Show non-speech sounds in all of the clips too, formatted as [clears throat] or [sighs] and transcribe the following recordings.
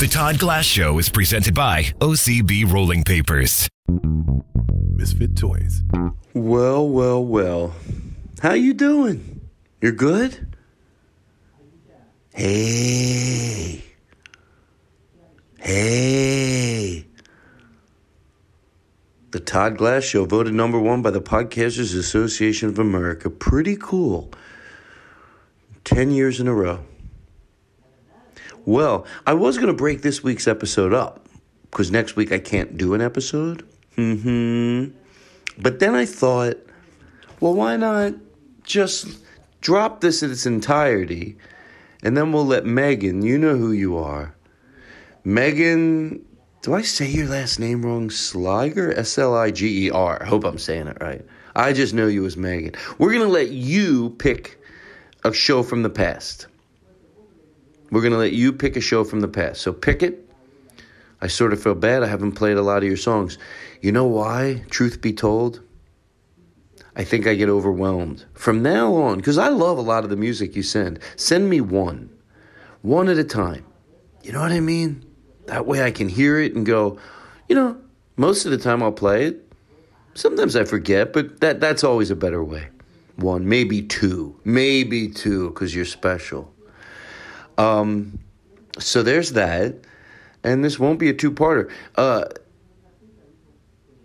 The Todd Glass Show is presented by OCB Rolling Papers. Misfit Toys. Well, well, well. How you doing? You're good? Hey. Hey. The Todd Glass Show voted number one by the Podcasters Association of America. Pretty cool. Ten years in a row. Well, I was going to break this week's episode up because next week I can't do an episode. hmm But then I thought, well, why not just drop this in its entirety and then we'll let Megan, you know who you are. Megan, do I say your last name wrong? Sliger? S L I G E R. I hope I'm saying it right. I just know you as Megan. We're going to let you pick a show from the past. We're going to let you pick a show from the past. So pick it. I sort of feel bad I haven't played a lot of your songs. You know why? Truth be told, I think I get overwhelmed. From now on, because I love a lot of the music you send, send me one, one at a time. You know what I mean? That way I can hear it and go, you know, most of the time I'll play it. Sometimes I forget, but that, that's always a better way. One, maybe two, maybe two, because you're special. Um, So there's that. And this won't be a two parter. Uh,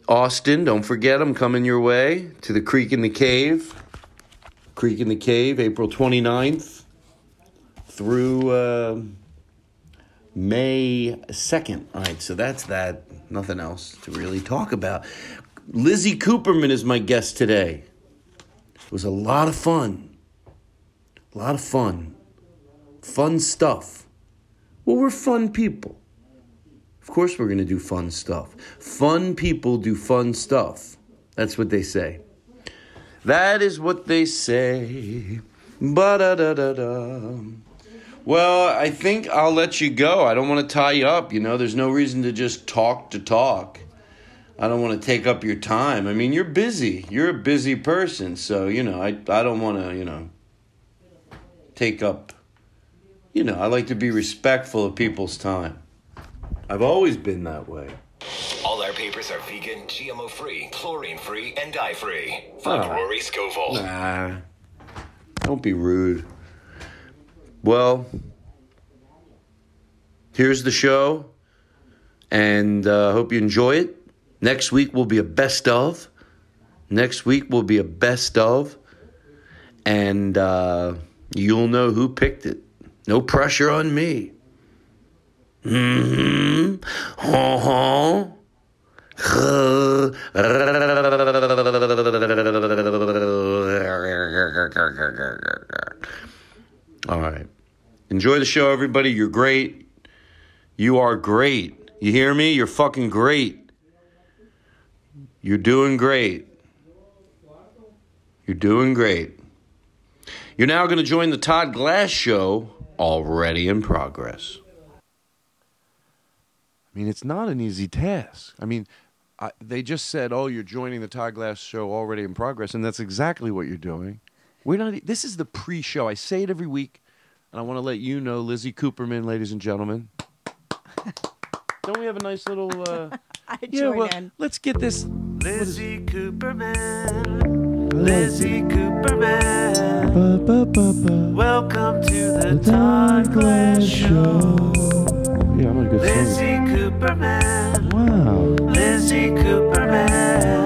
Austin, don't forget, I'm coming your way to the Creek in the Cave. Creek in the Cave, April 29th through uh, May 2nd. All right, so that's that. Nothing else to really talk about. Lizzie Cooperman is my guest today. It was a lot of fun. A lot of fun. Fun stuff. Well, we're fun people. Of course, we're going to do fun stuff. Fun people do fun stuff. That's what they say. That is what they say. Ba da da da da. Well, I think I'll let you go. I don't want to tie you up. You know, there's no reason to just talk to talk. I don't want to take up your time. I mean, you're busy. You're a busy person. So, you know, I, I don't want to, you know, take up you know, I like to be respectful of people's time. I've always been that way. All our papers are vegan, GMO free, chlorine free, and dye free. From Oh. Rory Scovel. Nah. Don't be rude. Well, here's the show, and uh, hope you enjoy it. Next week will be a best of. Next week will be a best of, and uh, you'll know who picked it. No pressure on me. hmm Uh-huh. All right. Enjoy the show, everybody. You're great. You are great. You hear me? You're fucking great. You're doing great. You're doing great. You're now going to join the Todd Glass Show, already in progress. I mean, it's not an easy task. I mean, I, they just said, "Oh, you're joining the Todd Glass show already in progress," and that's exactly what you're doing. We're not. e, This is the pre-show. I say it every week, and I want to let you know, Lizzie Cooperman, ladies [laughs] and gentlemen. Don't we have a nice little? Uh, I join yeah, well, in. let's get this. Lizzie Cooperman. Lizzie Cooperman. Ba, ba, ba, ba. Welcome to the Todd Todd Glass Glass Show. Yeah, I'm a good singer. Lizzie Cooperman. Wow. Lizzie Cooperman.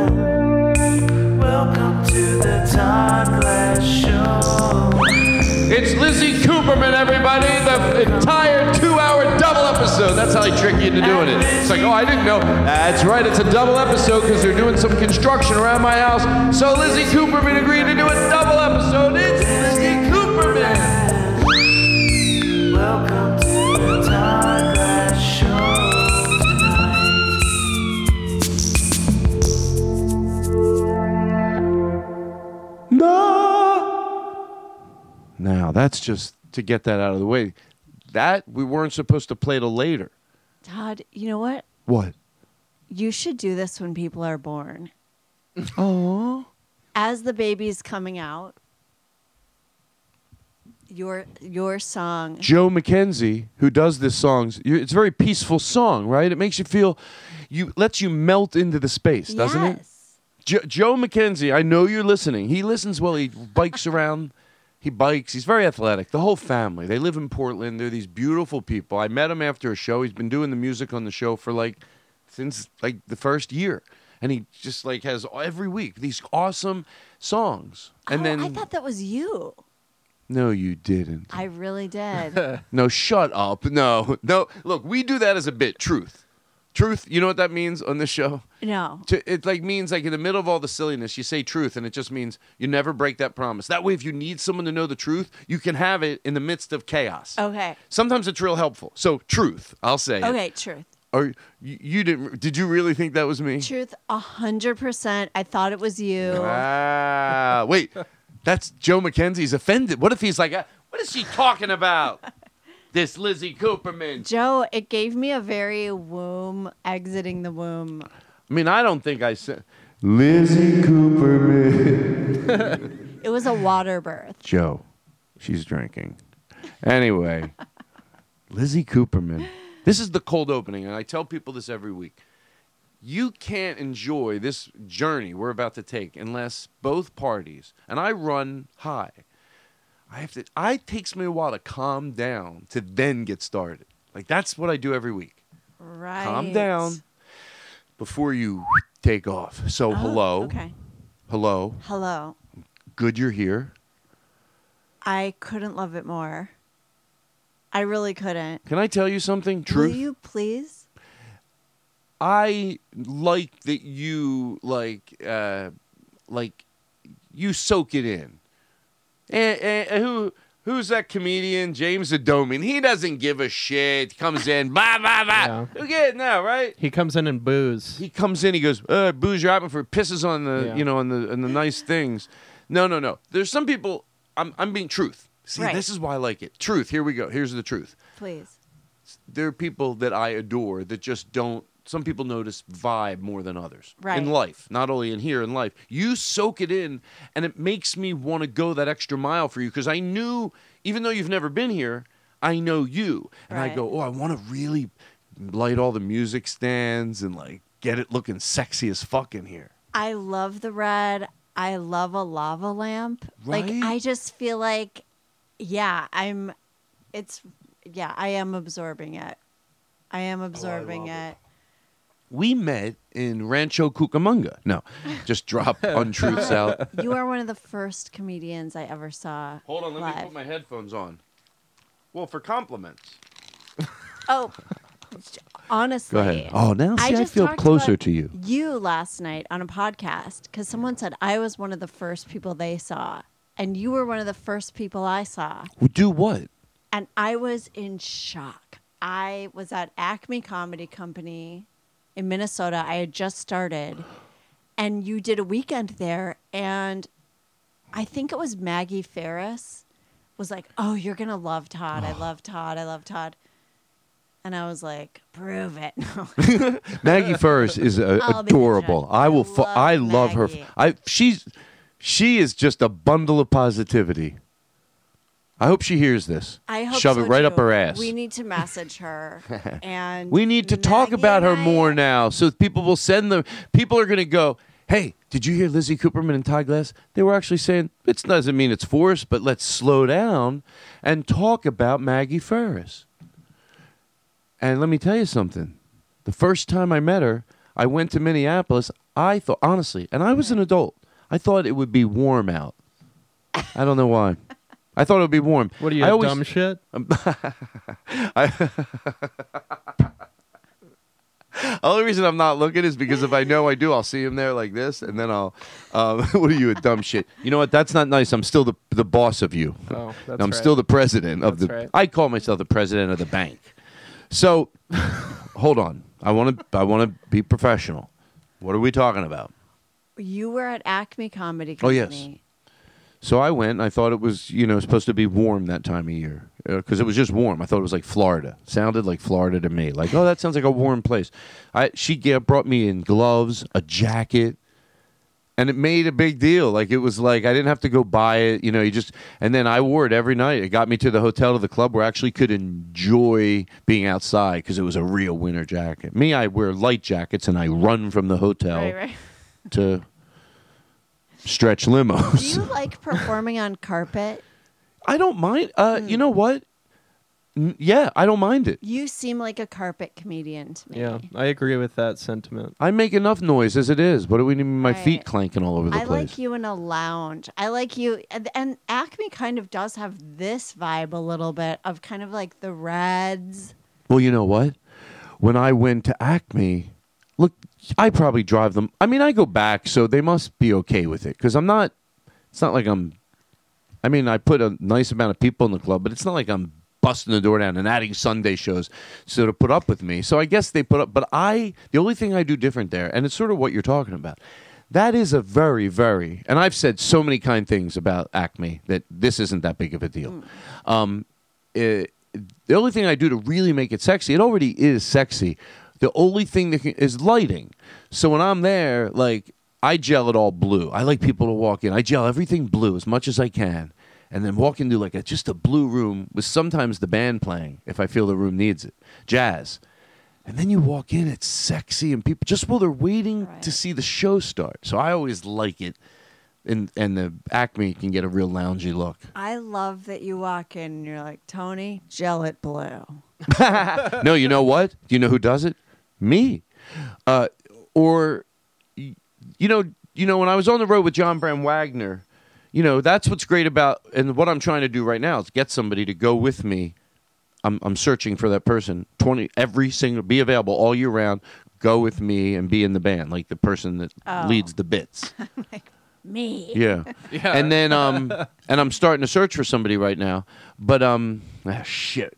Welcome to the Todd Glass Show. It's Lizzie Cooperman, everybody. The entire two-hour double episode. That's how they trick you into doing it. It's like, oh, I didn't know. That's right. It's a double episode because they're doing some construction around my house. So Lizzie Cooperman agreed to do a double episode. It's Lizzie Cooperman. Welcome to the Todd Glass Show tonight. Now that's just to get that out of the way. That we weren't supposed to play till later. Todd, you know what? What? You should do this when people are born. Oh. As the baby's coming out, your your song. Joe McKenzie, who does this songs, you- it's a very peaceful song, right? It makes you feel, you lets you melt into the space, doesn't it? yes. Jo- Joe McKenzie, I know you're listening. He listens while he bikes [laughs] around. He bikes. He's very athletic. The whole family. They live in Portland. They're these beautiful people. I met him after a show. He's been doing the music on the show for like since like the first year, and he just like has every week these awesome songs. And Oh, then I thought that was you. no, you didn't. I really [laughs] did. No, shut up. [laughs] No, no. Look, we do that as a bit. Truth, truth. You know what that means on this show? no. to, it like means like in the middle of all the silliness you say truth and it just means you never break that promise that way if you need someone to know the truth you can have it in the midst of chaos Okay. sometimes it's real helpful so truth i'll say it. Oh. Okay, truth. or you, you didn't did you really think that was me Truth, a hundred percent. I thought it was you. ah wait that's joe mckenzie's offended what if he's like "Ah, what is she talking about this lizzie cooperman Joe, it gave me a very womb exiting the womb. i mean i don't think i said lizzie cooperman It was a water birth. Joe. She's drinking. [laughs] Anyway, Lizzie Cooperman. This is the cold opening, and I tell people this every week. You can't enjoy this journey we're about to take unless both parties, and I run high. I have to, I it takes me a while to calm down to then get started. Like, that's what I do every week Right. calm down before you take off. So, hello. Okay. Hello. Hello. Good you're here. I couldn't love it more. I really couldn't. Can I tell you something? Truth. Will you please? I like that you like uh like you soak it in. And, who who's that comedian James Adomian? He doesn't give a shit. Comes in, [laughs] blah blah blah. Yeah. Who get it now, right? He comes in and boos. He comes in, he goes, uh, booze your for pisses on the Yeah. you know on the on the nice things. No, no, no. There's some people. I'm I'm being truth. See, Right. this is why I like it. Truth. Here we go. Here's the truth Please. there are people that I adore that just don't. Some people notice vibe more than others Right. in life, not only in here in life. You soak it in, and it makes me want to go that extra mile for you because I knew, even though you've never been here, I know you, and I Right. go, oh, I want to really light all the music stands and like get it looking sexy as fuck in here. I love the red. I love a lava lamp. Right? Like I just feel like yeah, I'm it's yeah, I am absorbing it. I Oh, am absorbing it. We met in Rancho Cucamonga. [laughs] No, just drop untruths out. You [laughs] are one of the first comedians I ever saw. Hold on, let me live. put my headphones on. Well, for compliments. Oh, honestly. Oh, now see, I, just feel talked closer about to you. You last night on a podcast because someone said I was one of the first people they saw, and you were one of the first people I saw, Well, do what? and I was in shock. I was at Acme Comedy Company in Minnesota. I had just started, and you did a weekend there, and I think it was Maggie [sighs] Ferris was like, "Oh, you're gonna love Todd. I love Todd. I love Todd." And I was like, prove [laughs] it. [laughs] Maggie Furs is uh, I'll be the adorable. judge. I will. I fu- love I love her. Maggie. I she's she is just a bundle of positivity. I hope she hears this. I hope shove so it right up too. her ass. We need to message [laughs] her, and We need to talk Maggie about her and I- more now, so that people will send them. People are going to go. Hey, did you hear Lizzie Cooperman and Todd Glass? They were actually saying it doesn't mean it's forced, but let's slow down and talk about Maggie Ferris. And let me tell you something. The first time I met her, I went to Minneapolis. I thought honestly, and I was an adult. I thought it would be warm out. I don't know why. I thought it would be warm. What are you, I a always- dumb shit? [laughs] Only reason I'm not looking is because if I know I do, I'll see him there like this, and then I'll. Um, [laughs] what are you a dumb shit? You know what? That's not nice. I'm still the the boss of you. Oh, that's I'm right. still the president of That's the. right. I call myself the president of the bank. So, [laughs] hold on. I want to. I want to be professional. What are we talking about? You were at Acme Comedy Oh, Company. yes. So I went. And I thought it was you know supposed to be warm that time of year because it was just warm. I thought it was like Florida. Sounded like Florida to me. Like oh that sounds like a warm place. I she ga- brought me in gloves, a jacket, and it made a big deal. Like it was like I didn't have to go buy it. You know you just and then I wore it every night. It got me to the hotel to the club where I actually could enjoy being outside because it was a real winter jacket. Me I wear light jackets and I run from the hotel Right, right. to stretch Do limos. you like performing on carpet? I don't mind. Uh, You Hmm. know what? N- yeah, I don't mind it. You seem like a carpet comedian to me. Yeah, I agree with that sentiment. I make enough noise as it is. What do we need my Right. feet clanking all over the I place? like you in a lounge. I like you, and- and Acme kind of does have this vibe a little bit of kind of like the Reds. Well, you know what? When I went to Acme, look, I probably drive them. I mean, I go back, so they must be okay with it because I'm not. It's not like I'm. I mean, I put a nice amount of people in the club, but it's not like I'm busting the door down and adding Sunday shows so to put up with me. So I guess they put up. But I, the only thing I do different there, and it's sort of what you're talking about. That is a very, very, and I've said so many kind things about Acme that this isn't that big of a deal. Um, it, the only thing I do to really make it sexy, it already is sexy. The only thing that can, is lighting. So when I'm there, like I gel it all blue. I like people to walk in. I gel everything blue as much as I can, and then walk into like a, just a blue room with sometimes the band playing if I feel the room needs it, jazz. And then you walk in, it's sexy, and people just while they're waiting to see the show start. So I always like it, and and the Acme can get a real loungy look. I love that you walk in and you're like, Tony, gel it blue. [laughs] no, you know what? Do you know who does it? Me. Uh, or y- you know, you know, when I was on the road with John Bram Wagner, you know, that's what's great about and what I'm trying to do right now is get somebody to go with me. I'm I'm searching for that person. Twenty every single be available all year round. Go with me and be in the band, like the person that leads the bits. Me. Yeah. Yeah. And then um and I'm starting to search for somebody right now. But um ah, shit.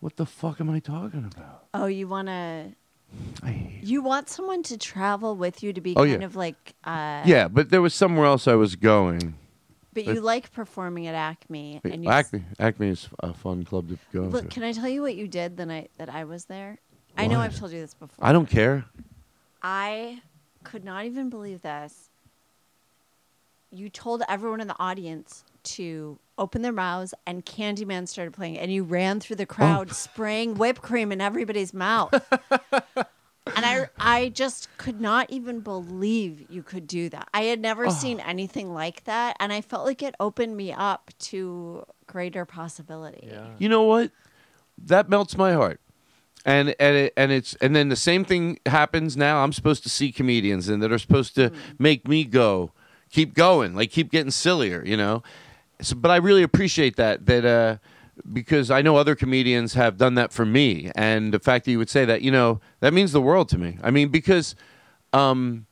What the fuck am I talking about? Oh, you want to. I hate You want someone to travel with you to be Oh, kind yeah. of like, uh, Yeah, but there was somewhere else I was going. but you like performing at Acme. And you s- Acme, Acme is a fun club to go Look, to. can I tell you what you did the night that I was there? I know What? I've told you this before. I don't care. I could not even believe this. You told everyone in the audience to open their mouths, and Candyman started playing, and you ran through the crowd spraying whipped cream in everybody's mouth. and I, I just could not even believe you could do that. I had never seen anything like that, and I felt like it opened me up to greater possibility. You know what? That melts my heart. And and it, and it's and then the same thing happens now. I'm supposed to see comedians and that are supposed Hmm. to make me go, keep going, like keep getting sillier, you know. So, but I really appreciate that that uh, because I know other comedians have done that for me, and the fact that you would say that, you know, that means the world to me. I mean, because you know,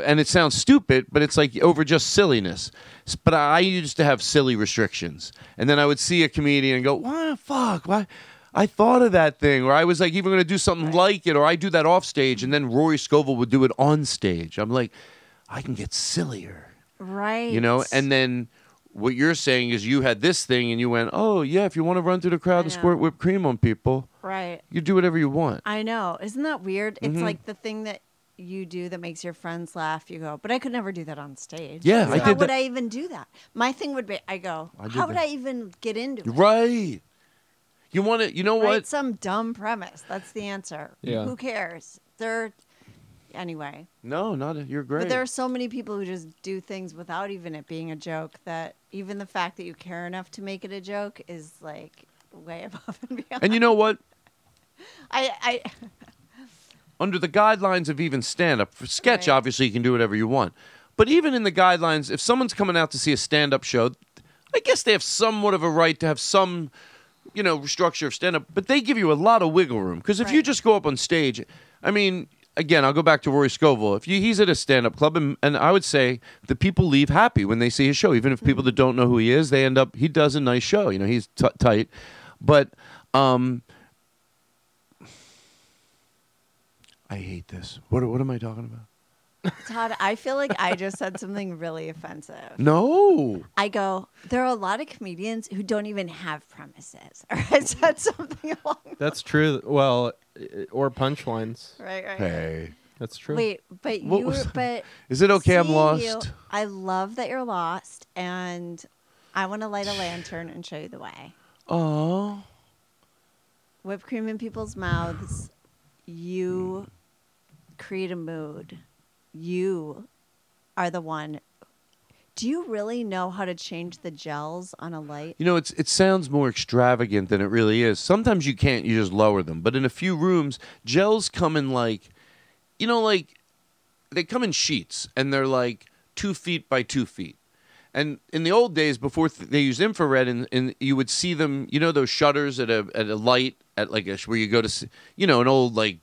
and it sounds stupid, but it's like over just silliness. S- But I used to have silly restrictions, and then I would see a comedian and go, "What the fuck? Why?" I thought of that thing, or I was like even going to do something like it, or I do that off stage, and then Rory Scovel would do it on stage. I'm like, I can get sillier, Right. you know, and then What you're saying is you had this thing and you went, oh, yeah, if you want to run through the crowd and squirt whipped cream on people, Right. you do whatever you want. I know. Isn't that weird? It's Mhm. like the thing that you do that makes your friends laugh. You go, but I could never do that on stage. Yeah, So I how did would that- I even do that? My thing would be, I go, I did how would that. I even get into it? Right. You want to, you know Right? what? Some dumb premise. That's the answer. Yeah. Who cares? They're anyway. No, not you're great. But there are so many people who just do things without even it being a joke that even the fact that you care enough to make it a joke is like way [laughs] above and beyond. and you know what? I, I Under the guidelines of even stand up, for sketch, obviously, you can do whatever you want. But even in the guidelines, if someone's coming out to see a stand up show, I guess they have somewhat of a right to have some, you know, structure of stand up, but they give you a lot of wiggle room. Because if you just go up on stage, I mean, again, I'll go back to Rory Scovel. If you, he's at a stand up club, and, and I would say the people leave happy when they see his show, even if people that don't know who he is, they end up, he does a nice show. You know, he's t- tight. But, um, I hate this. What, what am I talking about? Todd, I feel like I just said something really offensive. No. I go, there are a lot of comedians who don't even have premises. [laughs] Or I said something [laughs] along That's true. Well, i- or punchlines. Right, right. That's true. Wait, but What you was- but [laughs] Is it okay I'm seeing you- lost? I love that you're lost and I want to light a lantern and show you the way. Oh. Whipped cream in people's mouths. You create a mood. You are the one. Do you really know how to change the gels on a light? You know, it's it sounds more extravagant than it really is. Sometimes you can't, you just lower them. But in a few rooms, gels come in like, you know, like they come in sheets, and they're like two feet by two feet. And in the old days, before th- they used infrared, and, and you would see them, you know, those shutters at a at a light at like a sh- where you go to, see, you know, an old like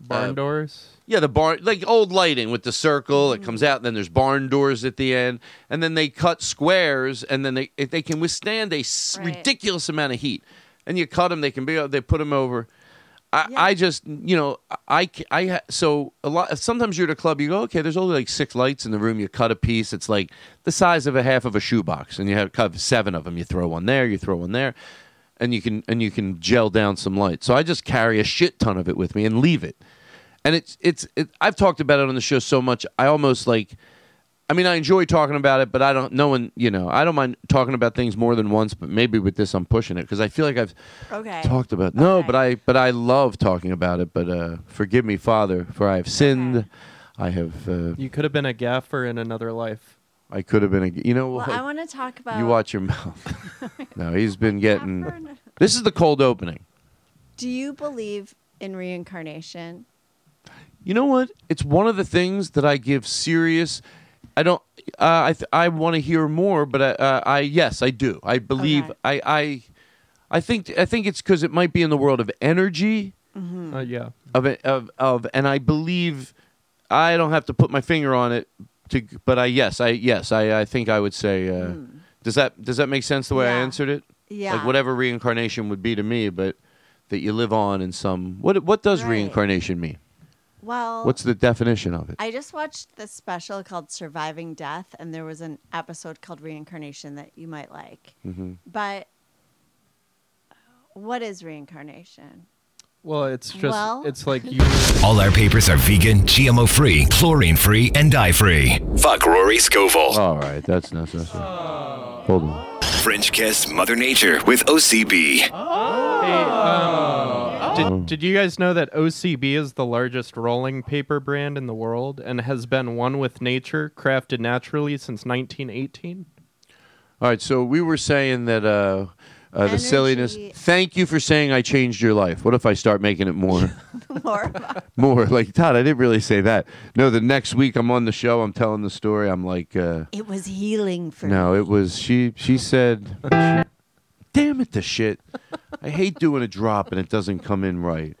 Barn uh, doors. Yeah, the barn, like old lighting with the circle that comes out, and then there's barn doors at the end, and then they cut squares, and then they if they can withstand a s- Right. ridiculous amount of heat, and you cut them, they can be they put them over. I, I just you know I c- I ha- so a lot sometimes you're at a club you go okay there's only like six lights in the room you cut a piece it's like the size of a half of a shoebox and you have cut seven of them you throw one there you throw one there and you can and you can gel down some light so I just carry a shit ton of it with me and leave it and it's it's it, I've talked about it on the show so much. I almost like, I mean, I enjoy talking about it, but I don't. No one, you know, I don't mind talking about things more than once. But maybe with this, I'm pushing it because I feel like I've Okay. talked about no, but I but I love talking about it. But uh, forgive me, Father, for I have sinned. I have. Uh, You could have been a gaffer in another life. I could have been a. You know Well, what? I want to talk about. you watch your mouth. [laughs] no, he's been getting. This is the cold opening. Do you believe in reincarnation? You know what? It's one of the things that I give serious. I don't. Uh, I th- I want to hear more, but I, uh, I yes, I do. I believe. I I I think I think it's because it might be in the world of energy Hmm. Uh, yeah. of it- of of, and I believe I don't have to put my finger on it to. But I yes, I yes, I I think I would say. Uh, Does that does that make sense the way I answered it? Hmm. Yeah. Like whatever reincarnation would be to me, but that you live on in some. What what does Right. reincarnation mean? Well, What's the definition of it? I just watched this special called Surviving Death, and there was an episode called Reincarnation that you might like. Mm-hmm. But what is reincarnation? [laughs] Well, it's just Well- it's like [laughs] you. All our papers are vegan, GMO free, chlorine free, and dye free. Fuck Rory Scovel. All right, that's necessary. Hold on. French Kiss Mother Nature with OCB. Did, Oh. did you guys know that OCB is the largest rolling paper brand in the world and has been one with nature, crafted naturally since 1918? All right, so we were saying that uh, uh, the silliness. Energy. Thank you for saying I changed your life. What if I start making it more, [laughs] More more like Todd? I didn't really say that. No, the next week I'm on the show. I'm telling the story. I'm like, uh, It was healing for me. no, it was she. She said, "Damn it, the shit. I hate doing a drop and it doesn't come in right.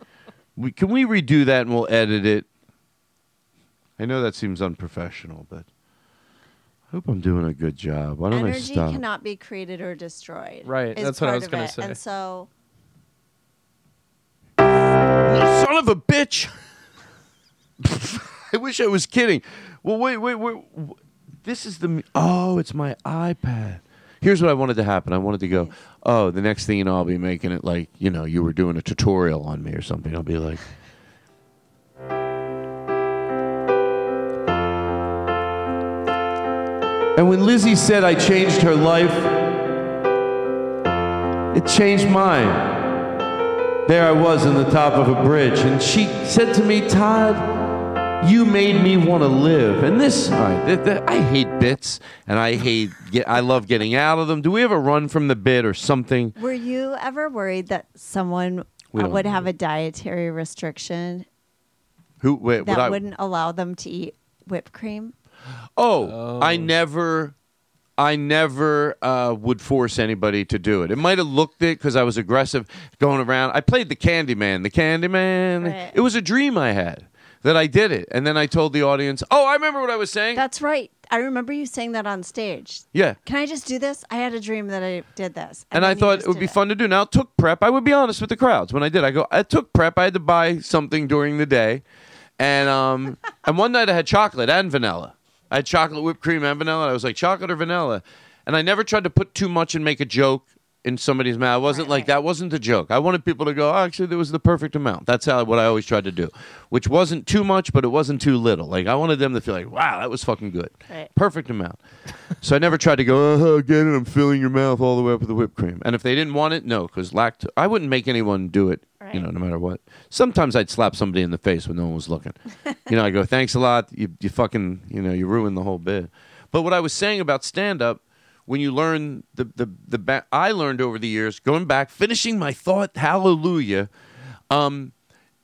We, can we redo that and we'll edit it? I know that seems unprofessional, but." I hope I'm doing a good job. Why don't I Energy stop? cannot be created or destroyed. Right, is that's what I part was of gonna it. say. And so, son of a bitch. [laughs] I wish I was kidding. Well, wait, wait, wait. w- This is the. m- Oh, it's my iPad. Here's what I wanted to happen. I wanted to go. Oh, the next thing you know, I'll be making it like you know you were doing a tutorial on me or something. I'll be like. And when Lizzie said I changed her life, it changed mine. There I was in the top of a bridge, and she said to me, Todd, you made me want to live. And this, I, th- th- I hate bits, and I hate, get, I love getting out of them. Do we have a run from the bit or something? Were you ever worried that someone uh, We don't would know. have a dietary restriction Who, wait, would that I, wouldn't allow them to eat whipped cream? Oh, I never, I never uh, would force anybody to do it. It might have looked it because I was aggressive going around. I played the Candyman. The Candyman. Right. It was a dream I had that I did it, and then I told the audience, "Oh, I remember what I was [laughs] saying." That's right. I remember you saying that on stage. yeah. Can I just do this? I had a dream that I did this. And, I then you thought just it would did be fun to do. Now it took prep. I would be honest with the crowds when I did. I go, I took prep. I had to buy something during the day, and um, [laughs] and one night I had chocolate and vanilla. I had chocolate whipped cream and vanilla. I was like chocolate or vanilla, and I never tried to put too much and make a joke in somebody's mouth. I wasn't like that. Wasn't the joke. I wanted people to go. Oh, actually, there was the perfect amount. That's how what I always tried to do, which wasn't too much, but it wasn't too little. Like I wanted them to feel like, wow, that was fucking good. Right. Perfect amount. So I never tried to go, oh, get it, I'm filling your mouth all the way up with the whipped cream. And if they didn't want it, no, because lacto- I wouldn't make anyone do it, you know, no matter what. Sometimes I'd slap somebody in the face when no one was looking. you know, I go, thanks a lot. You, you fucking, you know, you ruined the whole bit. But what I was saying about stand up, when you learn the, the, the ba- I learned over the years, going back, finishing my thought, hallelujah, um,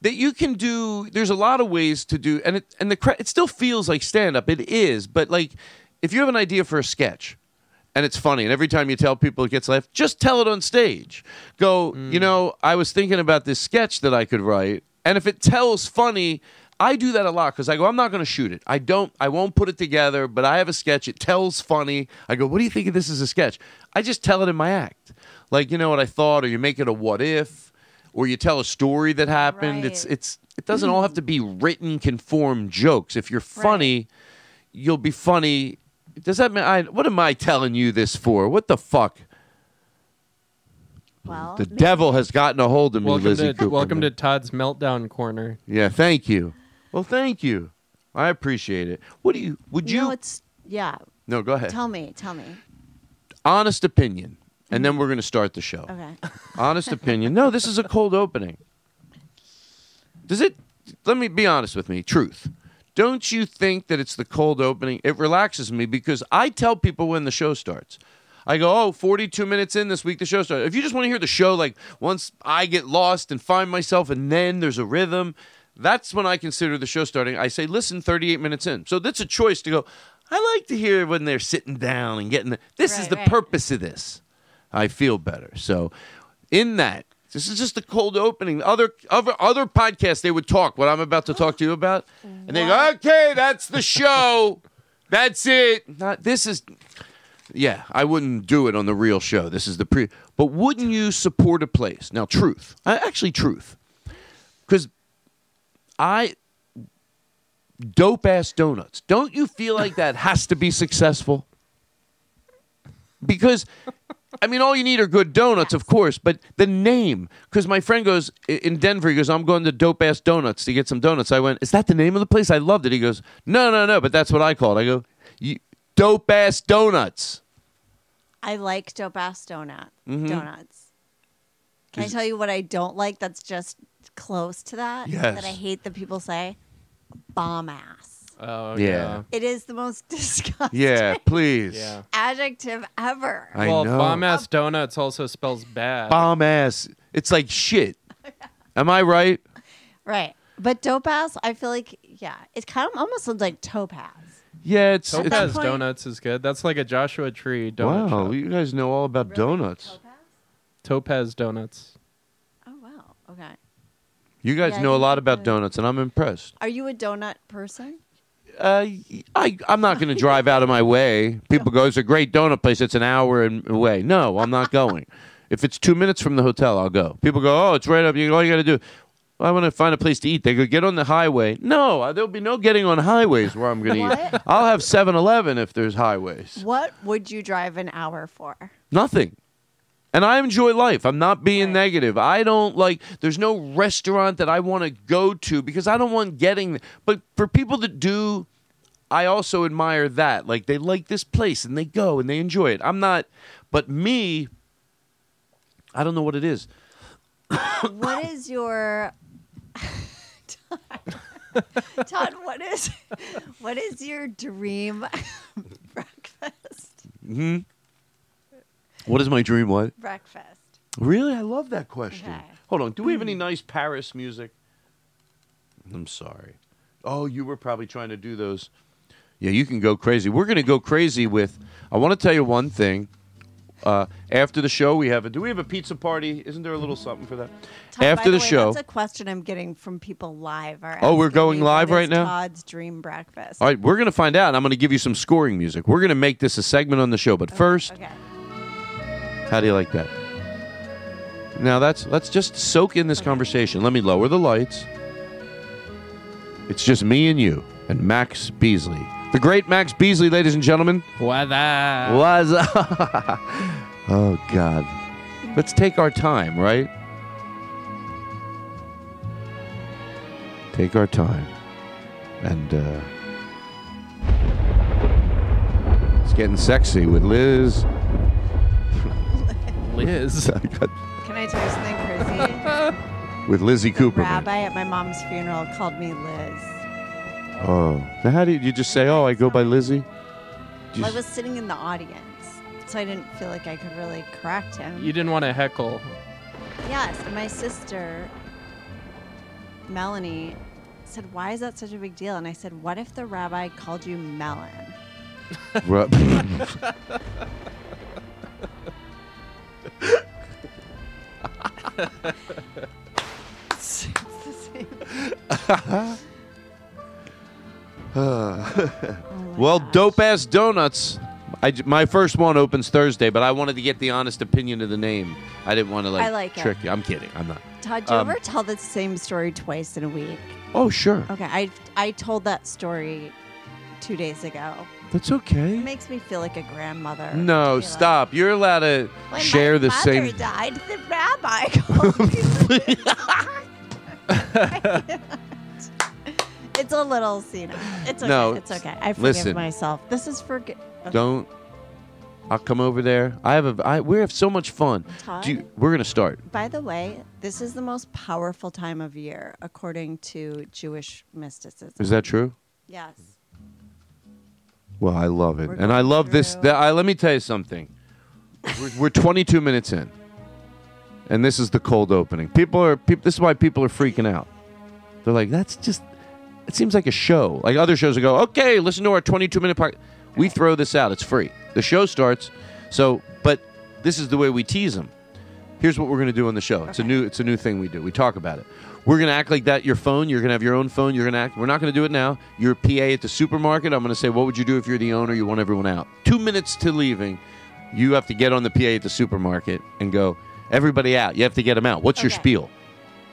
that you can do there's a lot of ways to do and it and the cra- it still feels like stand up it is but like if you have an idea for a sketch and it's funny and every time you tell people it gets laughed just tell it on stage go you know i was thinking about this sketch that i could write and if it tells funny i do that a lot because i go i'm not going to shoot it i don't i won't put it together but i have a sketch it tells funny i go what do you think of this as a sketch i just tell it in my act like you know what i thought or you make it a what if or you tell a story that happened. It's it's it doesn't all have to be written conform jokes. If you're funny, you'll be funny. Does that mean I? What am I telling you this for? What the fuck? Well, the devil has gotten a hold of me, Welcome Lizzie to Cooperman. welcome to Todd's meltdown corner. Yeah, thank you. Well, thank you. I appreciate it. What do you? Would You you? know, it's yeah. no, go ahead. Tell me, tell me. Honest opinion, and Mm-hmm. then we're going to start the show. Okay. [laughs] Honest opinion. No, this is a cold opening. Does it? Let me be honest with me. Truth. Don't you think that it's the cold opening? It relaxes me because I tell people when the show starts. I go, oh, 42 minutes in this week, the show starts. If you just want to hear the show, like once I get lost and find myself, and then there's a rhythm, that's when I consider the show starting. I say, listen, 38 minutes in. So that's a choice to go, I like to hear when they're sitting down and getting the, this is Right, the right. purpose of this. I feel better. So, in that, this is just the cold opening. Other other other podcasts, they would talk what I'm about to talk to you about, and they go, "Okay, that's the show. that's it." Not this is. Yeah, I wouldn't do it on the real show. This is the pre. But wouldn't you support a place? Now, truth. I, actually, truth. Because I dope ass donuts. Don't you feel like that has to be successful? Because I mean, all you need are good donuts, of course, but the name. Because my friend goes i- in Denver, he goes, I'm going to Dope Ass Donuts to get some donuts. I went, Is that the name of the place? I loved it. He goes, No, no, no, but that's what I call it. I go, "You- Dope Ass Donuts. I like dope ass donut Mhm. donuts. Can Is- I tell you what I don't like? That's just close to that. That I Yes. hate that people say, bomb ass. Oh Yeah. It is the most [laughs] disgusting [laughs] Yeah, please. Yeah. adjective ever. I well, know. bomb ass donuts also spells bad. Bomb ass. It's like shit. Am I right? Right. But dope ass, I feel like yeah, it kind of almost sounds like topaz. Yeah, it's. it's Topaz donuts is good. That's like a Joshua Tree donut. Wow, you guys know all about donuts. Topaz donuts. Oh wow. Okay. You guys Yeah, I know a think lot about donuts, and I'm impressed. Are you a donut person? Uh, y- I, I'm not going to drive out of my way. People go, it's a great donut place. It's an hour in- away. No, I'm not going. if it's two minutes from the hotel, I'll go. People go, oh, it's right up. You, all you got to do. I want to find a place to eat. They go get on the highway. No, uh, there'll be no getting on highways where I'm going to eat. What? I'll have 7-Eleven if there's highways. What would you drive an hour for? Nothing. And I enjoy life. I'm not being negative. I don't like, there's no restaurant that I want to go to because I don't want getting, but for people that do, I also admire that. Like they like this place and they go and they enjoy it. I'm not, but me, I don't know what it is. What is your [laughs] Todd, Todd, what is what is your dream breakfast? hmm What is my dream? What? Breakfast. Really? I love that question. Okay. Hmm. Hold on. Do we have any nice Paris music? I'm sorry. Oh, you were probably trying to do those. Yeah, you can go crazy. We're going to go crazy with. I want to tell you one thing. Uh, after the show, we have a. Do we have a pizza party? Isn't there a little something for that? Todd, by after the, way, show. that's a question I'm getting from people live. Are Oh, we're asking going me what live is right now? Todd's dream breakfast. All right, we're going to find out. I'm going to give you some scoring music. We're going to make this a segment on the show. But first, Okay. How do you like that? Now that's let's just soak in this conversation. Let me lower the lights. It's just me and you and Max Beasley. The great Max Beasley, ladies and gentlemen. What's up? What's up? oh God. Let's take our time, right? Take our time. And uh it's getting sexy with Liz. Liz. Can I tell you something [laughs] crazy? with Lizzie Cooper. Rabbi at my mom's funeral called me Liz. Oh, now how do you, you just say? Oh, I go by Lizzie. Do you- Well, I was sitting in the audience, so I didn't feel like I could really correct him. You didn't want to heckle. Yes, and my sister, Melanie, said, Why is that such a big deal? And I said, What if the rabbi called you Melon? Ru- [laughs] [laughs] it's the same. well, Oh dope ass donuts. I j my first one opens Thursday, but I wanted to get the honest opinion of the name. I didn't want to like, I like it. trick you. I'm kidding. I'm not. Todd, do you Um, ever tell the same story twice in a week? Oh, sure. Okay, I, I told that story two days ago. That's It okay. makes me feel like a grandmother. to No, be like, stop. You're allowed to When share my the father same. died, the rabbi [laughs] called [laughs] me. it's a little senile. It's okay. No, it's okay. I forgive listen. myself. This is for good. Don't. I'll come over there. I have a. I, we have so much fun. Todd? Do you, we're gonna start. By the way, this is the most powerful time of year, according to Jewish mysticism. Is that true? Yes. Well, I love it, We're and I going love this. through- That I, let me tell you something. We're, we're 22 minutes in, and this is the cold opening. People are. Peop, this is why people are freaking out. They're like, "That's just." It seems like a show. Like other shows, that go, "Okay, listen to our 22 minute part." We throw this out. It's free. The show starts. So, but this is the way we tease them. Here's what we're going to do on the show. It's a new. It's a new thing we do. We talk about it. We're going to act like that. Your phone. You're going to have your own phone. You're going to act. We're not going to do it now. You're a PA at the supermarket. I'm going to say, what would you do if you're the owner? You want everyone out. Two minutes to leaving. You have to get on the PA at the supermarket and go. Everybody out. You have to get them out. What's your spiel?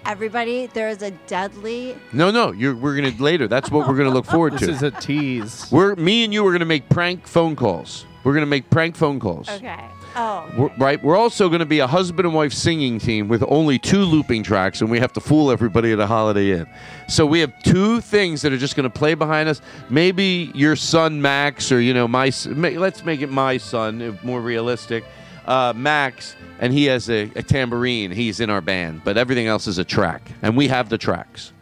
Everybody, there is a deadly. No, no. You're, we're going to later. That's what we're going to [laughs] look forward to. This is a tease. We're me and you are going to make prank phone calls. We're going to make prank phone calls. Okay. Oh. We're, right. We're also going to be a husband and wife singing team with only two looping tracks, and we have to fool everybody at a Holiday Inn. So we have two things that are just going to play behind us. Maybe your son Max, or you know my. s- ma- Let's make it my son, if more realistic. Uh, Max, and he has a, a tambourine. He's in our band, but everything else is a track, and we have the tracks.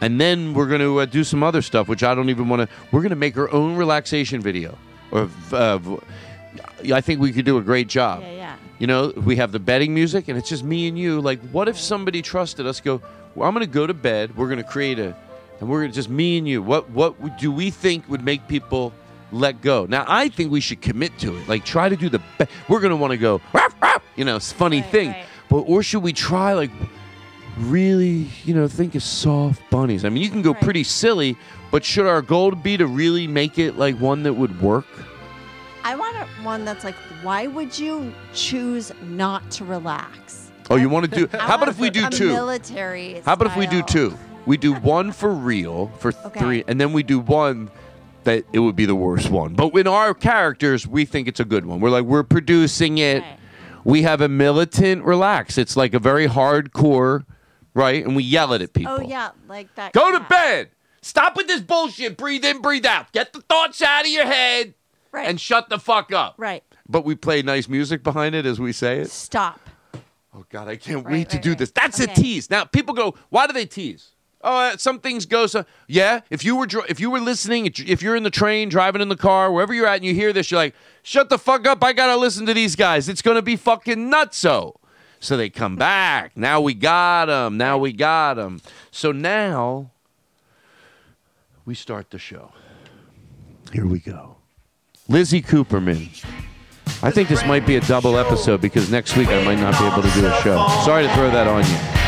And then we're going to uh, do some other stuff, which I don't even want to. We're going to make our own relaxation video. Or v- uh, v- I think we could do a great job. Yeah, yeah. You know, we have the betting music, and it's just me and you. Like, what if somebody trusted us? Go, well, I'm going to go to bed. We're going to create a, and we're gonna just me and you. What what would- do we think would make people let go? Now, I think we should commit to it. Like, try to do the. Be- we're going to want to go. "Ruff, ruff," you know, it's a funny thing. But or should we try like really, you know, think of soft bunnies. I mean, you can go pretty silly, but should our goal be to really make it like one that would work? I want a- one that's like, why would you choose not to relax? Oh, you want to do? How about if we do a two? Military. How about if we do style. two? We do one for real for three, and then we do one that it would be the worst one. But in our characters, we think it's a good one. We're like we're producing it. We have a militant relax. It's like a very hardcore, right? And we yell it at people. Oh yeah, like that. Go to bed. Stop with this bullshit. Breathe in, breathe out. Get the thoughts out of your head Right. and shut the fuck up. Right. But we play nice music behind it as we say it. Stop. Oh God, I can't wait to do this. That's a tease. Now people go, why do they tease? Oh, uh, some things go so. Yeah, if you were dr- if you were listening, if you're in the train, driving in the car, wherever you're at, and you hear this, you're like, shut the fuck up. I gotta listen to these guys. It's gonna be fucking nutso. So they come back. Now we got them. Now we got them. So now we start the show. Here we go. Lizzie Cooperman. I think this might be a double episode because next week I might not be able to do a show. Sorry to throw that on you.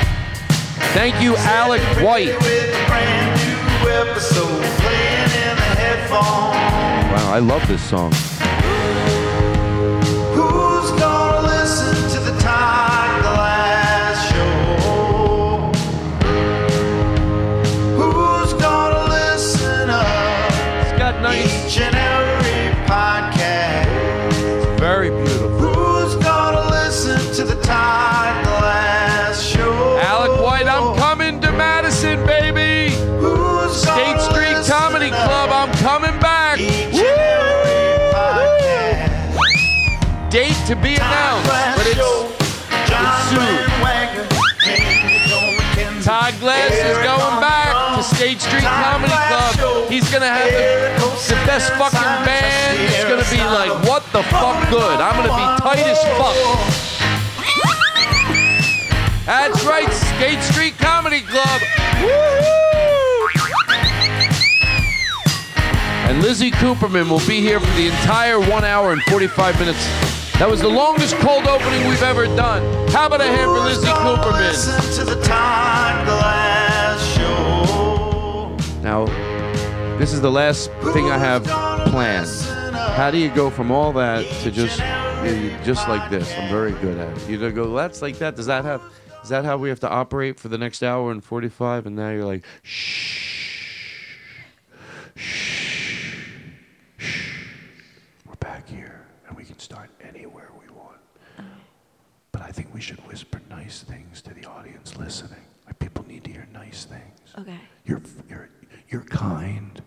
Thank you, Alec White. Wow, I love this song. Who's gonna listen to the Todd Glass show? Who's gonna listen up? It's got nice. Each and every podcast. Very beautiful. Who's gonna listen to the Todd Glass show? Alec White, I'm coming to Madison, baby. Who's State Street Comedy Club, I'm coming back. Woo! Date to be announced, but it's, it's soon. Todd Glass is going back to State Street Comedy Club. He's gonna have the, the best fucking band. It's gonna be like, what the fuck good? I'm gonna be tight as fuck. That's right, State Street Comedy Club. And Lizzie Cooperman will be here for the entire one hour and 45 minutes. That was the longest cold opening we've ever done. How about a hand for Lizzie Cooperman? Listen to the Todd Glass show. Now, this is the last thing I have planned. How do you go from all that to just you- you- just like this? I'm very good at it. You don't go, that's like that. Does that have? Is that how we have to operate for the next hour and 45? And now you're like, shh, shh, shh. We're back here, and we can start anywhere we want. But I think we should whisper nice things to the audience listening. Like people need to hear nice things. Okay. You're you're you're kind.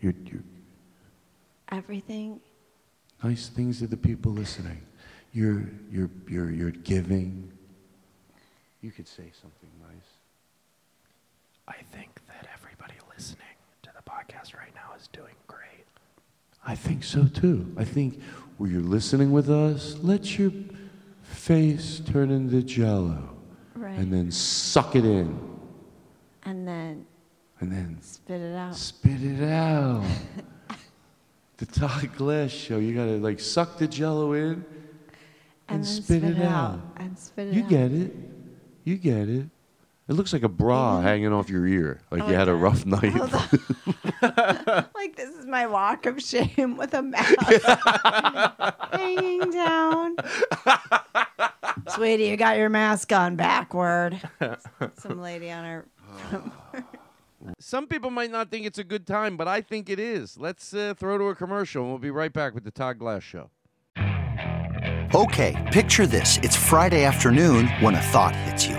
You're, you're Everything. nice things to the people listening. You're you're you're you're giving. You could say something nice. I think that everybody listening to the podcast right now is doing great. I think so too. I think where you're listening with us, let your face turn into jello. Right. And then suck it in. And then And then spit it out. Spit it [laughs] out. the Todd Glass show. You gotta like suck the jello in and, And then spit, it, out. And spit it You out. get it. You get it. It looks like a bra hanging off your ear, like you had a rough night. [laughs] like this is my walk of shame with a mask hanging down. Sweetie, you got your mask on backward. Some lady on her. Some people might not think it's a good time, but I think it is. Let's uh, throw to a commercial, and we'll be right back with the Todd Glass show. Okay, picture this. It's Friday afternoon when a thought hits you.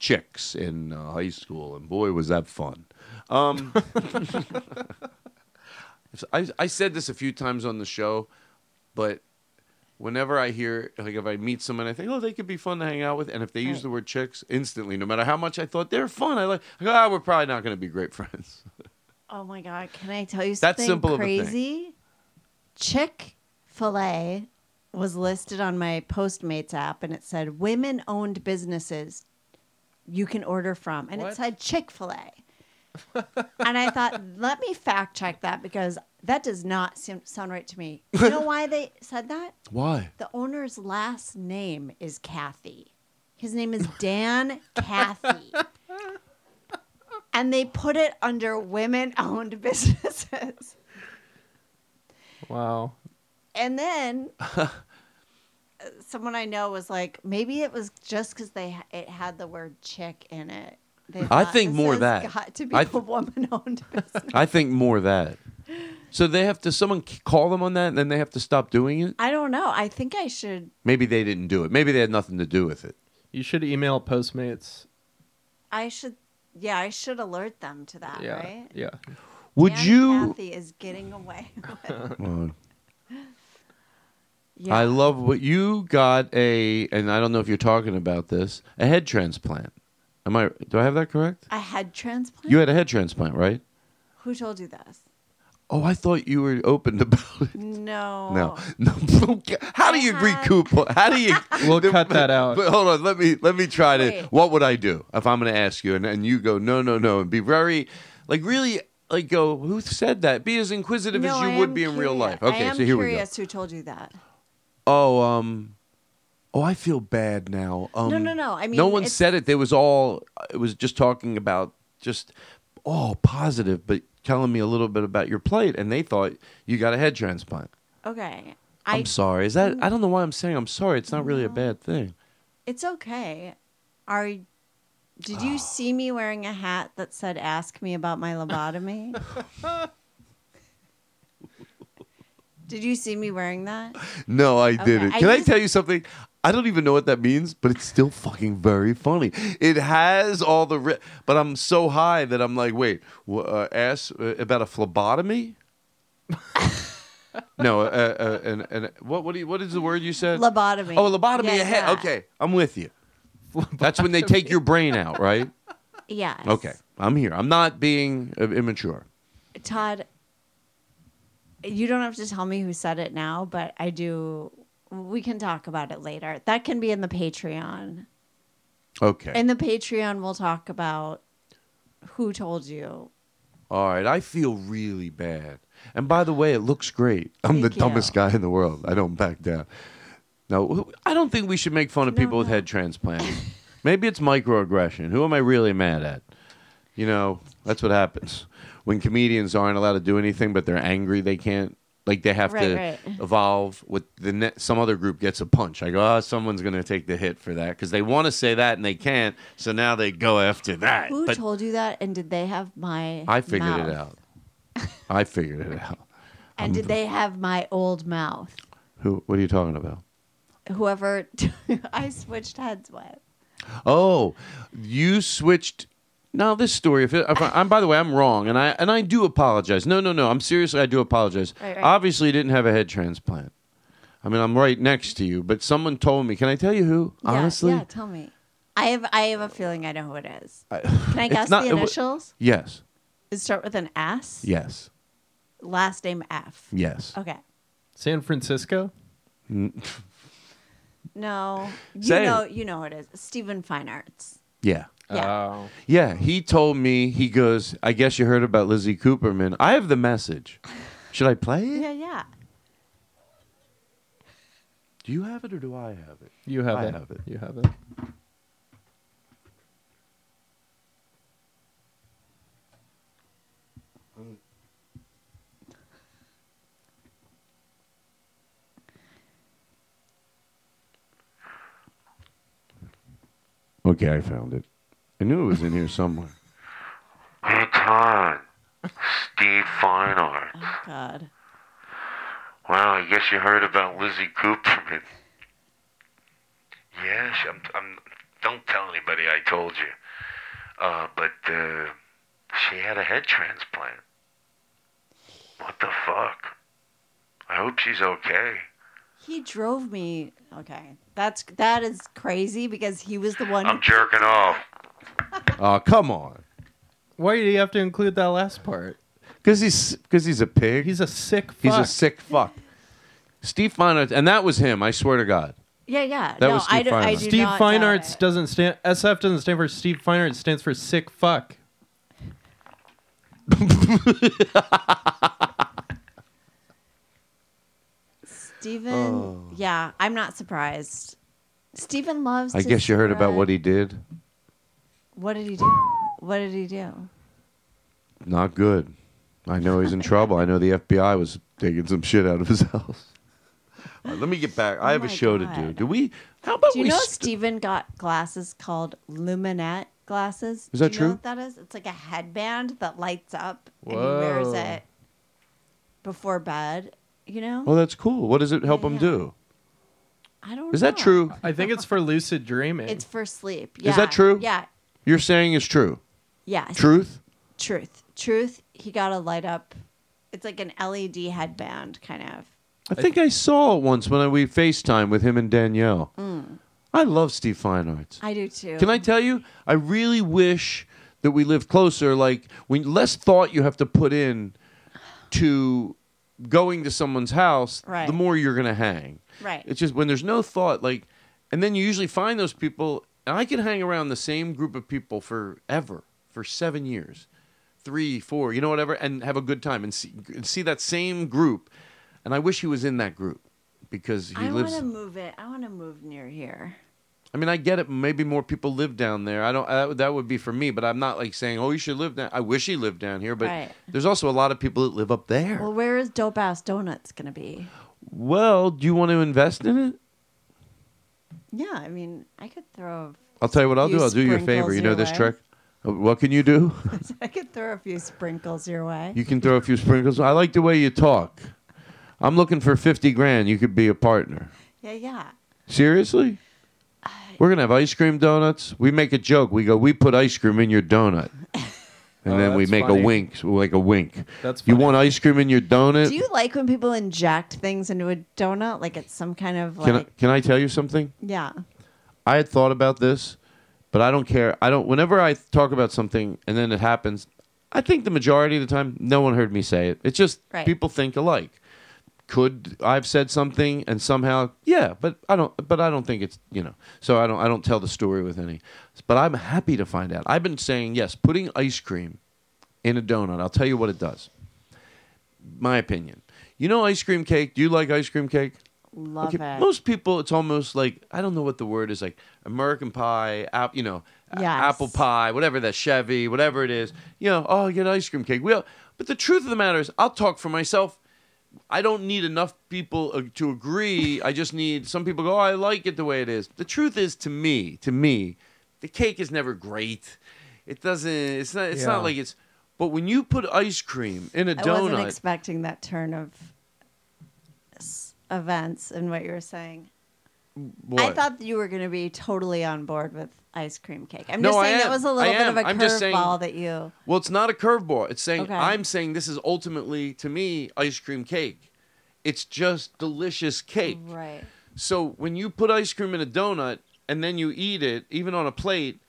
chicks in uh, high school, and boy, was that fun. Um, [laughs] I, I said this a few times on the show, but whenever I hear, like, if I meet someone, I think, oh, they could be fun to hang out with. And if they use the word chicks, instantly, no matter how much I thought they're fun, I like, I go, ah, we're probably not going to be great friends. Oh my God! Can I tell you That's something simple of a thing. crazy? Chick Fil A was listed on my Postmates app, and it said women-owned businesses you can order from, and it What? said Chick Fil [laughs] A. and I thought, let me fact check that because that does not seem, sound right to me. You [laughs] know why they said that? Why? The owner's last name is Kathy. His name is Dan Kathy. And they put it under women owned [laughs] businesses. Wow. And then [laughs] uh, someone I know was like, maybe it was just because they ha- it had the word chick in it. They I thought, think "This more has that. got to be I th- a woman [laughs] owned business. I think more that. So they have to, someone c- call them on that, and then they have to stop doing it? I don't know. I think I should. Maybe they didn't do it. Maybe they had nothing to do with it. You should email Postmates. I should. Yeah, I should alert them to that. Yeah. Right. Yeah. Would Dan you? Kathy is getting away. [laughs] with- Well, Yeah. I love what you got a, and I don't know if you're talking about this, a head transplant. Am I? Do I have that correct? a head transplant. You had a head transplant, right? Who told you this? Oh, I thought you were open [laughs] about it. No. No, [laughs] no. How do you recoup? How [laughs] do you? [laughs] We'll cut that out. But hold on, let me let me try to. Wait. What would I do if I'm going to ask you, and, and you go no, no, no, and be very, like really, like go. Who said that? Be as inquisitive No, as you I would am be in real curious. life. Okay, I am so here we go. curious who told you that. Oh, um, oh, I feel bad now. Um, no, no, I no mean, one it's- said it. They was all. It was just talking about just oh positive, but telling me a little bit about your plate, and they thought you got a head transplant. Okay. I, I Mm. am sorry. Is that? I don't know why I'm saying I'm sorry. It's not really a bad thing. It's okay. Are did Ah. you see me wearing a hat that said ask me about my [laughs] lobotomy? did you see me wearing that? No, I Okay, didn't. I Can I, just- tell you something? I don't even know what that means, but it's still fucking very funny. It has all the, ri- but I'm so high that I'm like, wait, wh- uh, ask uh, about [laughs] a phlebotomy? no, uh, uh, an, an, what what, do you, what is the word you said? Lobotomy. Oh, a lobotomy Yeah, a head. yeah. Okay, I'm with you. That's when they take your brain out, right? Yes. Okay, I'm here. I'm not being uh, immature. Todd, you don't have to tell me who said it now, but I do we can talk about it later. That can be in the Patreon. Okay. In the Patreon we'll talk about who told you. All right, I feel really bad. And by the way, it looks great. I'm the Thank you. dumbest guy in the world. I don't back down. No, who- I don't think we should make fun of people with head transplants. Maybe it's microaggression. Who am I really mad at? You know, that's what happens when comedians aren't allowed to do anything, but they're angry. They can't. Like they have to Right, right. evolve with the ne- some other group gets a punch. I go, oh, someone's gonna take the hit for that because they want to say that and they can't. So now they go after that. Who But- told you that and did they have my I figured mouth? it out. I figured it out. And did they have my old mouth? Who? What are you talking about? Whoever [laughs] I switched heads with. Oh, you switched. Now this story. If, it, if I, am by the way, I'm wrong, and I and I do apologize. No, no, no. I'm seriously. I do apologize. Right, right. Obviously, you didn't have a head transplant. I mean, I'm right next to you, but someone told me. Can I tell you who? Yeah, Honestly, yeah. Tell me. I have I have a feeling I know who it is. Can I [laughs] it's guess not- the it wa- initials? yes, It start with an S. yes, Last name F. yes. Okay. San Francisco? Mm, No. You Say it. know you know who it is. Stephen Fine Arts. Yeah. Yeah. Oh. Yeah, he told me, he goes, I guess you heard about Lizzie Cooperman. I have the message. Should I play it? Yeah, yeah. Do you have it or do I have it? You have I it. have it. You have it. Okay, I found it. I knew it was in here somewhere. Hey, Todd. Steve Fine Arts. Oh God. Wow, I guess you heard about Lizzie Cooperman. Yes, I'm. I'm. Don't tell anybody I told you. Uh, but uh, she had a head transplant. What the fuck? I hope she's okay. He drove me. Okay, that's that is crazy because he was the one. I'm jerking off. Oh, come on. Why do you have to include that last part? Because he's because he's a pig. He's a sick. He's a fuck. sick fuck. Steve Fine and that was him. I swear to God. yeah, yeah. That no, was I Steve do, I Feinarts. do Steve not Fine doubt Arts doesn't stand. SF doesn't stand for Steve Fine Arts. It stands for sick fuck. it. Steven. Oh. Yeah, I'm not surprised. Steven loves. I to guess you heard about spread- what he did. What did he do? What did he do? Not good. I [laughs] know he's in trouble. I know the FBI was taking some shit out of his [laughs] house. All right, let me get back. I have a Oh my show to do. God. Do we? How about Do you we? know st- Steven got glasses called Luminette glasses? Do Is that you know true? what that is? It's like a headband that lights up and he wears Whoa. it before bed, you know? oh, that's cool. What does it help him do? I don't Is that know. true? I think it's for lucid dreaming. It's for sleep. Is Yeah. that true? Yeah. You're saying it's true. Yeah. Truth. Truth. Truth. He got a light up. It's like an LED headband kind of. I think I saw it once when I, we FaceTime with him and Danielle. Mm. I love Steve Fine Arts. I do too. Can I tell you? I really wish that we lived closer. Like when less thought you have to put in to going to someone's house, Right. the more you're gonna hang. Right. It's just when there's no thought, like, and then you usually find those people. And I can hang around the same group of people forever, for seven years, three, four, you know, whatever, and have a good time and see, and see that same group. And I wish he was in that group because he I want lives. to move it. I want to move near here. I mean, I get it. Maybe more people live down there. I don't. That, would- that would be for me, but I'm not like saying, "Oh, you should live down." I wish he lived down here, but Right. there's also a lot of people that live up there. Well, where is Dope Ass Donuts going to [sighs] be? Well, do you want to invest in it? Yeah, I mean, I could throw I'll tell you what I'll Few do. I'll do you a sprinkles favor. You your know this way. trick. Uh, What can you do? [laughs] [laughs] I could throw a few sprinkles your way. you can throw a few sprinkles. I like the way you talk. I'm looking for fifty grand. You could be a partner. Yeah, yeah. Seriously? We're gonna have ice cream donuts. We make a joke. We go, we put ice cream in your donut, and [laughs] Oh, then we that's make funny. a wink. So we make a wink. That's you want ice cream in your donut? Do you like when people inject things into a donut? Like it's some kind of like. can I, can I tell you something? yeah. I had thought about this, but I don't care. I don't. Whenever I talk about something and then it happens, I think the majority of the time, no one heard me say it. It's just Right. people think alike. Could I've said something and somehow, yeah, but I don't. But I don't think it's you know. So I don't. I don't tell the story with any. But I'm happy to find out. I've been saying yes, putting ice cream in a donut. I'll tell you what it does. My opinion. You know, ice cream cake. Do you like ice cream cake? Love Okay, it. Most people, it's almost like I don't know what the word is, like American pie, app, you know, a- Yes. apple pie, whatever that Chevy, whatever it is. You know, oh, get ice cream cake. Well, but the truth of the matter is, I'll talk for myself. I don't need enough people uh, to agree. I just need some people go, oh, I like it the way it is. The truth is, to me, to me, the cake is never great. It doesn't. It's not. It's Yeah. not like it's. But when you put ice cream in a I wasn't donut, expecting that turn of s- events and what you were saying. I what? thought that you were going to be totally on board with ice cream cake. I'm No, just I saying that am. was a I little bit am. of a I'm just saying- curveball that you. Well, it's not a curveball. It's saying Okay. I'm saying this is ultimately to me ice cream cake. It's just delicious cake. Right. So when you put ice cream in a donut and then you eat it, even on a plate,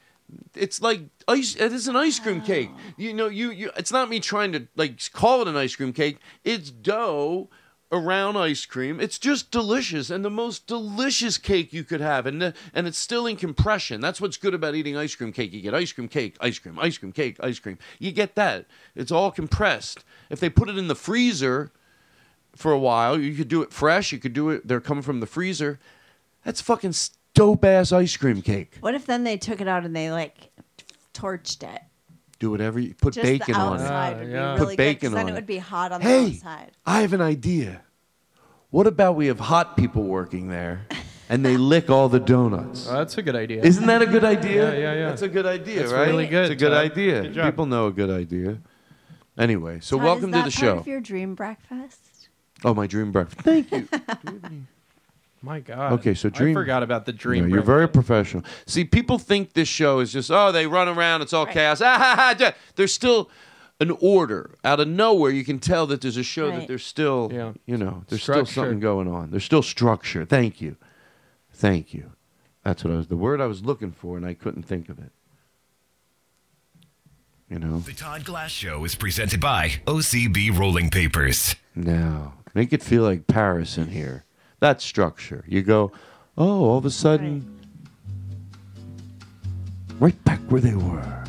it's like ice. It is an ice cream cake. You know, you, you. It's not me trying to like call it an ice cream cake. It's dough around ice cream. It's just delicious and the most delicious cake you could have. And the, and it's still in compression. That's what's good about eating ice cream cake. You get ice cream cake, ice cream, ice cream cake, ice cream. You get that. It's all compressed. If they put it in the freezer, for a while. You could do it fresh. You could do it. They're coming from the freezer. That's fucking dope ass ice cream cake. What if then they took it out and they like torched it? Do whatever you put Just bacon the on outside it. would Uh, Yeah, yeah. be really Put bacon good, 'cause then on it it. would be hot on hey, the outside. I have an idea. What about we have hot people working [laughs] there, and they lick all the donuts? Oh, that's a good idea. Isn't that a good idea? Yeah, yeah, yeah. That's a good idea, That's right? really good, It's a good Todd. idea. Good job. People know a good idea. Anyway, so Todd, welcome is to that the part show. Of your dream breakfast. Oh, my dream breakfast. Thank you. My God. Okay, so dream. I forgot about the dream. No, you're break. very professional. See, people think this show is just oh, they run around, it's all chaos. [laughs] Ah, ha, ha, ja. There's still an order out of nowhere. You can tell that there's a show that Right. there's still, you know, there's Structure. still something going on. There's still structure. Thank you, thank you. That's what I was the word I was looking for, and I couldn't think of it. You know, The Todd Glass Show is presented by OCB Rolling Papers. no, make it feel like Paris in here. That's structure. You go, oh, all of a sudden, right back where they were.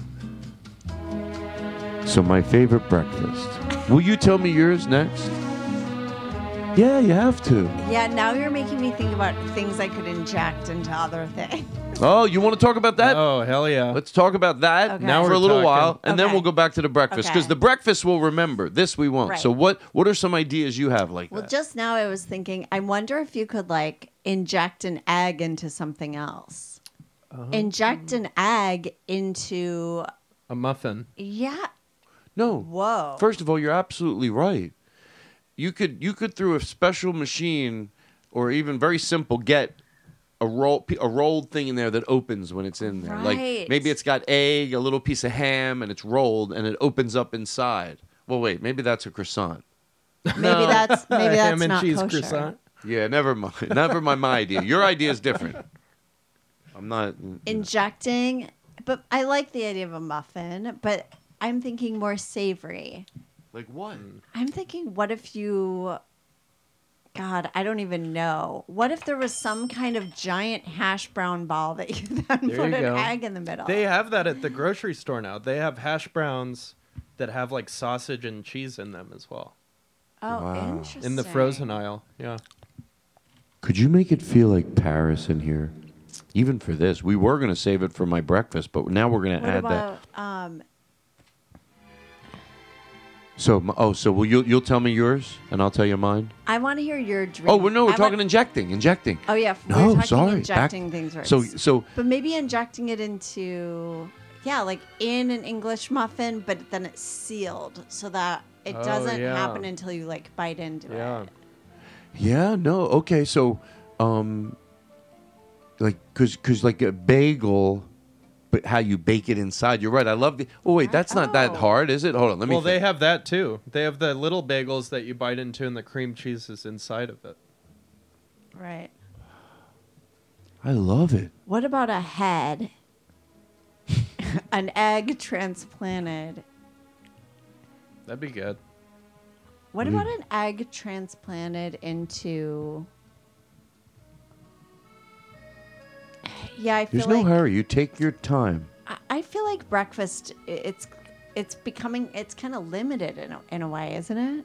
So my favorite breakfast. Will you tell me yours next? Yeah, you have to. Yeah, now you're making me think about things I could inject into other [laughs] things. Oh, you want to talk about that? Oh, hell yeah. Let's talk about that Okay. now Now for we're a little talking. while, and then we'll go back to the breakfast because Okay. the breakfast we'll remember. This we won't. Right. So what? What are some ideas you have like Well, that? just now I was thinking, I wonder if you could like inject an egg into something else. Oh. Inject an egg into, A muffin. yeah, No. [laughs] Whoa. First of all, you're absolutely right. You could you could through a special machine or even very simple get a roll a rolled thing in there that opens when it's in there. Right. Like maybe it's got egg, a little piece of ham, and it's rolled and it opens up inside. Well, wait, maybe that's a croissant. maybe that's [laughs] maybe that's Ham and not cheese kosher. croissant. Yeah, never mind. [laughs] never mind my idea. Your idea is different. I'm not. Injecting, but I like the idea of a muffin, but I'm thinking more savory. Like what? I'm thinking, what if you, God, I don't even know. What if there was some kind of giant hash brown ball that [laughs] you then There put you an go. egg in the middle? They have that at the grocery store now. They have hash browns that have like sausage and cheese in them as well. oh, Wow. interesting. In the frozen aisle. Yeah. Could you make it feel like Paris in here? Even for this, we were going to save it for my breakfast, but now we're going to What add that. about um? So, m- oh, so will you you'll tell me yours, and I'll tell you mine. I want to hear your dream. Oh, well, no, we're I talking want- injecting, injecting. Oh yeah, f- No, we're talking sorry, back- injecting things. Right. so- so- But maybe injecting it into, yeah, like in an English muffin, but then it's sealed so that it Oh, doesn't yeah. happen until you like bite into it. Yeah, no, okay, so, um, like, cause, cause like a bagel, but how you bake it inside. You're right. I love the. Oh wait, that's not that hard, is it? Hold on, let me. well, think. they have that too. They have the little bagels that you bite into and the cream cheese is inside of it. Right. I love it. What about a head? an egg transplanted. That'd be good. What Mm. about an egg transplanted into? Yeah, I feel There's like no hurry. You take your time. I- I feel like breakfast. i- It's it's becoming it's kind of limited in a, in a way, isn't it?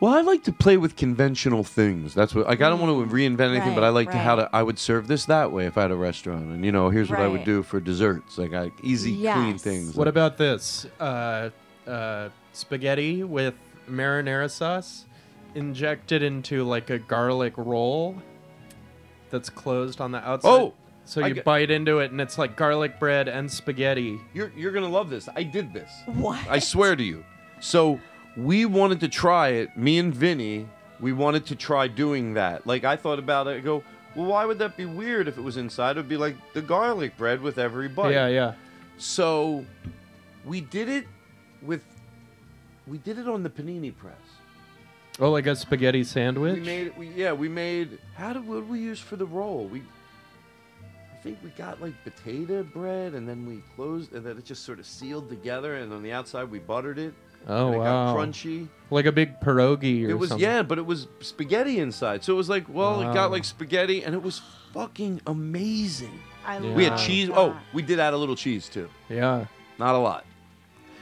Well, I like to play with conventional things. That's what like I don't want to reinvent anything, but I Mm. Right, like to how right. to I would serve this that way if I had a restaurant, and you know here's what I would Right. do for desserts, like I, easy clean Yes. things. What about this? Uh, uh, spaghetti with marinara sauce injected into like a garlic roll that's closed on the outside. Oh, So I you g- bite into it and it's like garlic bread and spaghetti. You're you're gonna love this. I did this. What? I swear to you. So we wanted to try it. Me and Vinny, we wanted to try doing that. Like I thought about it. I go, well, why would that be weird if it was inside? It would be like the garlic bread with every bite. Yeah, yeah. So we did it with we did it on the panini press. Oh, like a spaghetti We sandwich. made we, yeah, we made how did what did we use for the roll? We I think we got like potato bread and then we closed and then it just sort of sealed together and on the outside we buttered it. Oh and it wow. got crunchy. Like a big pierogi or It was something. yeah, but it was spaghetti inside. So it was like, well, it Wow. got like spaghetti and it was fucking amazing. I We had love cheese. that. Oh, we did add a little cheese too. Yeah. Not a lot.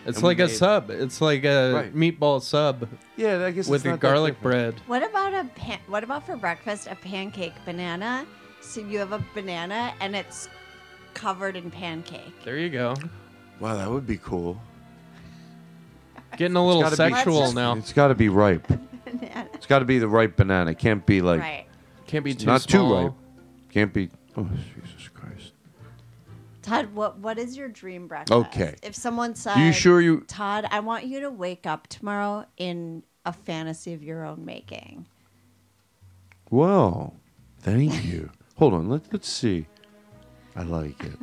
It's And we like a made- sub. It's like a Right. meatball sub. Yeah, I guess with it's not a that garlic bread. What about a pan- what about for breakfast a pancake banana? So you have a banana and it's covered in pancake. There you go. Wow, that would be cool. Getting a little [laughs] sexual now. It's got to be ripe. [laughs] Banana. It's got to be the ripe banana. It can't be like right. Can't be it's too not small. too ripe. Can't be. Oh Jesus Christ! Todd, what what is your dream breakfast? Okay. If someone said, You sure you- Todd, I want you to wake up tomorrow in a fantasy of your own making." Well, Thank you. Hold on. Let, let's see. I like it.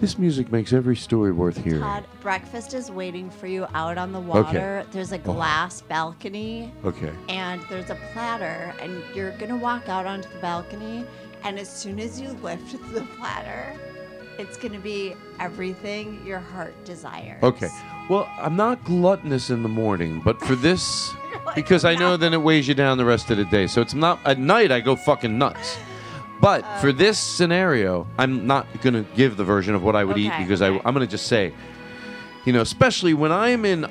This music makes every story worth hearing. Todd, breakfast is waiting for you out on the water. There's a Oh. glass balcony. Okay. And there's a platter, and you're gonna walk out onto the balcony, and as soon as you lift [laughs] the platter, it's gonna be everything your heart desires. Okay. Well, I'm not gluttonous in the morning, but for this, because I know then it weighs you down the rest of the day. So it's not at night I go fucking nuts. But Uh, for this scenario, I'm not gonna give the version of what I would eat Okay, because I, I'm gonna just say, you know, especially when I'm in,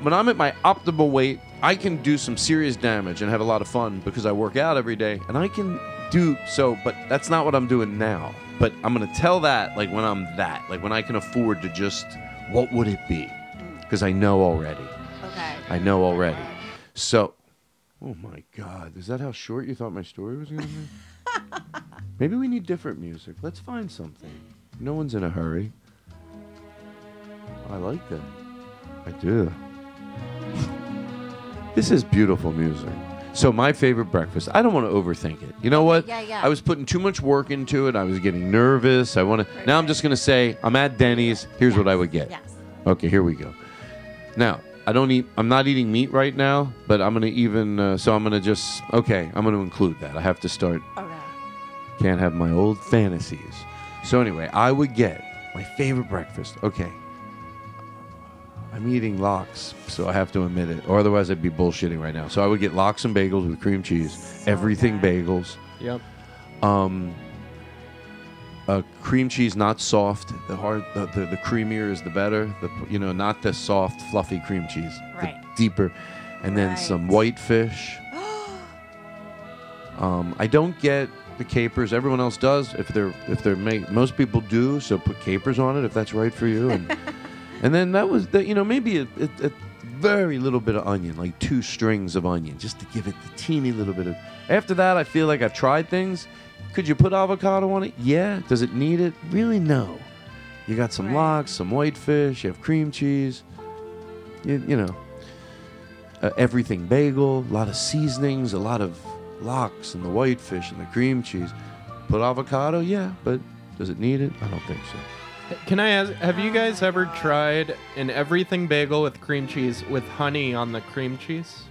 when I'm at my optimal weight, I can do some serious damage and have a lot of fun because I work out every day and I can do so. But that's not what I'm doing now. But I'm gonna tell that like when I'm that, like when I can afford to just, what would it be? Mm. Because I know already. Okay. I know already. So, oh my God, is that how short you thought my story was gonna be? [laughs] Maybe we need different music. Let's find something. No one's in a hurry. I like that. I do. [laughs] This is beautiful music. So my favorite breakfast. I don't want to overthink it. You know what? Yeah, yeah. I was putting too much work into it. I was getting nervous. I want to. Now I'm just going to say I'm at Denny's. Here's what I would get. Yes. Okay, here we go. Now I don't eat. I'm not eating meat right now, but I'm going to even. Uh, so I'm going to just. Okay, I'm going to include that. I have to start. Can't have my old fantasies. So anyway, I would get my favorite breakfast. Okay. I'm eating lox, so I have to admit it, or otherwise I'd be bullshitting right now. So I would get lox and bagels with cream cheese, everything bagels. Yep. Um, uh, cream cheese not soft. The hard, the, the, the creamier is the better. The you know not the soft fluffy cream cheese. Right. The deeper, and then some white fish. um, I don't get the capers. Everyone else does. If they're if they're make most people do. So put capers on it if that's right for you. And and then that was the you know maybe a, a, a very little bit of onion, like two strings of onion, just to give it the teeny little bit of. After that, I feel like I've tried things. Could you put avocado on it? Yeah. Does it need it? Really, no. You got some lox, some whitefish. You have cream cheese. You, you know, uh, everything bagel, a lot of seasonings, a lot of lox and the whitefish and the cream cheese. Put avocado, yeah, but does it need it? I don't think so. Can I ask? Have you guys ever tried an everything bagel with cream cheese with honey on the cream cheese?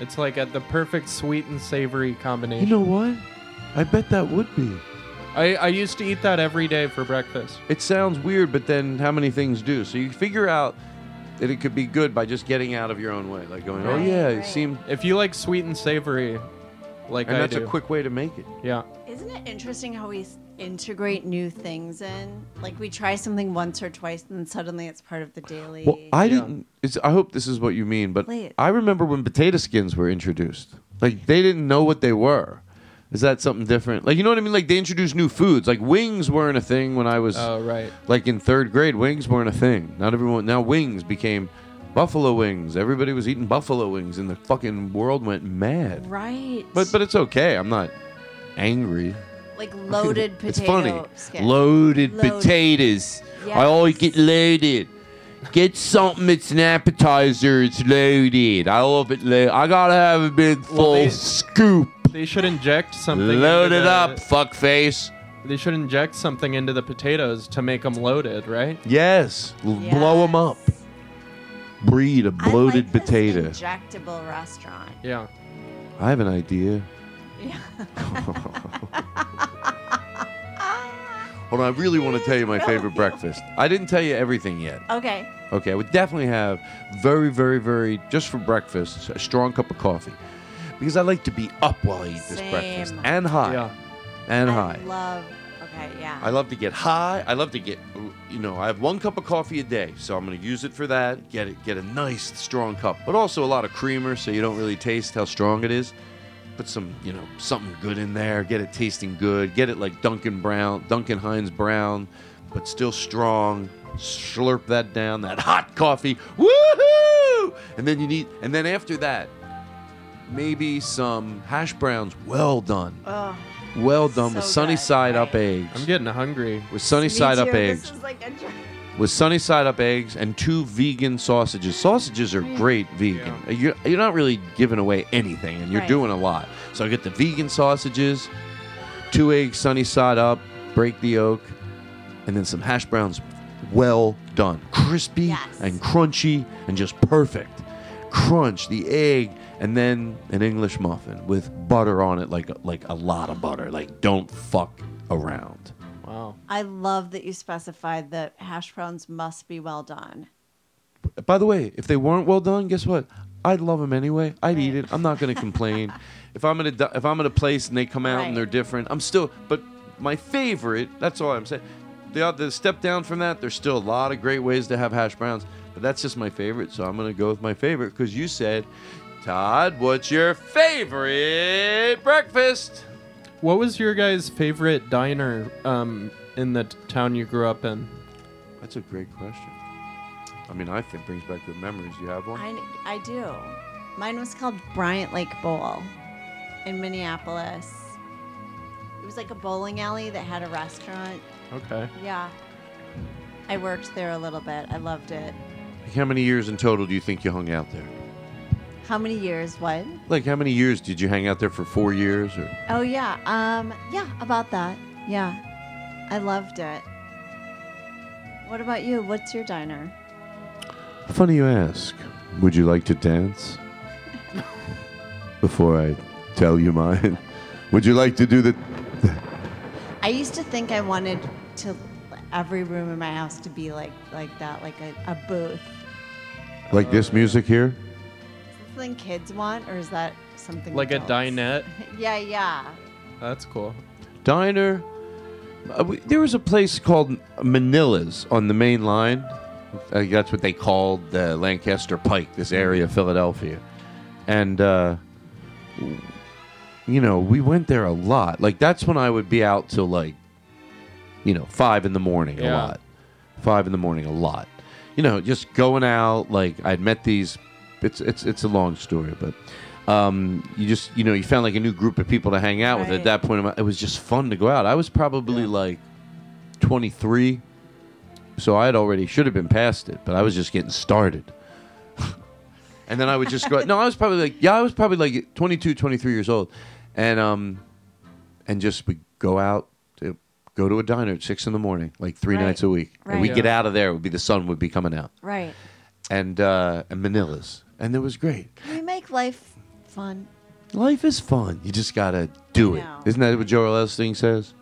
It's like at the perfect sweet and savory You combination. know what? I bet that would be. I, I used to eat that every day for breakfast. It sounds weird, but then how many things do? So you figure out that it could be good by just getting out of your own way, like going, "Oh yeah, it seemed." If you like sweet and savory, like and I that's do. a quick way to make it. Yeah. Isn't it interesting how we s- integrate new things in? Like we try something once or twice, and then suddenly it's part of the daily. Well, I didn't. It's, I hope this is what you mean, but Please. I remember when potato skins were introduced. Like they didn't know what they were. Is that something different? Like you know what I mean? Like they introduced new foods. Like wings weren't a thing when I was. Oh, right. Like in third grade, wings weren't a thing. Not everyone. Now wings became buffalo wings. Everybody was eating buffalo wings, and the fucking world went mad. Right. But but it's okay. I'm not angry. Like loaded potato. [laughs] It's funny. skin. Loaded, potatoes. I always get loaded. Get something. It's an appetizer. It's loaded. I love it. Lo- I gotta have a big full they- scoop. They should inject something. into Load it the- up, fuckface. They should inject something into the potatoes to make them loaded, right? Yes. L- Blow them up. Breed a bloated potato. Injectable restaurant. Yeah. I have an idea. [laughs] Yeah. [laughs] Ah. Hold on. I really want to tell you my favorite breakfast. I didn't tell you everything yet. Okay. Okay, I would definitely have very, very, very just for breakfast a strong cup of coffee, because I like to be up while I eat this breakfast Same. and high, and high. Love. Okay. Yeah. I love to get high. I love to get, you know, I have one cup of coffee a day, so I'm gonna use it for that. Get it, get a nice strong cup, but also a lot of creamer, so you don't really taste how strong it is. Put some, you know, something good in there. Get it tasting good. Get it like Duncan Brown, Duncan Hines Brown, but still strong. Slurp that down, that hot coffee. Woohoo! And then you need, and then after that, maybe some hash browns, well done. Oh. Well done with sunny side up eggs. I'm getting hungry. With sunny side up eggs. This is like a. with sunny side up eggs and two vegan sausages. Sausages are great vegan. You're, you're not really giving away anything, and you're Right. doing a lot. So I get the vegan sausages, two eggs sunny side up, break the yolk, and then some hash browns. Well done, crispy and crunchy and just perfect. Crunch the egg and then an English muffin with butter on it, like like a lot of butter. Like don't fuck around. Wow. I love that you specified that hash browns must be well done. By the way, if they weren't well done, guess what? I'd love them anyway. I'd eat it. I'm not gonna complain. if I'm at a di- if I'm at a place and they come out and they're different, I'm still. But my favorite. That's all I'm saying. The, oth- the step down from that, there's still a lot of great ways to have hash browns, but that's just my favorite. So I'm gonna go with my favorite because you said, Todd, what's your favorite breakfast? What was your guys' favorite diner um, in the t- town you grew up in? That's a great question. I mean, I think brings back good memories. You have one? I, I do. Mine was called Bryant Lake Bowl in Minneapolis. It was like a bowling alley that had a restaurant. Okay. Yeah. I worked there a little bit. I loved it. Like, how many years in total do you think you hung out there? How many years? What? Like, how many years did you hang out there for? Four years or? Oh yeah. Um yeah, about that. Yeah. I loved it. What about you? What's your diner? Funny you ask. Would you like to dance? Before I tell you mine, would you like to do the? I used to think I wanted to every room in my house to be like like that, like a, a booth. Like this music here? Is this something kids want or is that something Like a adults? dinette? Yeah, yeah. That's cool. Diner. Uh, we, there was a place called Manila's on the main line. Uh, that's what they called the Lancaster Pike, this area of Philadelphia. And, uh, you know, we went there a lot. Like, that's when I would be out till, like, you know, five in the morning a Yeah. lot. Five in the morning a lot. You know, just going out. Like, I'd met these. It's, it's, it's a long story, but. Um, you just you know you found like a new group of people to hang out with at Right. that point in my- it was just fun to go out i was probably like 23 so i had already should have been past it but i was just getting started [laughs] and then i would just go no i was probably like yeah i was probably like 22 23 years old and um and just we go out to go to a diner at six in the morning like three Right. nights a week and we Right. get out of there it would be the sun would be coming out Right. and uh and manilas and it was great Can we make life fun? Life is fun. You just gotta do it. Isn't that what Joel Elsting says?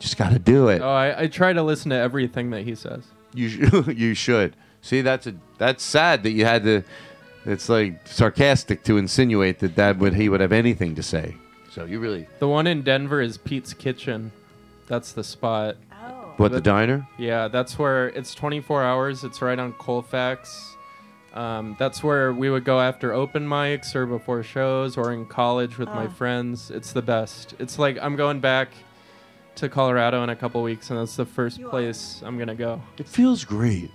Just gotta do it. Oh, I, I try to listen to everything that he says. You sh- [laughs] you should. See, that's a that's sad that you had to. It's like sarcastic to insinuate that that would he would have anything to say. So you really The one in Denver is Pete's Kitchen. That's the spot. Oh. What, the diner? Yeah, that's where it's 24 hours. It's right on Colfax. Um, that's where we would go after open mics or before shows or in college with my Ah. friends. It's the best. It's like I'm going back to Colorado in a couple weeks, and that's the first place I'm gonna go. It feels great.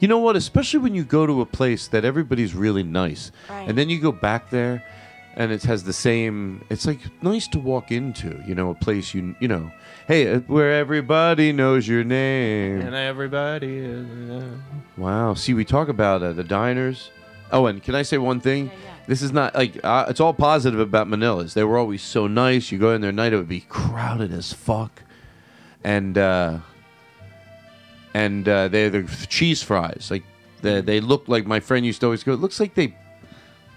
You know what? Especially when you go to a place that everybody's really nice, Right. and then you go back there, and it has the same. It's like nice to walk into. You know, a place you you know, hey, uh, where everybody knows your name. And everybody is. Wow. See, we talk about uh, the diners. Oh, and can I say one thing? This is not like uh, it's all positive about Manila's. They were always so nice. You go in there at night, it would be crowded as fuck, and uh, and uh, they the cheese fries. Like they, they look like my friend used to always go. It looks like they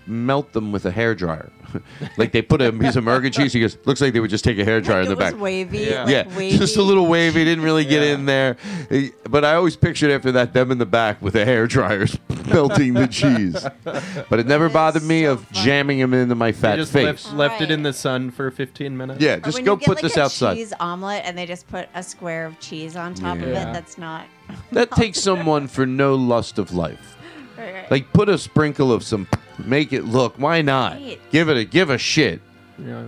melt them with a hair dryer. [laughs] like they put a piece of American cheese. He goes, looks like they would just take a hair dryer in the It was back. wavy. Yeah, like wavy. [laughs] just a little wavy. Didn't really get in there, Eh, but I always pictured after that them in the back with the hair dryers [laughs] melting the cheese. But it never bothered me of jamming them into my I fat just face. left, left it in the sun for 15 minutes. Yeah, Or Uh, when you get, like, a Cheese omelet, and they just put a square of cheese on top of Yeah. it. That's not That takes someone for no lust of life. Right, right. Like put a sprinkle of some, make it look. Why not? Right. Give it a give a shit. Yeah.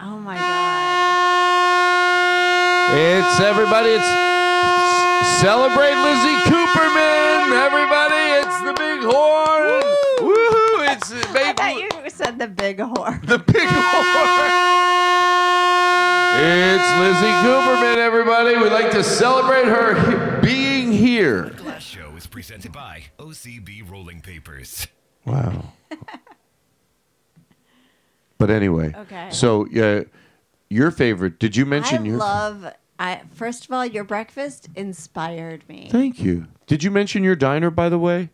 Oh my god. It's everybody. It's s- celebrate Lizzie Cooperman. Everybody, it's the big horn. Woo! It's uh, I thought you said the big whore. The big whore. It's Lizzie Cooperman, everybody. We'd like to celebrate her being year. The Glass Show is presented by OCB Rolling Papers. Wow. [laughs] but anyway, Okay. So yeah, your favorite? Did you mention I your? love. I first of all, your breakfast inspired me. Thank you. Did you mention your diner by the way?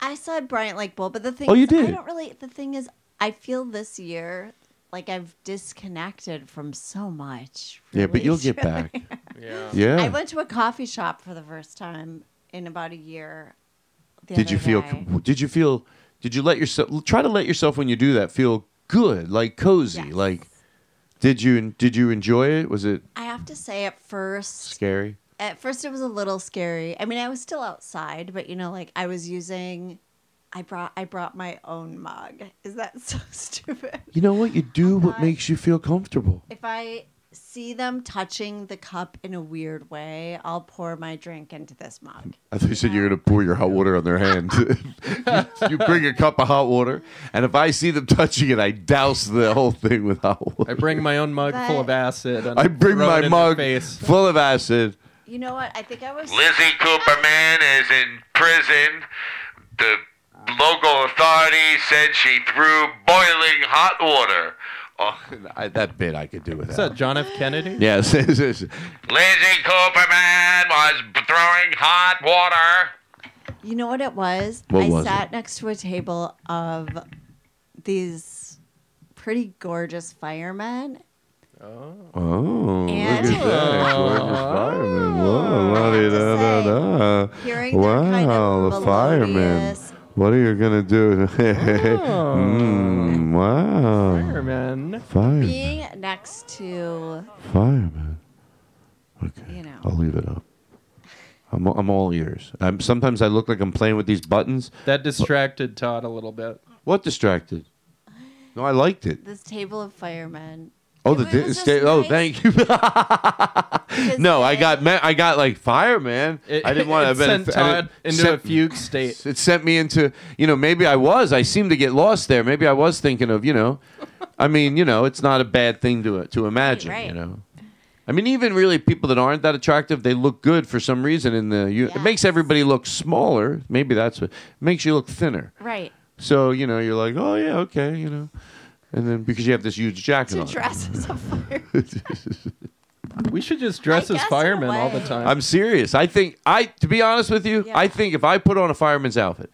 I saw Bryant Lake Bowl, but the thing Oh, is, you I did. don't really. The thing is, I feel this year like I've disconnected from so much. Yeah, but you'll get really. [laughs] back. Yeah. Yeah. I went to a coffee shop for the first time in about a year. the did you other feel? day. Did you feel? Did you let yourself try to let yourself when you do that feel good, like cozy, like? Did you did you enjoy it? Was it I have to say, at first, scary? At first, it was a little scary. I mean, I was still outside, but you know, like I was using, I brought, I brought my own mug. Is that [laughs] so stupid? You know what? You do what makes you feel comfortable. If I see them touching the cup in a weird way, I'll pour my drink into this mug. I thought you said you're going to pour your hot water on [laughs] their hand. [laughs] you, you bring a cup of hot water, and if I see them touching it, I douse the whole thing with hot water. I bring my own mug full of acid. And I bring throw it my in their mug Face. full of acid. You know what? I think I was. Lizzie Cooperman is in prison. The local authority said she threw boiling hot water. on- Oh, I, that bit I could do without. Is that John F. Kennedy? Yes. [laughs] yes, yes. Lizzie Cooperman was throwing hot water. You know what it was? What I was sat next to a table of these pretty gorgeous firemen. Oh, And- look at that. Oh. Gorgeous fireman. Whoa, la di da da da. hearing their Wow, kind of the fireman. melodious- What are you going to do? [laughs] Oh, mm, wow. Fireman. Fireman. Being next to, Fireman. you know, I'll leave it up. I'm, I'm all ears. I'm, sometimes I look like I'm playing with these buttons. That distracted Todd a little bit. What distracted? No, I liked it. this table of firemen. Oh, the di- sta- oh, thank you. no, I got me- I got like fireman. It- I didn't want to. it sent Todd into a fugue state. It sent me into you know maybe I was I seemed to get lost there. Maybe I was thinking of you know, I mean you know it's not a bad thing to to imagine right. you know. I mean, even really people that aren't that attractive, they look good for some reason. In the you, it makes everybody look smaller. Maybe that's what makes you look thinner. Right. So you know you're like, oh yeah, okay, you know, and then because you have this huge jacket To on. dress as [laughs] a fireman. We should just dress as firemen all the time. I'm serious. I think I to be honest with you, I think if I put on a fireman's outfit,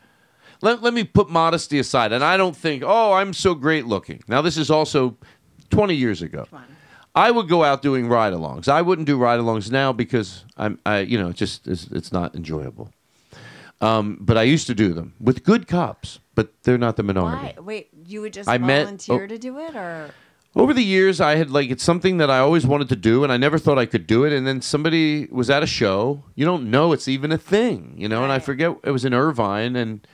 let, let me put modesty aside and I don't think, "Oh, I'm so great looking." Now this is also 20 years ago. I would go out doing ride-alongs. I wouldn't do ride-alongs now because I'm I you know, it just it's, it's not enjoyable. Um, but I used to do them with good cops, but they're not the minority. Why? Wait, you would just I met- volunteer oh. to do it, or Over the years, I had like it's something that I always wanted to do, and I never thought I could do it. And then somebody was at a show. You don't know it's even a thing, you know. And I forget it was in Irvine, and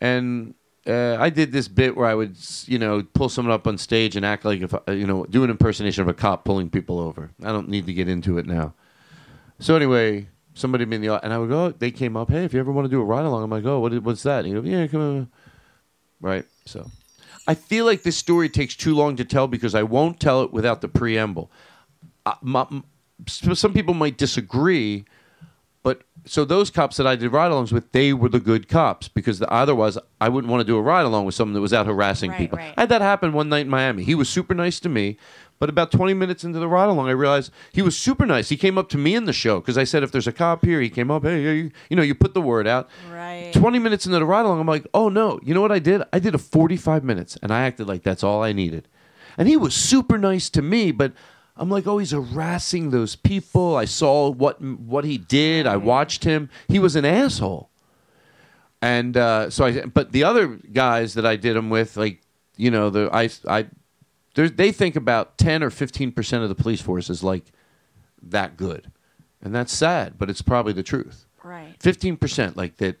and uh, I did this bit where I would s- you know pull someone up on stage and act like if I- you know do an impersonation of a cop pulling people over. I don't need to get into it now. So anyway, somebody in the au- and I would go. They came up. Hey, if you ever want to do a ride along, I'm like, oh, what, what's that? And he goes, yeah, come on. Right. So I feel like this story takes too long to tell because I won't tell it without the preamble. Uh, my, m- s- some people might disagree, but so those cops that I did ride alongs with, they were the good cops because the, otherwise I wouldn't want to do a ride along with someone that was out harassing Right, people. right. I had that happen one night in Miami. He was super nice to me, but about 20 minutes into the ride along, I realized he was super nice. He came up to me in the show because I said, if there's a cop here, he came up, hey, hey, you, you know, you put the word out. Right. 20 minutes into the ride along, I'm like, oh no, you know what I did? I did a 45 minutes and I acted like that's all I needed. And he was super nice to me, but I'm like, oh, he's harassing those people. I saw what what he did. I watched him. He was an asshole. And uh, so I, but the other guys that I did them with, like, you know, the I, I, there's- they think about ten or fifteen percent of the police force is like that good, and that's sad, but it's probably the truth. Right. Fifteen percent, like that,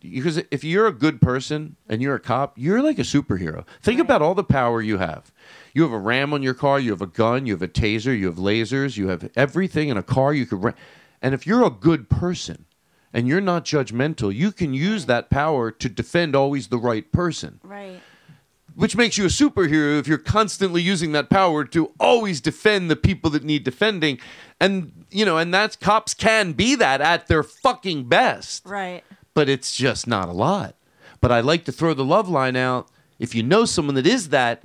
because if you're a good person and you're a cop, you're like a superhero. Think about all the power you have. You have a ram on your car. You have a gun. You have a taser. You have lasers. You have everything in a car. You could, ra- and if you're a good person, and you're not judgmental, you can use that power to defend always the right person. right? which makes you a superhero if you're constantly using that power to always defend the people that need defending and you know and that's cops can be that at their fucking best Right. but it's just not a lot but i like to throw the love line out if you know someone that is that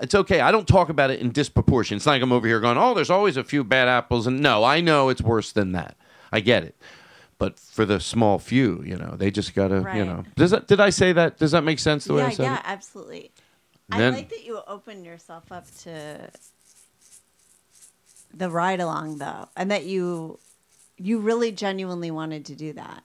it's okay i don't talk about it in disproportion it's not like i'm over here going oh there's always a few bad apples and no i know it's worse than that i get it but for the small few you know they just gotta you Right. know does that did i say that does that make sense the way yeah, i said yeah, it absolutely. Then- I like that you opened yourself up to the ride along though, and that you you really genuinely wanted to do that.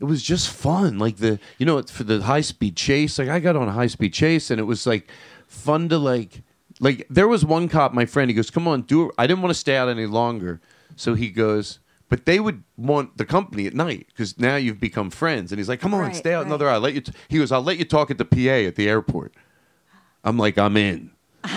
it was just fun. Like the you know it's for the high speed chase. Like I got on a high speed chase and it was like fun to like like there was one cop, my friend. He goes, "Come on, do it." I didn't want to stay out any longer, so he goes. But they would want the company at night because now you've become friends. And he's like, "Come on, Right, stay out another hour." I'll Let you. T-. He goes, "I'll let you talk at the PA at the airport." I'm like, "I'm in." [laughs]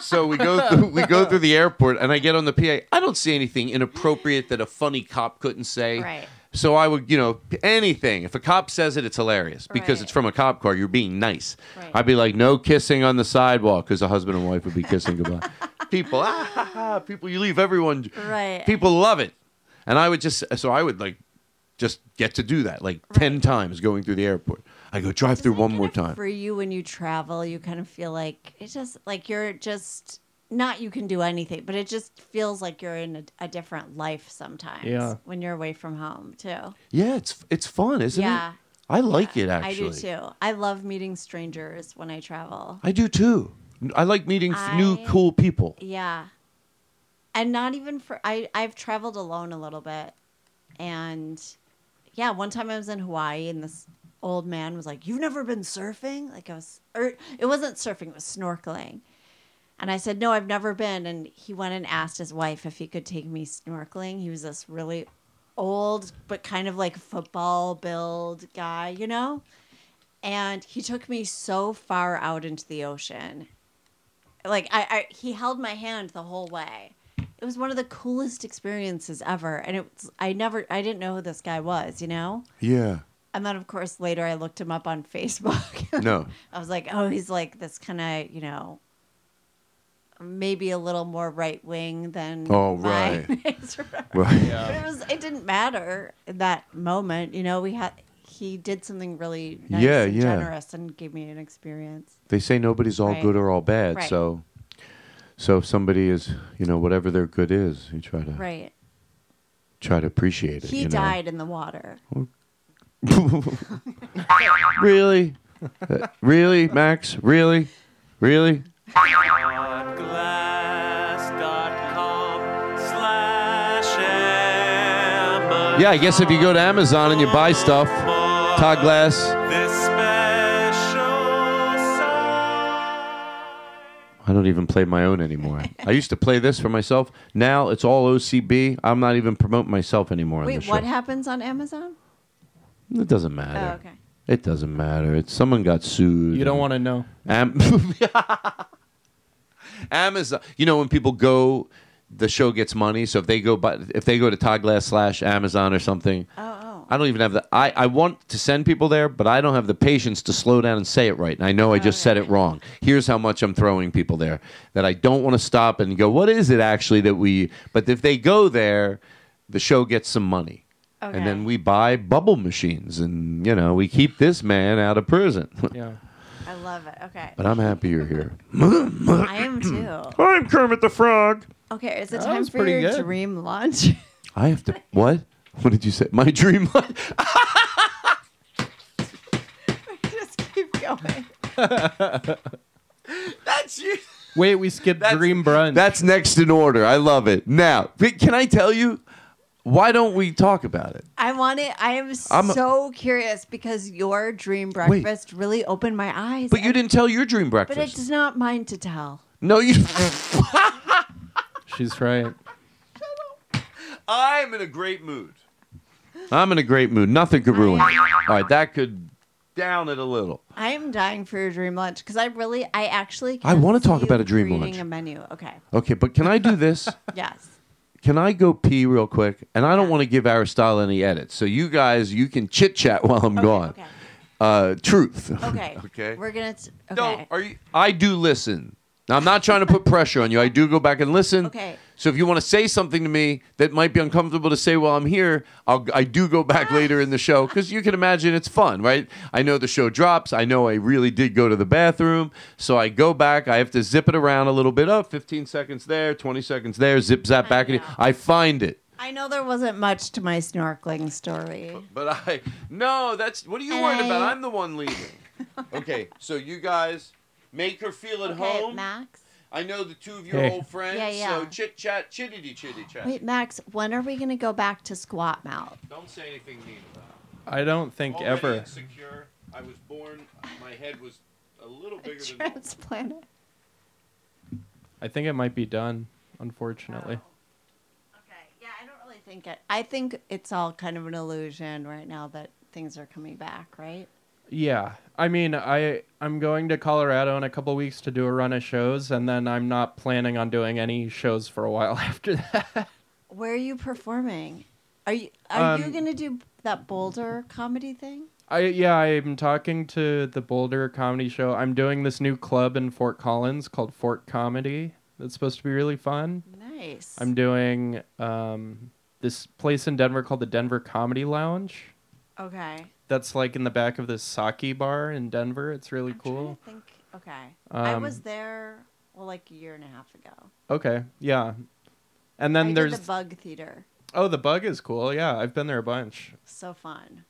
so we go through, we go through the airport, and I get on the PA. I don't see anything inappropriate that a funny cop couldn't say. Right. So I would, you know, anything. If a cop says it, it's hilarious because it's from a cop car. You're being nice. I'd be like, no kissing on the sidewalk because a husband and wife would be kissing [laughs] goodbye. people, ah, ha, ha, people, you leave everyone. Right. People love it, and I would just so I would like just get to do that like ten times going through the airport. I go drive through one more time. For you when you travel, you kind of feel like it's just like you're just not you can do anything, but it just feels like you're in a, a different life sometimes Yeah. when you're away from home too. Yeah, it's it's fun, isn't Yeah. it? I like it actually. I do too. I love meeting strangers when I travel. I do too. I like meeting f new I- cool people. Yeah. And not even for I I've traveled alone a little bit. And yeah, one time I was in Hawaii and this old man was like, "You've never been surfing?" Like I was or it wasn't surfing, it was snorkeling. And I said, "No, I've never been." And he went and asked his wife if he could take me snorkeling. He was this really old but kind of like football build guy, you know? And he took me so far out into the ocean like I, I he held my hand the whole way it was one of the coolest experiences ever and it was, i never i didn't know who this guy was you know Yeah. and then of course later i looked him up on [laughs] facebook [laughs] No. i was like oh he's like this kind of you know maybe a little more right wing than Oh, my [laughs] right. race or whatever. Right. But it was it didn't matter in that moment you know we had he did something really nice Yeah, and yeah. generous and gave me an experience They say nobody's all Right. good or all bad. Right. So so if somebody is, you know, whatever their good is, you try to right try to appreciate it. he Uh, you know? died in the water really? Uh, really, Max? Really? Really? Yeah, I guess if you go to Amazon and you buy stuff, Todd Glass. I don't even play my own anymore. I used to play this for myself. Now it's all OCB. I'm not even promoting myself anymore on Wait, this what show. happens on Amazon? It doesn't matter. Oh, okay. It doesn't matter. It's someone got sued. You don't want to know. Am- [laughs] Amazon. You know when people go, the show gets money. So if they go by, if they go to Todd Glass slash Amazon or something, Oh, I don't even have the. I I want to send people there, but I don't have the patience to slow down and say it right. And I know I just said it wrong. Here's how much I'm throwing people there that I don't want to stop and go. What is it actually that we? But if they go there, the show gets some money. And then we buy bubble machines, and you know we keep this man out of prison. [laughs] Yeah. I love it. Okay. [coughs] But I'm happy you're here. I am too. I'm Kermit the Frog. Okay, is it That time was for pretty your good. dream lunch? I have to. What? What did you say? My dream life. [laughs] [laughs] Just keep going. That's you. Wait, we skipped dream brunch. That's next in order. I love it. Now, but can I tell you? Why don't we talk about it? I want it. I am I'm a- so curious because your dream breakfast really opened my eyes. But you didn't tell your dream But breakfast. it's not mine to tell. no, you. [laughs] She's right. I'm in a great mood. I'm in a great mood. Nothing could ruin. it. All right, that could down it a little. I am dying for your dream lunch because I really, I actually. I can wanna see talk you about a dream reading lunch. A menu. Okay. Okay, but can I [laughs] do this? Yes. can I go pee real quick? And I don't want to give Aristotle any edits. So you guys, you can chit chat while I'm gone. uh, truth. [laughs] Okay. okay. We're gonna. T- okay. No, are you? I do listen. Now, I'm not trying to put pressure on you. I do go back and listen. Okay. So if you want to say something to me that might be uncomfortable to say while I'm here, I'll, I do go [laughs] back later in the show because you can imagine it's fun, right? I know the show drops. I know I really did go to the bathroom. So I go back. I have to zip it around a little bit up 15 seconds there, 20 seconds there, zip, zap back. I, I find it. I know there wasn't much to my snorkeling story. But I no, that's what are you worried about? I'm the one leaving. [laughs] okay, so you guys make her feel at Okay, home. Max. I know the two of your Hey. old friends, Yeah, yeah. so chit chat, chitty chitty chat. Wait, Max. When are we gonna go back to squat mouth? Don't say anything mean about it. I don't think Already ever. Insecure. I was born. My head was a little bigger than. normal. [laughs] Transplant. I think it might be done, unfortunately. Yeah, I don't really think it. I think it's all kind of an illusion right now that things are coming back, right? Yeah. I mean, I I'm going to Colorado in a couple weeks to do a run of shows and then I'm not planning on doing any shows for a while [laughs] after that. Where are you performing? Are you are you Um, gonna do that Boulder comedy thing? I yeah, I'm talking to the Boulder Comedy Show. I'm doing this new club in Fort Collins called Fort Comedy. That's supposed to be really fun. Nice. I'm doing um this place in Denver called the Denver Comedy Lounge. Okay. That's like in the back of this sake bar in Denver. It's really cool. I think okay. I Um, was there well like a year and a half ago. Okay, yeah. And then I there's Oh, did the Bug Theater. oh, the bug is cool. Yeah, I've been there a bunch. So fun.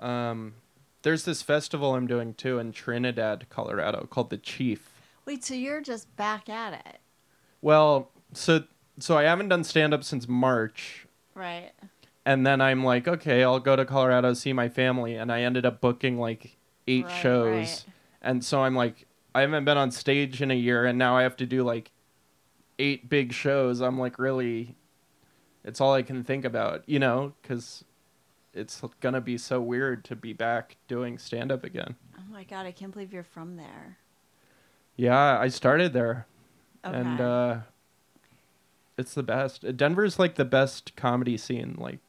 Um, there's this festival I'm doing too in Trinidad, Colorado, called the Chief. Wait, so you're just back at it, Well, so so I haven't done stand up since March, right? and then I'm like, okay, I'll go to Colorado see my family, and I ended up booking like eight Right, shows, right. and so I'm like, I haven't been on stage in a year, and now I have to do like eight big shows. I'm like, really, it's all I can think about, you know, because it's gonna be so weird to be back doing stand up again. Oh my god, I can't believe you're from there. Yeah, I started there. And Okay. uh it's the best. Uh, Denver's like the best comedy scene like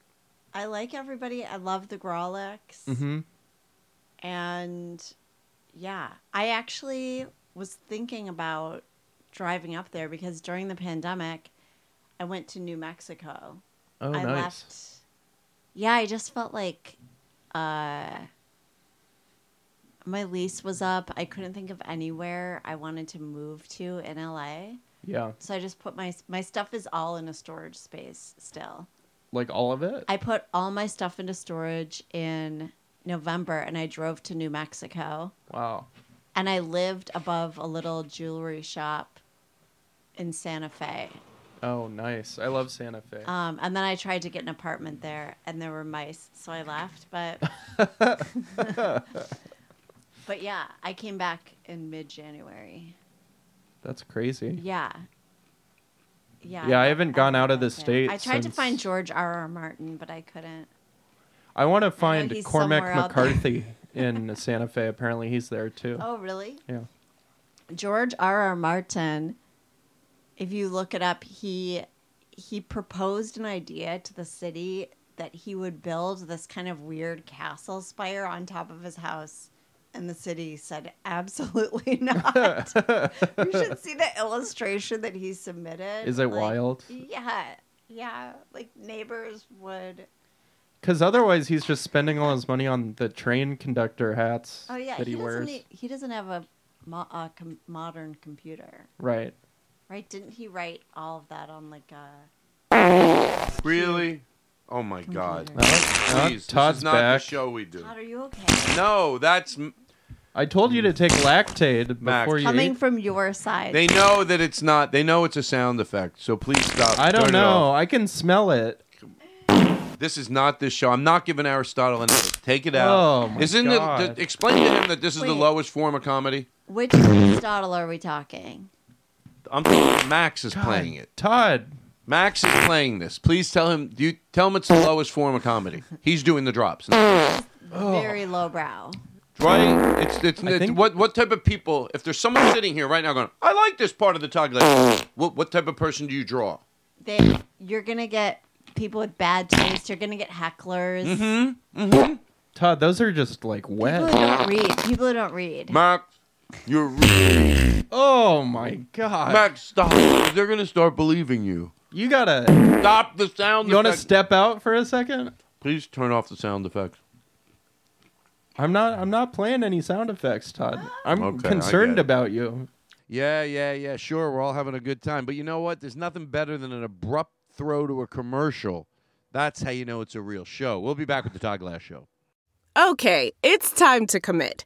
I like everybody. I love the Grolics. Mhm. And yeah, I actually was thinking about driving up there because during the pandemic, I went to New Mexico. Oh, I nice. left. Yeah, I just felt like uh, my lease was up. I couldn't think of anywhere I wanted to move to in LA. Yeah. So I just put my my stuff is all in a storage space still. like all of it. I put all my stuff into storage in November and I drove to New Mexico Wow. and I lived above a little jewelry shop in Santa Fe. Oh, nice. I love Santa Fe. Um, and then I tried to get an apartment there and there were mice, so I left. But [laughs] [laughs] but yeah, I came back in mid January. That's crazy. Yeah. Yeah. Yeah, I haven't gone out of the state. I tried to since- find George R. R. Martin, but I couldn't. I want to find he's Cormac somewhere out there. McCarthy [laughs] in Santa Fe. Apparently, he's there too. Oh, really? Yeah. George R. R. Martin, if you look it up, he he proposed an idea to the city that he would build this kind of weird castle spire on top of his house. And the city said, absolutely [laughs] not. [laughs] you should see the illustration that he submitted. Is it Like, wild? Yeah. Yeah. Like neighbors would. Cuz otherwise he's just spending all his money on the train conductor hats Oh, yeah. that he, he, doesn't, wears. need- he doesn't have a, mo- a com- modern computer. Right. Right? Didn't he write all of that on like a Really? Oh my God! No, no, Please, this Todd's is not back. the show we do. Todd? Are you okay? No, that's m- I told you to take lactate before Hmm. Max. you Coming ate. from your side. they know that it's not. They know it's a sound effect. So please stop. I don't Turn it know. off. I can smell it. This is not this show. I'm not giving Aristotle another. Take it out. Oh, my Isn't it? God. th- explain to him that this is the Wait. lowest form of comedy. [laughs] Which Aristotle are we talking? [laughs] I'm thinking Max is playing it. Todd, Max is playing this. Please tell him. You tell him it's the lowest form of comedy. He's doing the drops. Very Oh. lowbrow. Right? It's it's, it's think- what what type of people? If there's someone sitting here right now going, I like this part of the talk. Like, what what type of person do you draw? They, Mm-hmm. you're gonna get people with bad taste. You're gonna get hecklers. Todd, those are just like People wet. who don't read. People who don't read. Mark, you're rude. Oh my god. Max, stop. They're gonna start believing you. You gotta stop the sound. You wanna effect. step out for a second? Please turn off the sound effects. I'm not I'm not playing any sound effects, Todd. I'm Okay, I get concerned it. about you. Yeah, yeah, yeah. Sure, we're all having a good time, but you know what? There's nothing better than an abrupt throw to a commercial. That's how you know it's a real show. We'll be back with the Todd Glass Show. Okay, it's time to commit.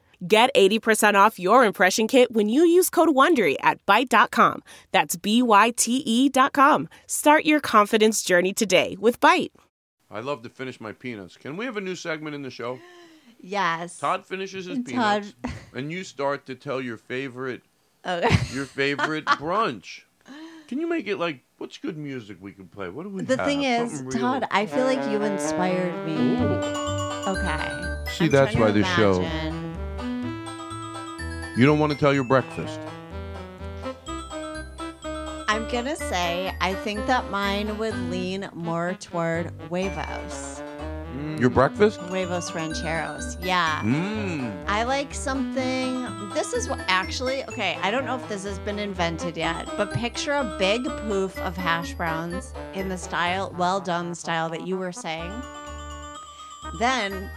Get 80% off your impression kit when you use code WONDERY at Byte.com. That's B-Y-T-E E dot com. Start your confidence journey today with Byte. I love to finish my peanuts. Can we have a new segment in [gasps] the show? Yes. Todd finishes his Todd- peanuts, [laughs] and you start to tell your favorite, Okay. [laughs] your favorite brunch. Can you make it like what's good music we can play? What do we? The have? thing is, Something real- Todd, I feel like you inspired me. Okay. See, I'm trying that's to why this show- imagine. you don't want to tell your breakfast. I'm gonna say I think that mine would lean more toward huevos, Your Mm. breakfast? huevos rancheros. Yeah. Mmm. I like something. This is what actually, okay, I don't know if this has been invented yet, but picture a big poof of hash browns in the style, well done style that you were saying. Then,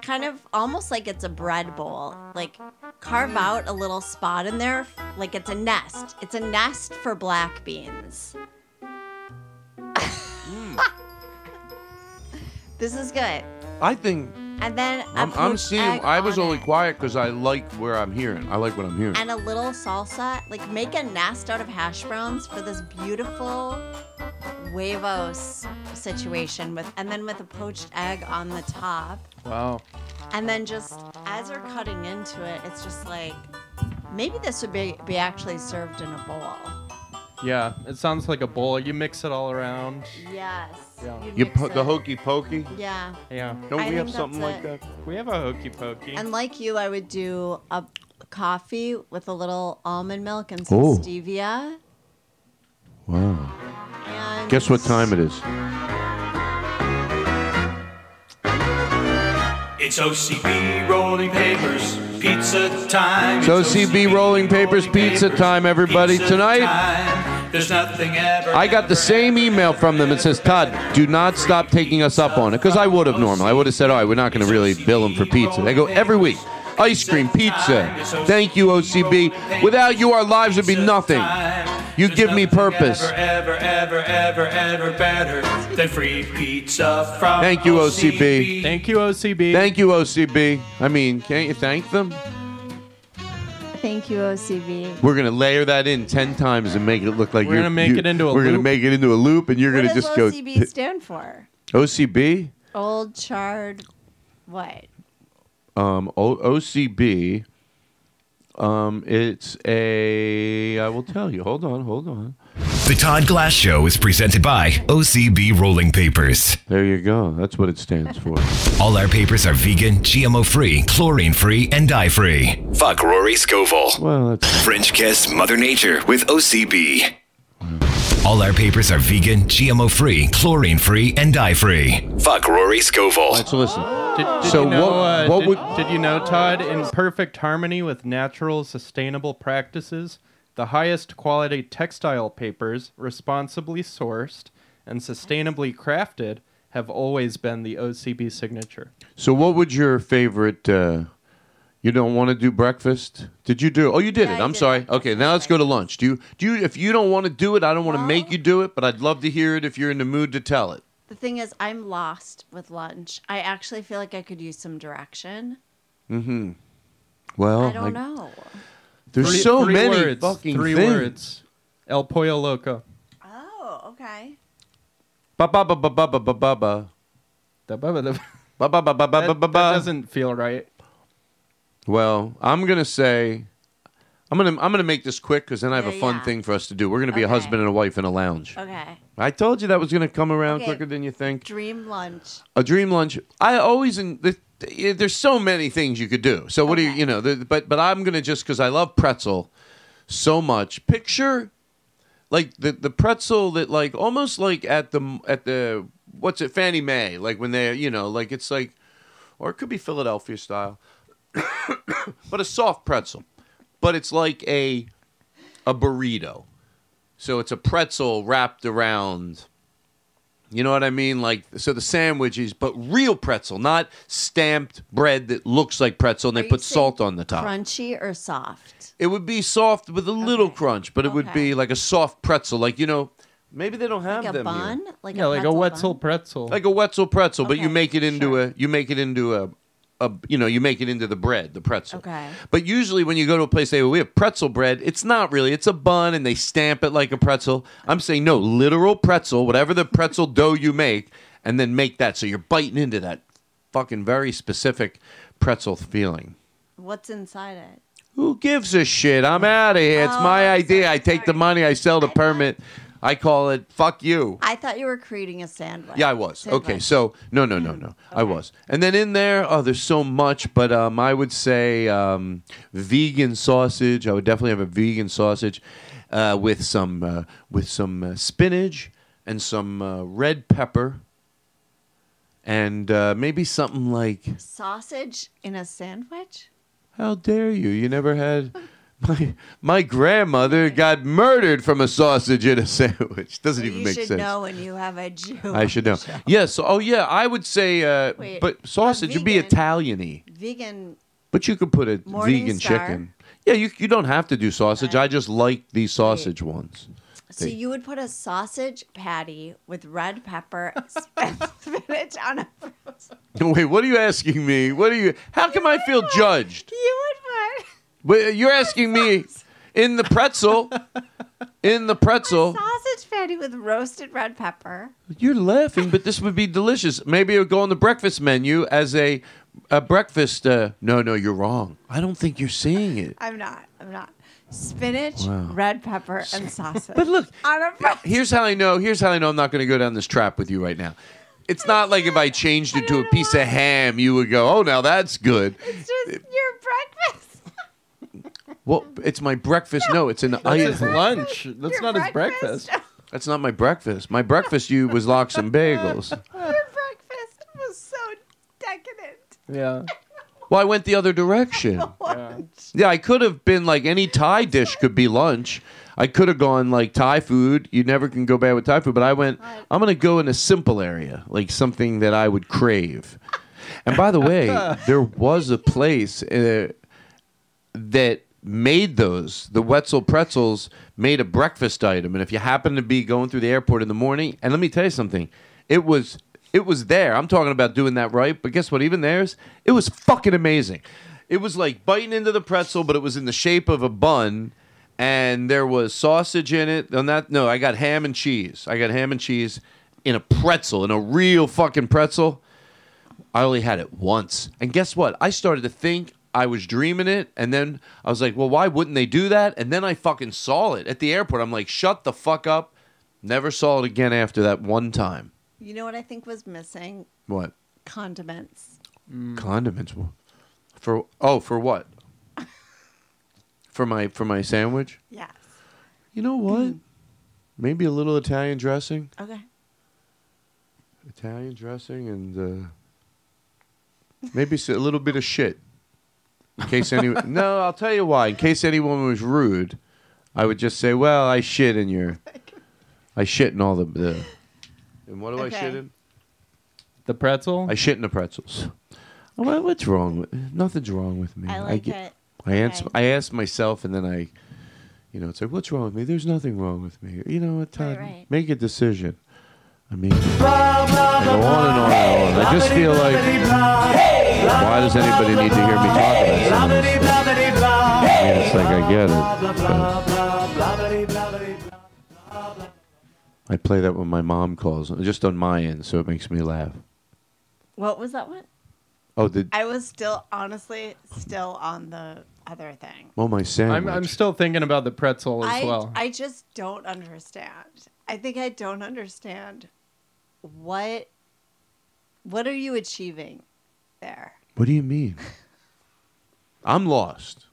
kind of almost like it's a bread bowl, like carve out a little spot in there, like it's a nest. It's a nest for black beans. Hmm. [laughs] this is good. I think And then a I'm, I'm poached seeing. egg I was on only it. quiet because I like where I'm hearing. I like what I'm hearing. and a little salsa. Like make a nest out of hash browns for this beautiful huevos situation with and then with a poached egg on the top. Wow. And then just as they're cutting into it, it's just like maybe this would be, be actually served in a bowl. Yeah, it sounds like a bowl. You mix it all around. Yes. Yeah. You mix put the it. hokey pokey. Yeah. Yeah. Don't I we have think something that's like that? We have a hokey pokey. And like you, I would do a coffee with a little almond milk and some Oh. stevia. Wow. And Guess what time it is? It's OCB rolling papers, pizza time. It's OCB Rolling Papers Pizza Time, everybody. Pizza Tonight, time. There's nothing ever. I got the same email from them. It says, Todd, do not stop taking us up on it. Because I would have normally. I would have said, all right, we're not going to really bill them for pizza. They go, every week. Ice cream, pizza. Thank you, OCB. Without you, our lives would be nothing. You give me purpose. Ever, ever, ever, ever better than free pizza from. Thank you, OCB. Thank you, OCB. Thank you, OCB. I mean, can't you thank them? Thank you, OCB. We're gonna layer that in ten times and make it look like We're you're- gonna make you- it into a We're gonna loop. make it into a loop, and you're What gonna does just go. OCB th- stand for? OCB, Old charred what? um, o- OCB. Um, it's a. I will tell you. Hold on. Hold on. The Todd Glass Show is presented by OCB Rolling Papers. There you go. That's what it [laughs] stands for. All our papers are vegan, GMO free, chlorine free, and dye free. Fuck Rory Scovel. Well, French Kiss Mother Nature with OCB. All our papers are vegan, GMO free, chlorine free, and dye free. Fuck Rory Scovel. so listen. Did So you know, what- uh, what did, would- did you know, Todd? In perfect harmony with natural, sustainable practices, the highest quality textile papers, responsibly sourced and sustainably crafted, have always been the OCB signature. So, what would your favorite? Uh, you don't want to do breakfast? Did you do? Oh, you did it. I'm sorry. Okay, now let's go to lunch. Do you? Do you? If you don't want to do it, I don't want to make you do it, but I'd love to hear it if you're in the mood to tell it. The thing is, I'm lost with lunch. I actually feel like I could use some direction. Mm-hmm. Well, I don't know. There's Three- so three many words, fucking three things. words. El pollo loco. Oh, okay. Ba ba ba ba ba ba ba ba ba. Da ba ba da- Ba ba ba ba ba ba That, ba that ba. doesn't feel right. Well, I'm gonna say, I'm gonna I'm gonna make this quick because then I have a fun thing for us to do. We're gonna be a husband and a wife in a lounge. Okay. I told you that was gonna come around Okay. quicker than you think. Dream lunch. A dream lunch. I always in the, the- there's so many things you could do. So what do you you know? The, but but I'm gonna just because I love pretzel so much. Picture like the the pretzel that like almost like at the at the what's it Fannie Mae like when they you know like it's like or it could be Philadelphia style, [coughs] but a soft pretzel, but it's like a a burrito. So it's a pretzel wrapped around you know what I mean? Like, so the sandwich is, but real pretzel, not stamped bread that looks like pretzel and they put salt on the top. Crunchy or soft? It would be soft with a little crunch, but it would be like a soft pretzel, like you know, maybe they don't have Like a them here. bun? Like yeah, a like a pretzel Wetzel pretzel. like a Wetzel pretzel, but you make it into a, you make it into a, a, you know, you make it into the bread, the pretzel. Okay. But usually when you go to a place, they go, we have pretzel bread. It's not really. It's a bun and they stamp it like a pretzel. I'm saying no, literal pretzel, whatever the pretzel [laughs] dough you make, and then make that. So you're biting into that fucking very specific pretzel feeling. What's inside it? Who gives a shit? I'm out of here. It's Oh, my idea. I take the money. I sell the permit. I call it fuck you. I thought you were creating a sandwich. Yeah, I was. Sandwich. Okay, so no, no, no, no, I was. And then in there, oh, there's so much, but um, I would say um, vegan sausage. I would definitely have a vegan sausage uh, with some uh, with some uh, spinach and some uh, red pepper, and uh, maybe something like, Sausage in a sandwich? "How dare you? You never had." [laughs] My, my grandmother got murdered from a sausage in a sandwich. [laughs] Doesn't even you make should sense. know when you have a Jew. I should [laughs] know. Yes. Oh, yeah. I would say, uh, Wait, but sausage would be Italian-y. Vegan. But you could put a Morning vegan Star. chicken. Yeah, you you don't have to do sausage. I just like these sausage ones. [laughs] So They- you would put a sausage patty with red [laughs] pepper, spinach on a. Wait, what are you asking me? What are you? How come I [laughs] feel judged? You would put Wait, You're asking me in the pretzel, in the [laughs] pretzel. sausage patty with roasted red pepper. You're laughing, but this would be delicious. Maybe it would go on the breakfast menu as a a breakfast. Uh, no, no, you're wrong. I don't think you're seeing it. I'm not. I'm not. Spinach, Wow. red pepper, and sausage. But look, on a bread. here's how I know. Here's how I know I'm not going to go down this trap with you right now. It's not like if I changed it to a piece of ham, you would go, "Oh, now that's good." It's just your breakfast. Well, it's my breakfast. No, it's an That's item. his [laughs] lunch. That's not his breakfast. That's not my breakfast. My breakfast you was lox and bagels. Your breakfast was so decadent. Yeah. Well, I went the other direction. Yeah, I could have been like any Thai dish could be lunch. I could have gone like Thai food. You never can go bad with Thai food, but I went I'm going to go in a simple area, like something that I would crave. And by the way, there was a place uh, that made those the Wetzel pretzels made a breakfast item and if you happen to be going through the airport in the morning and let me tell you something it was it was there I'm talking about doing that right but guess what even theirs it was fucking amazing it was like biting into the pretzel but it was in the shape of a bun and there was sausage in it on that no I got ham and cheese I got ham and cheese in a pretzel in a real fucking pretzel I only had it once. And guess what? I started to think I was dreaming it. And then I was like, well, why wouldn't they do that? And then I fucking saw it at the airport. I'm like, shut the fuck up. Never saw it again after that one time. You know what I think was missing? What? Condiments. Condiments. were- For oh, for what? for my for my sandwich? Yes. You know what? Maybe a little Italian dressing. Okay. Italian dressing and uh, maybe s- a little bit of shit. In case any [laughs] no, I'll tell you why. In case anyone was rude, I would just say, "Well, I shit in your, I shit in all the, the And what do I shit in? The pretzel. I shit in the pretzels." Oh, what- what's wrong? With, nothing's wrong with me. I like it. I ans- I ask myself, and then I, you know, it's like, "What's wrong with me?" There's nothing wrong with me. You know what, Todd? Make a decision. I mean. I go on and on and on. I just feel like, why does anybody need to hear me talk about something? I mean, it's like I get it. but I play that when my mom calls, just on my end, so it makes me laugh. What was that one? Oh, the I was still, honestly, still on the other thing. oh my I'm, sandwich. I'm still thinking about the pretzel as I, well. I just don't understand. I think I don't understand what what are you achieving there? What do you mean? I'm lost.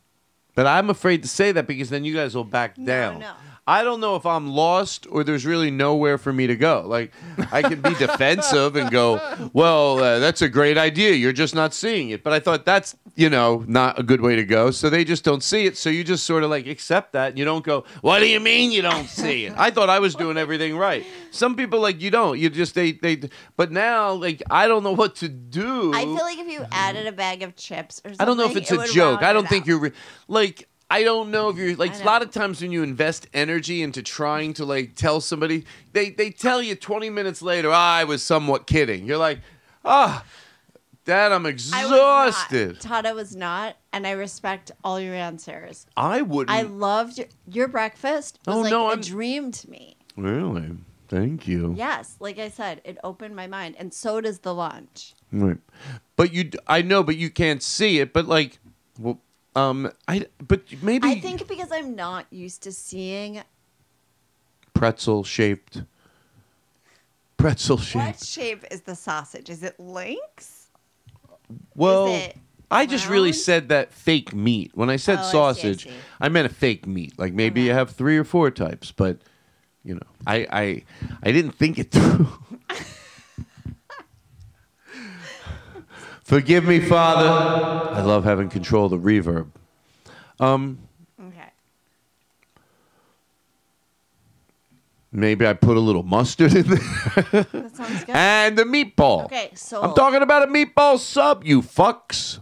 But I'm afraid to say that because then you guys will back down. I don't know if I'm lost or there's really nowhere for me to go. Like, I can be defensive and go, well, uh, that's a great idea. You're just not seeing it. But I thought that's, you know, not a good way to go. So they just don't see it. So you just sort of like accept that and you don't go, what do you mean you don't see it? I thought I was doing everything right. Some people, like, you don't. You just, they, they, but now, like, I don't know what to do. I feel like if you added a bag of chips or something, Mm-hmm. I don't know if it's it a would joke. round I it don't out. think you're re- like. I don't know if you're like a lot of times when you invest energy into trying to like tell somebody, they they tell you 20 minutes later, "Ah, I was somewhat kidding. You're like, ah, Dad, I'm exhausted. Todd, I was not, and I respect all your answers. I wouldn't. I loved your, your breakfast. Was Mm. Oh, like no, a I'm- dream to me. really? Thank you. Yes, like I said, it opened my mind, and so does the lunch. Right. But you, d- I know, but you can't see it. But like, well, um, I but maybe I think because I'm not used to seeing pretzel shaped, pretzel shaped. what shape is the sausage. Is it links? Well, it I just really said that fake meat. When I said Oh, I see, I sausage, see. Uh-huh. I, meant a fake meat. Like maybe you have three or four types, but you know, I I I didn't think it through. [laughs] Forgive me, Father. I love having control of the reverb. Um, Okay. maybe I put a little mustard in there. That sounds good. [laughs] and the meatball. Okay, so I'm talking about a meatball sub, you fucks.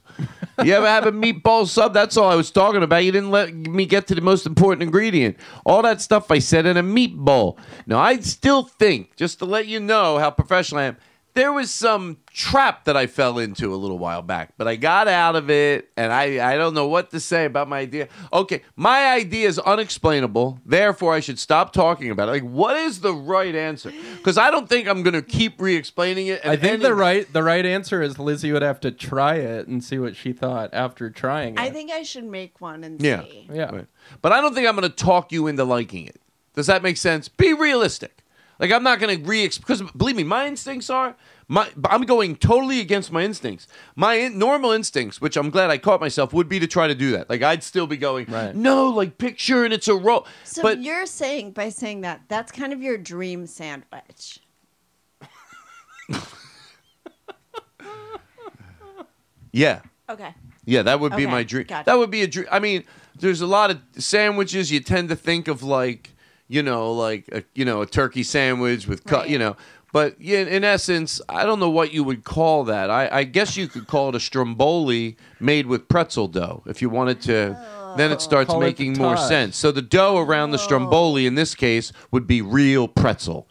You ever have a meatball sub? That's all I was talking about. You didn't let me get to the most important ingredient. All that stuff I said in a meatball. Now, I still think, just to let you know how professional I am, there was some trap that I fell into a little while back, but I got out of it, and I, I don't know what to say about my idea. Okay, my idea is unexplainable, therefore I should stop talking about it. Like, what is the right answer? Because I don't think I'm going to keep re-explaining it. I and think any- the right the right answer is Lizzie would have to try it and see what she thought after trying it. I think I should make one and Yeah. see. Yeah. But I don't think I'm going to talk you into liking it. Does that make sense? Be realistic. Like I'm not going to re because believe me, my instincts are my. I'm going totally against my instincts. My in, normal instincts, which I'm glad I caught myself, would be to try to do that. Like I'd still be going, no, like picture and it's a roll. So but you're saying by saying that that's kind of your dream sandwich. yeah, Okay. Yeah, that would be Okay, my dream. gotcha. That would be a dream. I mean, there's a lot of sandwiches you tend to think of like, you know, like a, you know, a turkey sandwich with cut, you know. But yeah, in essence, I don't know what you would call that. I, I guess you could call it a stromboli made with pretzel dough if you wanted to. Then it starts Call it the making more Taj. sense. So the dough around Oh. the stromboli in this case would be real pretzel,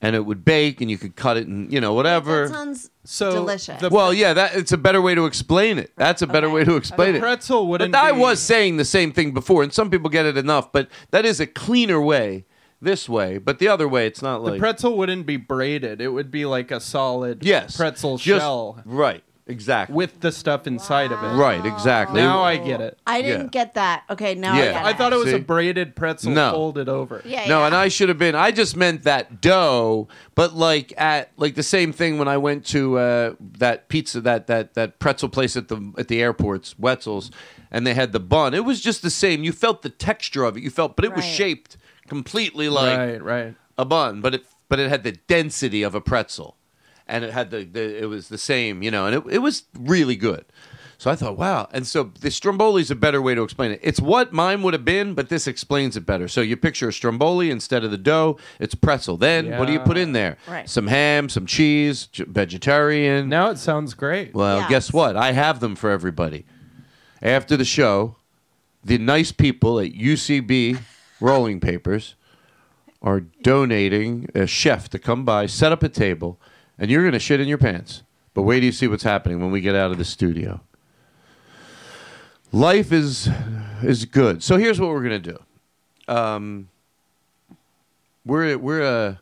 and it would bake, and you could cut it, and you know whatever. sounds So delicious. the- well, yeah, that it's a better way to explain it. That's a better way to explain The it. pretzel wouldn't But I be- was saying the same thing before, and some people get it enough, but that is a cleaner way this way. But the other way, it's not the like pretzel wouldn't be braided. It would be like a solid Yes, pretzel just- shell. Right. Exactly. With the stuff inside of it. right, exactly. Now I get it. I didn't get that. Okay, now I Yeah. got I thought it was a See? braided pretzel No. folded over. Yeah, no, and I should have been. I just meant that dough, but like at like the same thing when I went to uh, that pizza that that that pretzel place at the at the airports, Wetzel's, and they had the bun. It was just the same. You felt the texture of it. You felt, but it was Right. shaped completely like Right, right. a bun, but it but it had the density of a pretzel, and it had the, the it was the same, you know, and it it was really good. So I thought, wow. And so the stromboli is a better way to explain it. It's what mine would have been, but this explains it better. So you picture a stromboli instead of the dough, it's pretzel. Then what do you put in there? Right. Some ham, some cheese, j- vegetarian. Now it sounds great. Well, Yes. guess what? I have them for everybody. After the show, the nice people at UCB Rolling Papers are donating a chef to come by, set up a table, and you're going to shit in your pants. But wait till you see what's happening when we get out of the studio. Life is is good. So here's what we're going to do. Um, we're we're uh,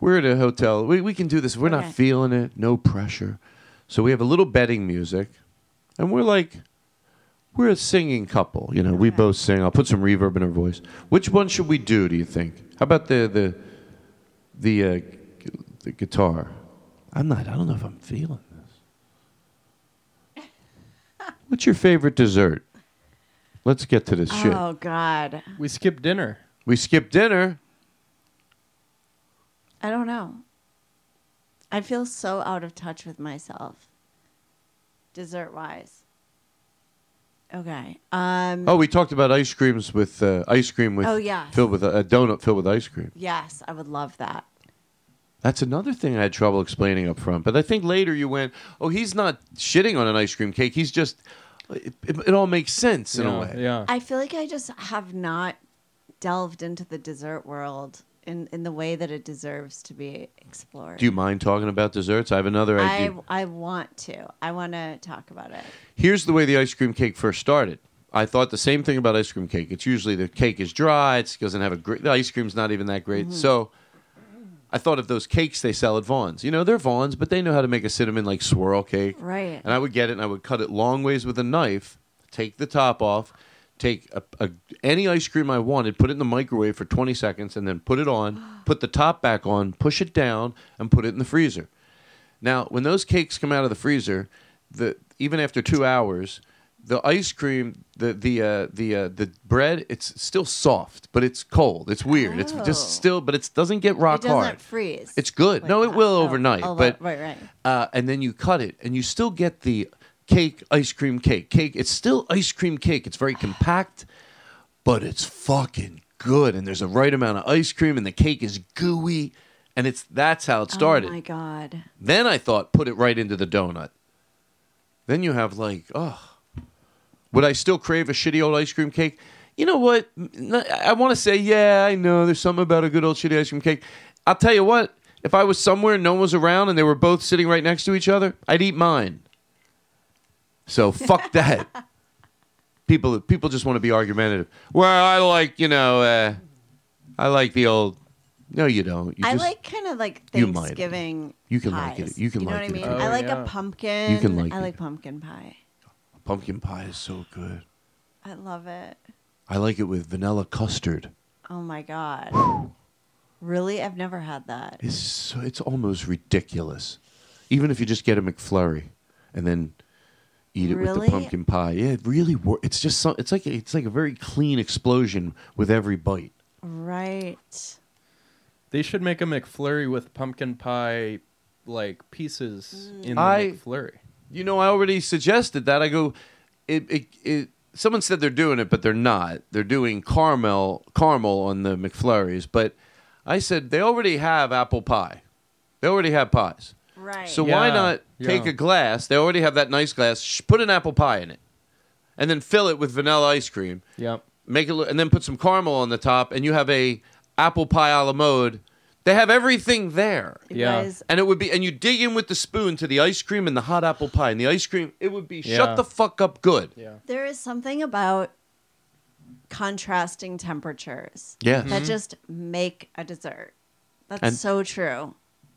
we're at a hotel. We we can do this. We're Okay. not feeling it. No pressure. So we have a little betting music, and we're like, we're a singing couple. You know, we both sing. I'll put some reverb in her voice. Which one should we do? Do you think? How about the the the uh, gu- the guitar? I'm not. I don't know if I'm feeling this. What's your favorite dessert? Let's get to this shit. Oh God, We skipped dinner. We skipped dinner. I don't know. I feel so out of touch with myself. Dessert wise. Okay. Um. Oh, we talked about ice creams with uh, ice cream with Oh, yes. filled with a donut filled with ice cream. Yes, I would love that. That's another thing I had trouble explaining up front. But I think later you went, oh, he's not shitting on an ice cream cake. He's just, it, it, it all makes sense in a way. I feel like I just have not delved into the dessert world in in the way that it deserves to be explored. Do you mind talking about desserts? I have another idea. I I want to. I want to talk about it. Here's the way the ice cream cake first started. I thought the same thing about ice cream cake. It's usually the cake is dry, it doesn't have a great, the ice cream's not even that great. Mm-hmm. Mhm. So I thought of those cakes they sell at Vaughn's. You know, they're Vaughn's, but they know how to make a cinnamon like swirl cake. Right. And I would get it and I would cut it long ways with a knife, take the top off, take a, a, any ice cream I wanted, put it in the microwave for 20 seconds, and then put [gasps] it on, put the top back on, push it down, and put it in the freezer. Now, when those cakes come out of the freezer, the even after two hours, the ice cream, the the uh, the uh, the bread, it's still soft, but it's cold. It's weird. It's just still, but it doesn't get rock Oh. it doesn't hard. freeze. It's good. no, it will overnight. Oh, but right, right. uh, and then you cut it, and you still get the cake, ice cream cake, cake. It's still ice cream cake. It's very compact, but it's fucking good. And there's a right amount of ice cream, and the cake is gooey, and it's that's how it started. Oh my god. Then I thought, put it right into the donut. Then you have like, oh, would I still crave a shitty old ice cream cake? You know what? N- I want to say, yeah, I know. There's something about a good old shitty ice cream cake. I'll tell you what. If I was somewhere and no one was around and they were both sitting right next to each other, I'd eat mine. So [laughs] fuck that. people, people just want to be argumentative. Well, I like, you know, uh, I like the old. No, you don't. You I just, like kind of like you might. Thanksgiving. You can pies. like it. You can know like what it. I mean? Oh, I like yeah. a pumpkin. You can like I it. like pumpkin pie. Pumpkin pie is so good. I love it. I like it with vanilla custard. Oh my god. [gasps] really? I've never had that. It's so, it's almost ridiculous. Even if you just get a McFlurry and then eat it with Really? the pumpkin pie, yeah, it really works. It's just so, it's like it's like a very clean explosion with every bite. Right. They should make a McFlurry with pumpkin pie like pieces Mm. in the I- McFlurry. You know, I already suggested that. I go, it, it, it. Someone said they're doing it, but they're not. They're doing caramel, caramel on the McFlurries. But I said they already have apple pie. They already have pies. Right. So why Yeah, not take yeah. a glass? They already have that nice glass. Sh- put an apple pie in it, and then fill it with vanilla ice cream. Yep. Make it, look, and then put some caramel on the top, and you have a apple pie a la mode. They have everything there. You Yeah. guys- And it would be, and you dig in with the spoon to the ice cream and the hot apple pie and the ice cream. It would be Yeah. shut the fuck up good. Yeah. There is something about contrasting temperatures. Yes. That Mhm. just make a dessert. That's And- so true.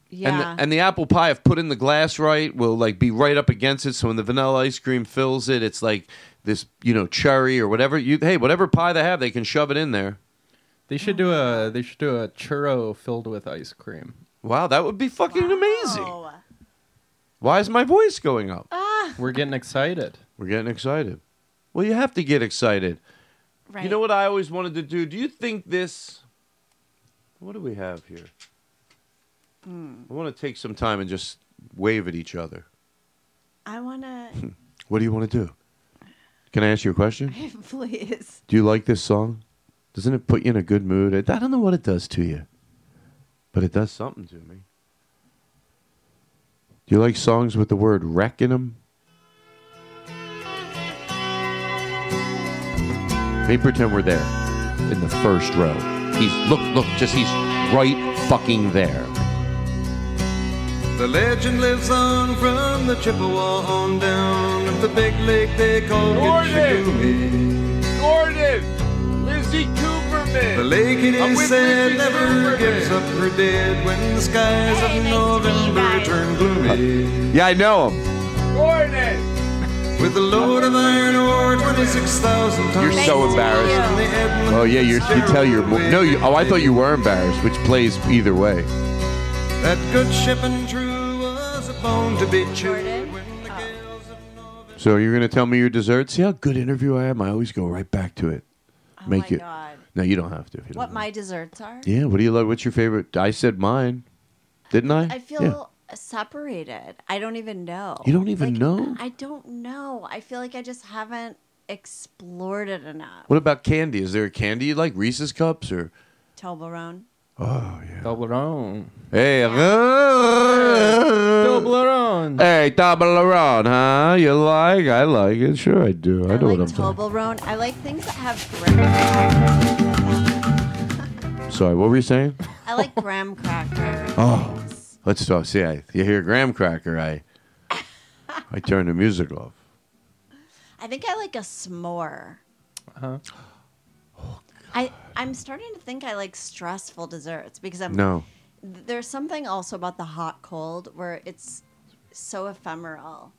Yeah. And, the, and the apple pie, if put in the glass right, will like be right up against it. So when the vanilla ice cream fills it, it's like this, you know, cherry or whatever. You hey, whatever pie they have, they can shove it in there. They should do a they should do a churro filled with ice cream. Wow, that would be fucking amazing. Why is my voice going up? We're getting excited. We're getting excited. Well, you have to get excited. You know what I always wanted to do? Do you think this? What do we have here? Mm. I want to take some time and just wave at each other. I want [laughs] to. What do you want to do? Can I ask you a question? Please. Do you like this song? Doesn't it put you in a good mood? I I don't know what it does to you, but it does something to me. Do you like songs with the word wreck in them? Maybe pretend we're there in the first row. He's look, look, just he's right fucking there. [laughs] The legend lives on from the Chippewa on down of the big lake they call Gitchagumi. Gordon! Lizzie Cooperman! The lake it I'm is with said Lizzie never Cooperman. gives up her dead when the skies of November turn gloomy. Yeah, I know him. With a load of iron ore, 26,000 tons. You're so embarrassed. Oh yeah, you you tell your no. You, oh, I thought you were embarrassed, which plays either way. That good ship and true was a bone to be Oh chewed. So you're gonna tell me your dessert? See how good interview I am? I always go right back to it. Make Oh my it. God. No, you don't have to. If you What my desserts are? don't. Yeah. What do you like? What's your favorite? I said mine, didn't I? I feel Yeah. separated. I don't even know. You don't even know? I don't know. I feel like I just haven't explored it enough. What about candy? Is there a candy you like? Reese's cups or? Toblerone. Oh yeah. Toblerone. Hey. [laughs] Toblerone. Hey, Toblerone, huh? You like? I like it. Sure, I do. I, know what I'm talking. Toblerone. I like things that have graham. Sorry, what were you saying? I like graham cracker. Oh, let's talk. See, I, you hear graham cracker, I, I turn the music off. I think I like a s'more. Uh-huh. I I'm starting to think I like stressful desserts because I'm No. There's something also about the hot cold where it's so ephemeral.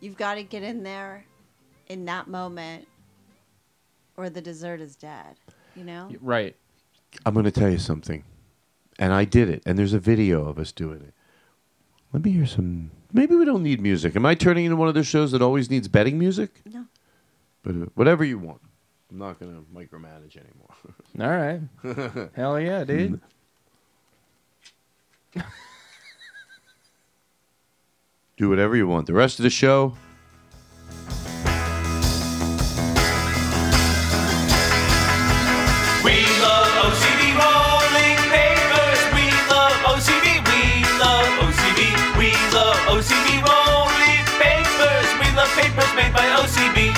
You've got to get in there in that moment, or the dessert is dead. You know. Right. I'm going to tell you something, and I did it, and there's a video of us doing it. Let me hear some. Maybe we don't need music. Am I turning into one of those shows that always needs betting music? No. But uh, whatever you want. I'm not going to micromanage anymore. [laughs] All [laughs] right. Hell yeah, dude. Do whatever you want. The rest of the show, We love OCB rolling papers. We love OCB. We love OCB. We love OCB rolling papers. We love papers made by OCB.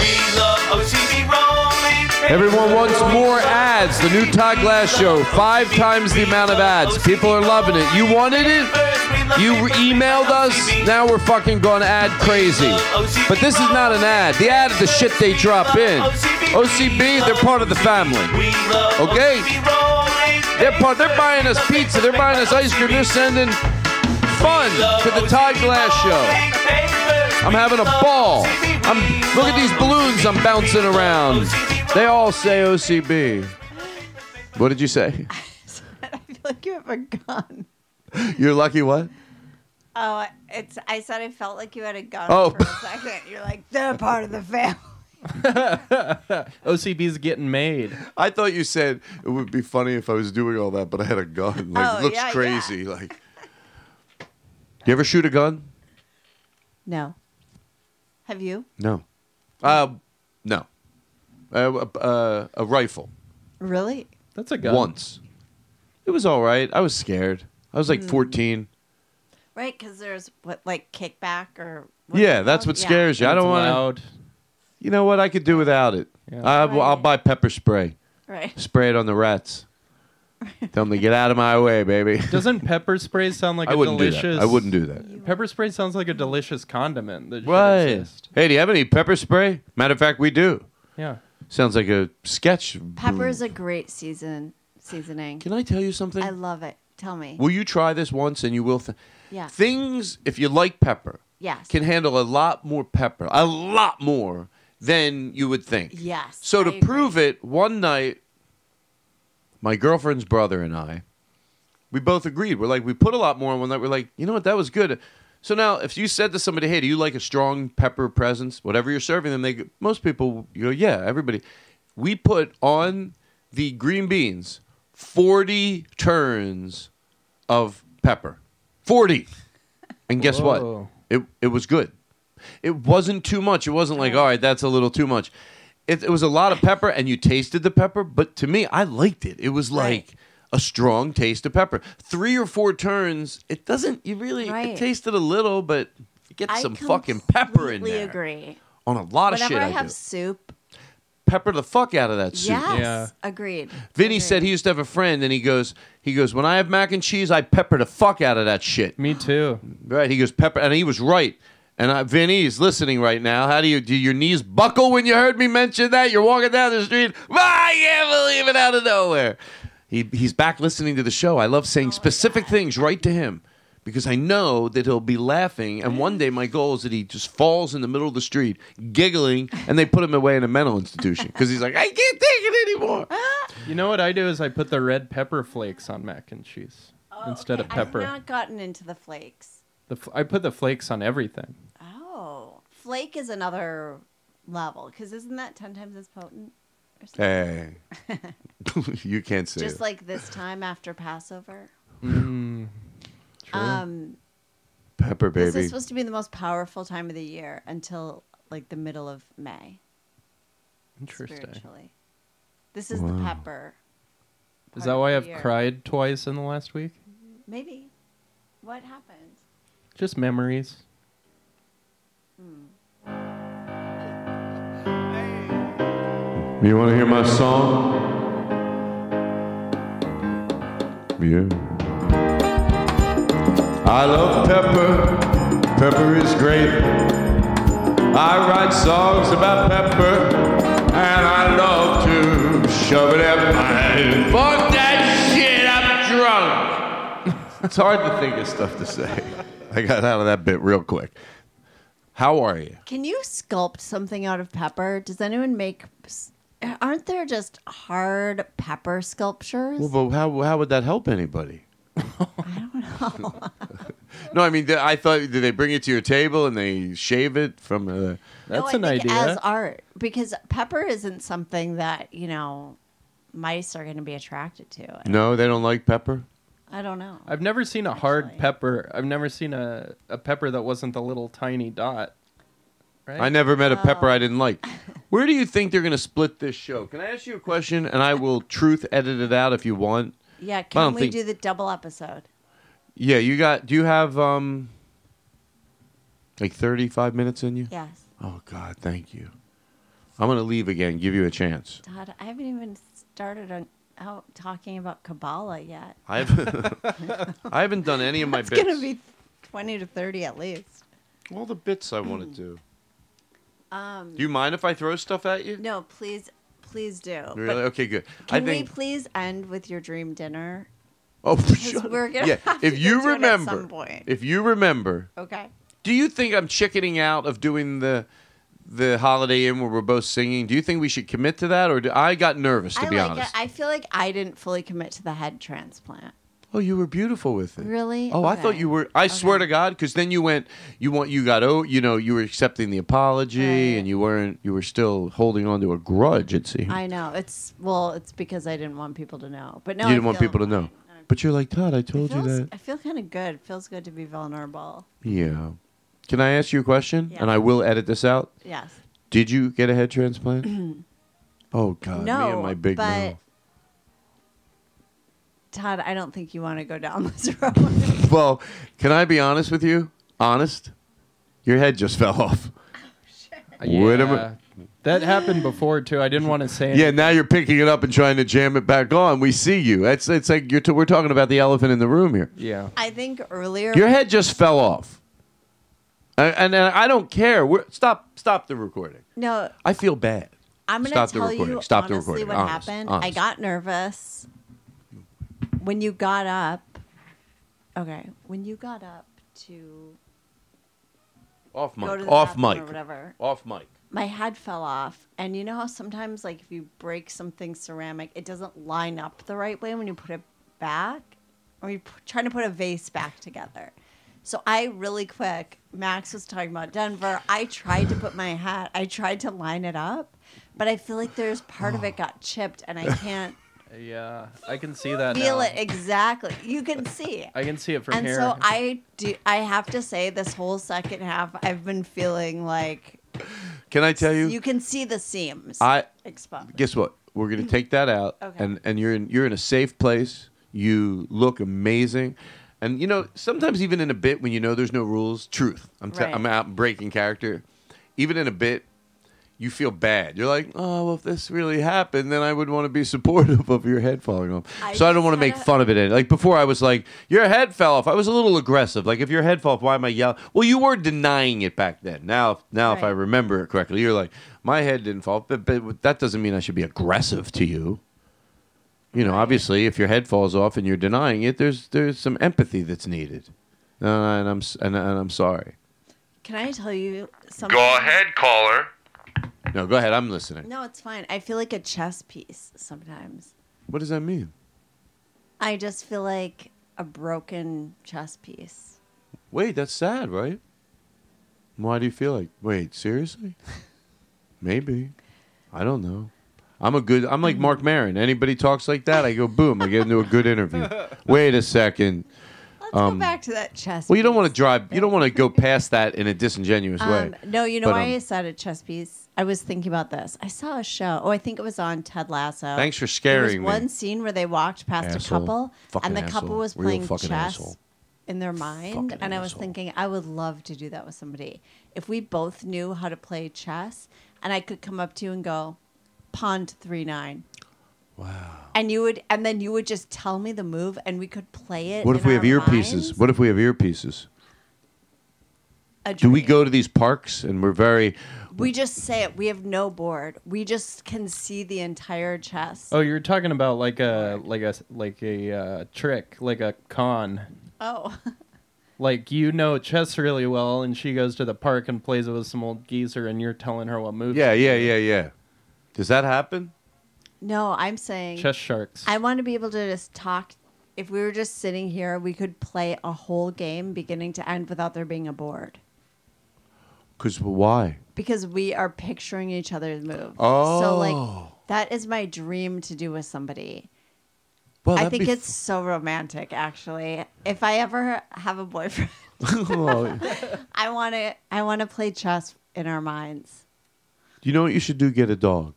We love OCB rolling papers. Everyone wants more ads. The new Todd Glass Show, five times the amount of ads. People are loving it. You wanted it? You emailed us? Now we're fucking going ad crazy. But this is not an ad. The ad is the shit they drop in. OCB, they're part of the family. Okay? They're part. They're buying us pizza. They're buying us ice cream. They're sending fun to the Todd Glass Show. I'm having a ball. I'm look at these balloons. I'm bouncing around. They all say OCB. What did you [laughs] say? [laughs] I feel like you have a gun. You're lucky. What? Oh, it's. I said I felt like you had a gun Oh. for a second. You're like they're part of the family. OCB's getting made. I thought you said it would be funny if I was doing all that, but I had a gun. Like, Oh, it looks yeah, yeah. crazy. Like, you ever shoot a gun? [laughs] No. Have you? No. Uh, no. Uh, uh, a rifle. Really? That's a Once. It was all right. I was scared. I was like Mm. 14. Right, because there's what like kickback or Yeah, that's what Yeah. scares you. I And it's don't want loud. to. You know what? I could do without it. I, will I'll buy pepper spray. [laughs] [laughs] Right. Spray it on [laughs] the rats. Tell them to get out of my way, baby. Doesn't pepper spray sound like [laughs] I a wouldn't delicious? do that. I wouldn't do that. Pepper spray sounds like a delicious condiment. That should Right. exist. Hey, do you have any pepper spray? Matter of fact, we do. Yeah. Sounds like a sketch. Pepper is a great season seasoning. Can I tell you something? I love it. Tell me. Will you try this once and you will? Th- Yeah. Things, if you like pepper, Yes. can handle a lot more pepper, a lot more than you would think. Yes. So to I- prove it, one night, my girlfriend's brother and I, we both agreed. We're like, we put a lot more on one night. We're like, you know what, that was good. So now, if you said to somebody, "Hey, do you like a strong pepper presence?" Whatever you're serving them, they go, most people you go, "Yeah, everybody." We put on the green beans forty turns of pepper, forty, and guess Whoa. what? It it was good. It wasn't too much. It wasn't like, all right, that's a little too much. It, it was a lot of pepper, and you tasted the pepper. But to me, I liked it. It was like a strong taste of pepper. Three or four turns, it doesn't. You really Right. it tasted a little, but you get I some fucking pepper in completely there agree. on a lot of Whenever shit. I I, have do. soup, pepper the fuck out of that soup. yes, agreed. Vinny said he used to have a friend, and he goes, he goes, when I have mac and cheese, I pepper the fuck out of that shit. Me too. Right? He goes pepper, and he was right. And I, Vinny is listening right now. How do you do? Your knees buckle when you heard me mention that? You're walking down the street. [laughs] "Ah, I can't believe it out of nowhere. He, he's back listening to the show. I love saying specific things right to him because I know that he'll be laughing. And one day, my goal is that he just falls in the middle of the street, giggling, and they put him away in a mental institution because he's like, I can't take [laughs] it anymore. You know what I do is I put the red pepper flakes on mac and cheese Oh, instead of pepper. I've not gotten into the flakes. The f- I put the flakes on everything. Oh, flake is another level because isn't that ten times as potent? or something? Hey, [laughs] you can't say Just that. like this time after Passover. Mm, true. Um, Pepper this baby. is supposed to be the most powerful time of the year until like the middle of May. Interesting. Spiritually, this is the Wow. pepper. Is part that of why the I've year. cried twice in the last week? Maybe. What happened? Just memories. You want to hear my song? Yeah. I love pepper. Pepper is great. I write songs about pepper, and I love to shove it up my. Fuck that shit! I'm drunk. [laughs] It's hard to think of stuff to say. I got out of that bit real quick. How are you? Can you sculpt something out of pepper? Does anyone make? s- Aren't there just hard pepper sculptures? Well, but how how would that help anybody? I don't know. no, I mean, th- I thought did they bring it to your table and they shave it from? Uh, No, I think As art, because pepper isn't something that you know mice are going to be attracted to. no, they don't like pepper. I don't know. I've never seen a hard pepper. I've never seen a, a pepper that wasn't the little tiny dot. Right? I never met a Oh. pepper I didn't like. Where do you think they're going to split this show? Can I ask you a question? And I will truth edit it out if you want. Yeah, I can don't we think- do the double episode? Yeah, you got. Do you have um like thirty five minutes in you? Yes. Oh God, thank you. I'm going to leave again. Give you a chance. Todd, I haven't even started on, out talking about Kabbalah yet. I've [laughs] I haven't done any of my It's bits. going to be twenty to thirty at least. All the bits I want to do. Um, Do you mind if I throw stuff at you? No, please, please do. But Really? Okay, good. Can I think. we please end with your dream dinner? oh, [laughs] 'Cause shut up. we're gonna yeah. have if to you get to it at remember, some point. if you remember, Okay. do you think I'm chickening out of doing the the Holiday Inn where we're both singing? Do you think we should commit to that, or do, I got nervous to I be like honest? it. I feel like I didn't fully commit to the head transplant. Oh, you were beautiful with it. Really? Oh, I thought Okay. you were. I swear to God, because then you went. You want. You got. Oh, you know. You were accepting the apology, and you weren't. You were still holding on to a grudge. It seemed. I know it's well, it's because I didn't want people to know. But no, you I didn't want feel- people to know. But you're like Todd. I told you Feels, that. I feel kind of good. Feels good to be vulnerable. Yeah. Can I ask you a question? Yeah. And I will edit this out. Yes. Did you get a head transplant? [clears throat] oh God, no, me and my big but mouth. Todd, I don't think you want to go down [laughs] this road. [laughs] Well, can I be honest with you? Honest, your head just [laughs] fell off. Oh, Wait a minute. That happened before too. I didn't want to say. Yeah, now you're picking it up and trying to jam it back on. We see you. That's it's like you're t- we're talking about the elephant in the room here. Yeah. I think earlier Your head just fell off, and, and, and I don't care. We're, stop, stop the recording. No, I feel bad. I'm going Stop to the tell recording. you Stop the honestly recording. what Honest, happened. I honest. got nervous when you got up. Okay, when you got up to Off Go to mic. the Off bathroom mic. or whatever. Off mic. my head fell off, and you know how sometimes like if you break something ceramic, it doesn't line up the right way when you put it back, or you're p- trying to put a vase back together. So I really quick. Max was talking about Denver. I tried to put my hat. I tried to line it up, but I feel like there's part of it got chipped, and [sighs] I can't Yeah, Uh, I can see that. feel now. it exactly. You can see. it. I can see it [laughs] from and here. so I do. I have to say, this whole second half, I've been feeling like Can I tell you? you can see the seams. I exposed. guess what? We're Mm-hmm. gonna take that out, Okay. and and you're in you're in a safe place. You look amazing, and you know sometimes even in a bit when you know there's no rules, truth. I'm t- Right. I'm out breaking character. Even in a bit, you feel bad. You're like, oh well, if this really happened, then I would want to be [laughs] supportive of your head falling off. I so I don't just want to had make a- fun of it. Like before, I was like, your head fell off. I was a little aggressive. Like if your head fell off, why am I yelling? Well, you were denying it back then. Now, now if I Right. remember it correctly, you're like, my head didn't fall, off," but, but that doesn't mean I should be aggressive to you. You know, obviously, if your head falls off and you're denying it, there's there's some empathy that's needed. No, no, and I'm s- and, and I'm sorry. Can I tell you something? Go ahead, caller. No, go ahead. I'm listening. No, it's fine. I feel like a chess piece sometimes. What does that mean? I just feel like a broken chess piece. Wait, that's sad, right? Why do you feel like? Wait, seriously? Maybe. I don't know. I'm a good. I'm like Mark Maron. Anybody talks like that, I go boom. I get into a good interview. Wait a second. Let's Go back to that chess. Um, Well, you don't want to drive. You don't want to go past that in a disingenuous way. Um, no, you know But, why um, I said a chess piece? I was thinking about this. I saw a show. Oh, I think it was on Ted Lasso. Thanks for There was scaring me. One scene where they walked past Asshole. a couple, Fucking and the couple asshole. was Real playing fucking chess asshole. in their mind. and I was thinking, I would love to do that with somebody. If we both knew how to play chess, and I could come up to you and go, pawn to three nine. Wow. And you would, and then you would just tell me the move, and we could play it. What if in we have our earpieces? minds. What if we have earpieces? A Do we go to these parks and we're very? We just say it. We have no board. We just can see the entire chess. Oh, you're talking about like a like a like a uh, trick, like a con. Oh. Like you know chess really well, and she goes to the park and plays it with some old geezer, and you're telling her what moves. Yeah, yeah, yeah, yeah. Does that happen? [laughs] No, I'm saying Chess sharks. I want to be able to just talk. If we were just sitting here, we could play a whole game beginning to end without there being a board Cause why? because we are picturing each other's moves. So Oh. like that is my dream to do with somebody. Well, I Oh, that'd think be it's so romantic actually. If I ever have a [laughs] boyfriend, Oh, [laughs] I want to I want to play chess in our minds. You know what you should do? Get [laughs] a dog,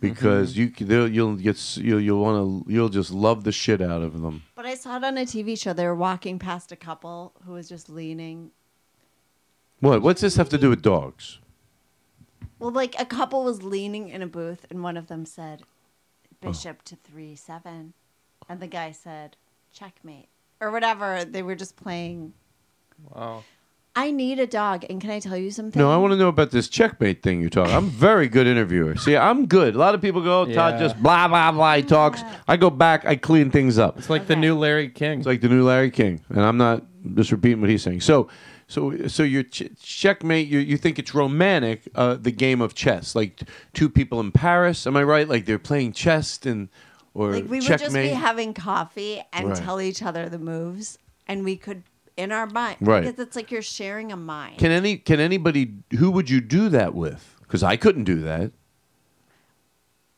because you c- they'll- you'll get s- you'll you'll want to you'll just love the shit out of them. But I saw it on a TV show. They were walking past a couple who was just leaning. What? What's this have to do with dogs? Well, like a couple was leaning in a booth, and one of them said, "Bishop to three seven," and the guy said, "Checkmate" or whatever. They were just playing. Wow. I need a dog, and can I tell you something? No, I want to know about this checkmate thing you talk. I'm a very good interviewer. See, I'm good. A lot of people go, oh, Todd Yeah. just blah blah blah. He talks. I go back. I clean things up. It's like the new Larry King. It's like the new Larry King, and I'm not just repeating what he's saying. So, so, so your ch- checkmate. You, you think it's romantic, uh, the game of chess, like t- two people in Paris. Am I right? Like they're playing chess and or Like we would checkmate. just be having coffee and Right. tell each other the moves, and we could in our mind. Right. Because it's like you're sharing a mind. can any can anybody? Who would you do that with? Because I couldn't do that.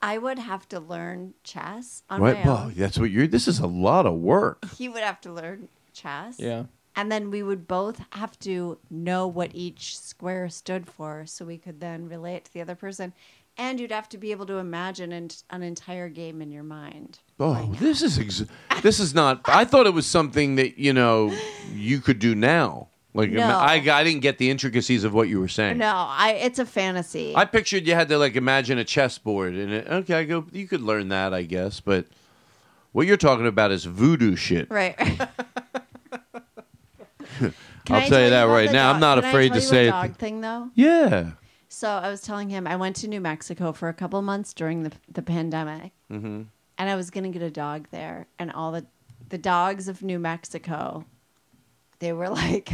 I would have to learn chess on right? my Well, own. that's what you're. This is a lot [laughs] of work. He would have to learn chess. Yeah. And then we would both have to know what each square stood for so we could then relate to the other person. And you'd have to be able to imagine an, an entire game in your mind. Oh, this is ex- this is not. I thought it was something that you know you could do now. Like No. I, I didn't get the intricacies of what you were saying. No, I it's a fantasy. I pictured you had to like imagine a chessboard and it, okay, I go you could learn that I guess, but what you're talking about is voodoo shit. [laughs] right. [laughs] Can I'll I tell you that about right the now. I'm dog- not can I afraid tell to you say a it. dog thing though. Yeah. So I was telling him I went to New Mexico for a couple months during the the pandemic. Mm-hmm. and I was gonna get a dog there, and all the the dogs of New Mexico, they were [laughs] like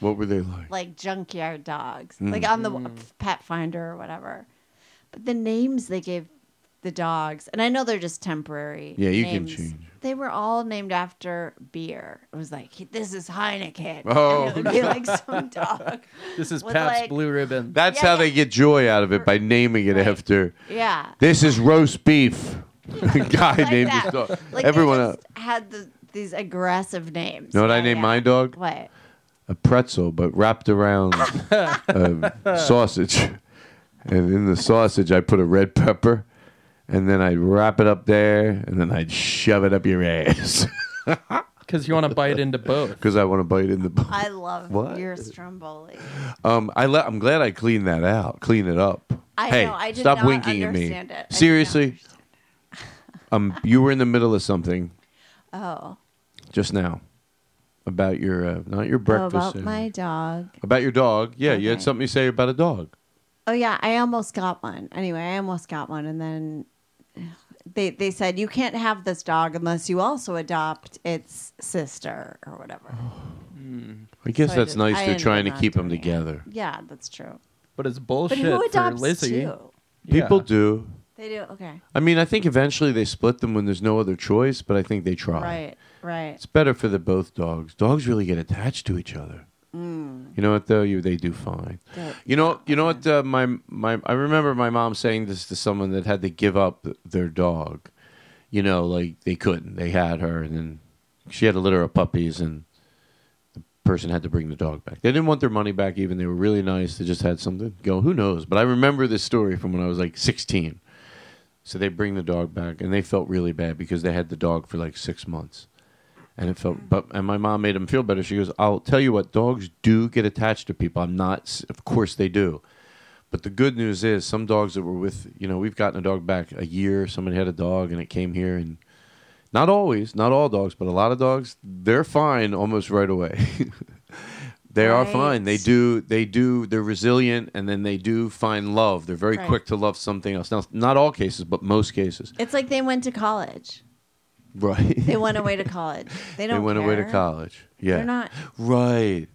What were they like? like junkyard dogs, Mm. like on the Mm. Pet Finder or whatever. But the names they gave the dogs, and I know they're just temporary. Yeah, you can names, change. They were all named after beer. It was like this is Heineken. Oh. and it would be like some [laughs] dog. This is with, Pat's like- Blue Ribbon. That's how they get joy out of it by naming it after. Yeah. This is [laughs] roast beef. The [laughs] guy named his that. dog. [laughs] Like, they Everyone else. had the, these aggressive names. Know what I named my dog? What? a pretzel, but [laughs] wrapped around a sausage. And in the sausage, I put a red pepper, and then I'd wrap it up there, and then I'd shove it up your ass. Because you want to bite into both. Because I want to bite in the bone. I love What? your Stromboli. Um, I le- I'm glad I cleaned that out, clean it up. I hey, know, I did stop not winking at me. understand it. I did not Seriously, um, you were in the middle of something Oh, just now about your uh, not your breakfast about uh, my dog. about your dog. Yeah, you had something to say about a dog. Oh yeah, I almost got one. Anyway, I almost got one, and then they they said you can't have this dog unless you also adopt its sister or whatever. Oh. I guess So I that's did- nice. I They're ended trying to up not keep them together. Yeah, that's true. But it's bullshit adopts for Lizzie. two? People do. They do okay. I mean, I think eventually they split them when there's no other choice, but I think they try. Right, right. It's better for the both dogs. Dogs really get attached to each other. Mm. You know what though? You they do fine. Good. You know, you know what? Uh, my my I remember my mom saying this to someone that had to give up their dog. You know, like they couldn't. They had her, and then she had a litter of puppies, and the person had to bring the dog back. They didn't want their money back. Even they were really nice. They just had something go. Who knows? But I remember this story from when I was like 16. So they bring the dog back, and they felt really bad because they had the dog for like six months, and it felt. But and my mom made them feel better. She goes, "I'll tell you what, dogs do get attached to people. I'm not. Of course they do." But the good news is, some dogs that were with, you know, we've gotten a dog back a year. Somebody had a dog and it came here, and not always, not all dogs, but a lot of dogs, they're fine almost right away. [laughs] they are fine. They do, they do, they're resilient, and then they do find love. They're very Right. quick to love something else. Now, not all cases, but most cases, It's like they went to college. right? [laughs] They went away to college. They don't. they went away to care. college. Yeah, They're not. right.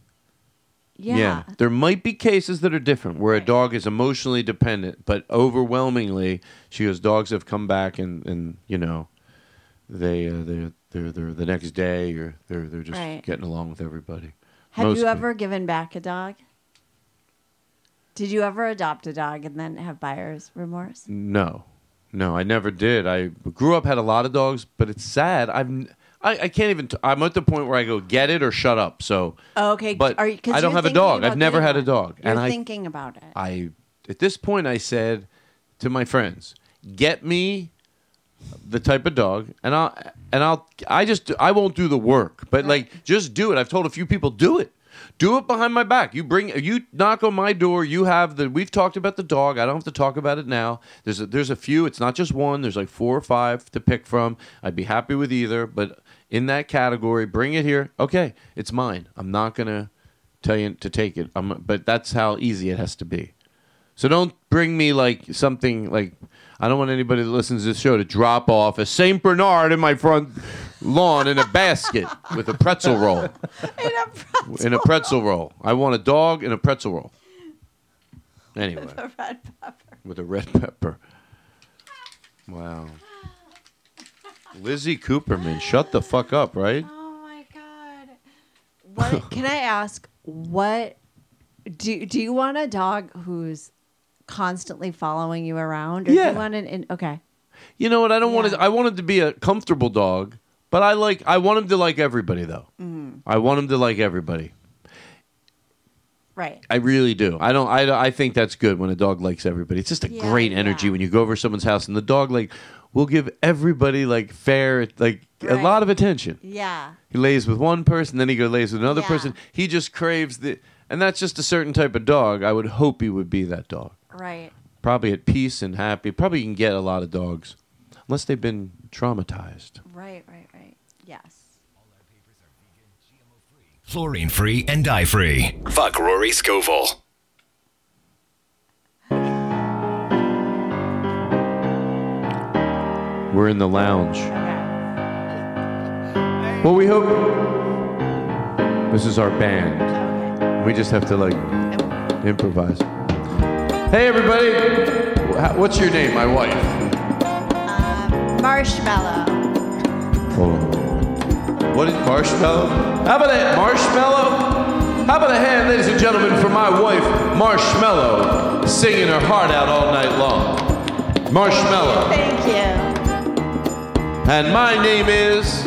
Yeah. There might be cases that are different where a dog is emotionally dependent, but overwhelmingly, she goes, dogs have come back and, and you know, they, uh, they're, they're, they're the next day or they're, they're just Right. getting along with everybody. Have Most- you ever given back a dog? Did you ever adopt a dog and then have buyer's remorse? No, no, I never did. I grew up, had a lot of dogs, but it's sad. I've, n- I, I can't even, t- I'm at the point where I go, get it or shut up. So, Oh, okay, but are you- 'cause I don't you're have a thinking dog. about I've never getting had a one. dog. You're and I, thinking about [laughs] it. I at this point I said to my friends, "Get me the type of dog, and I'll and I'll I just I won't do the work, but like just do it." I've told a few people, "Do it, do it behind my back." You bring you knock on my door. You have the we've talked about the dog. I don't have to talk about it now. There's a, there's a few. It's not just one. There's like four or five to pick from. I'd be happy with either, but in that category, bring it here. Okay, it's mine. I'm not gonna tell you to take it. i but that's how easy it has to be. So don't bring me like something like I don't want anybody that listens to this show to drop off a Saint Bernard in my front lawn in a basket with a pretzel roll. [laughs] In a pretzel, roll. I want a dog in a pretzel roll. [laughs] Anyway, with a red pepper. With a red pepper. Wow. Lizzie Cooperman, shut the fuck up, right? What can I ask? What do do you want a dog who's constantly following you around? Or Do Yeah. you want an in, okay? You know what? I don't want to. I want him to be a comfortable dog, but I like. I want him to like everybody, though. Mm, I want him to like everybody. right. I really do. I don't. I, I think that's good when a dog likes everybody. It's just a great energy when you go over someone's house and the dog like will give everybody like fair like a lot of attention. Yeah. He lays with one person, then he go lays with another person. He just craves the, and that's just a certain type of dog. I would hope he would be that dog. Right. Probably at peace and happy. Probably you can get a lot of dogs, unless they've been traumatized. Right. Right. Right. Yes. Chlorine free and dye free. Fuck Rory Scovel. We're in the lounge. Well, we hope this is our band. We just have to like improvise. Hey, everybody. Wha- What's your name? My wife. Um, Marshmallow. Hold on. What is marshmallow? How about that marshmallow? How about a hand, ladies and gentlemen, for my wife, Marshmallow, singing her heart out all night long. Marshmallow. Thank you. And my name is.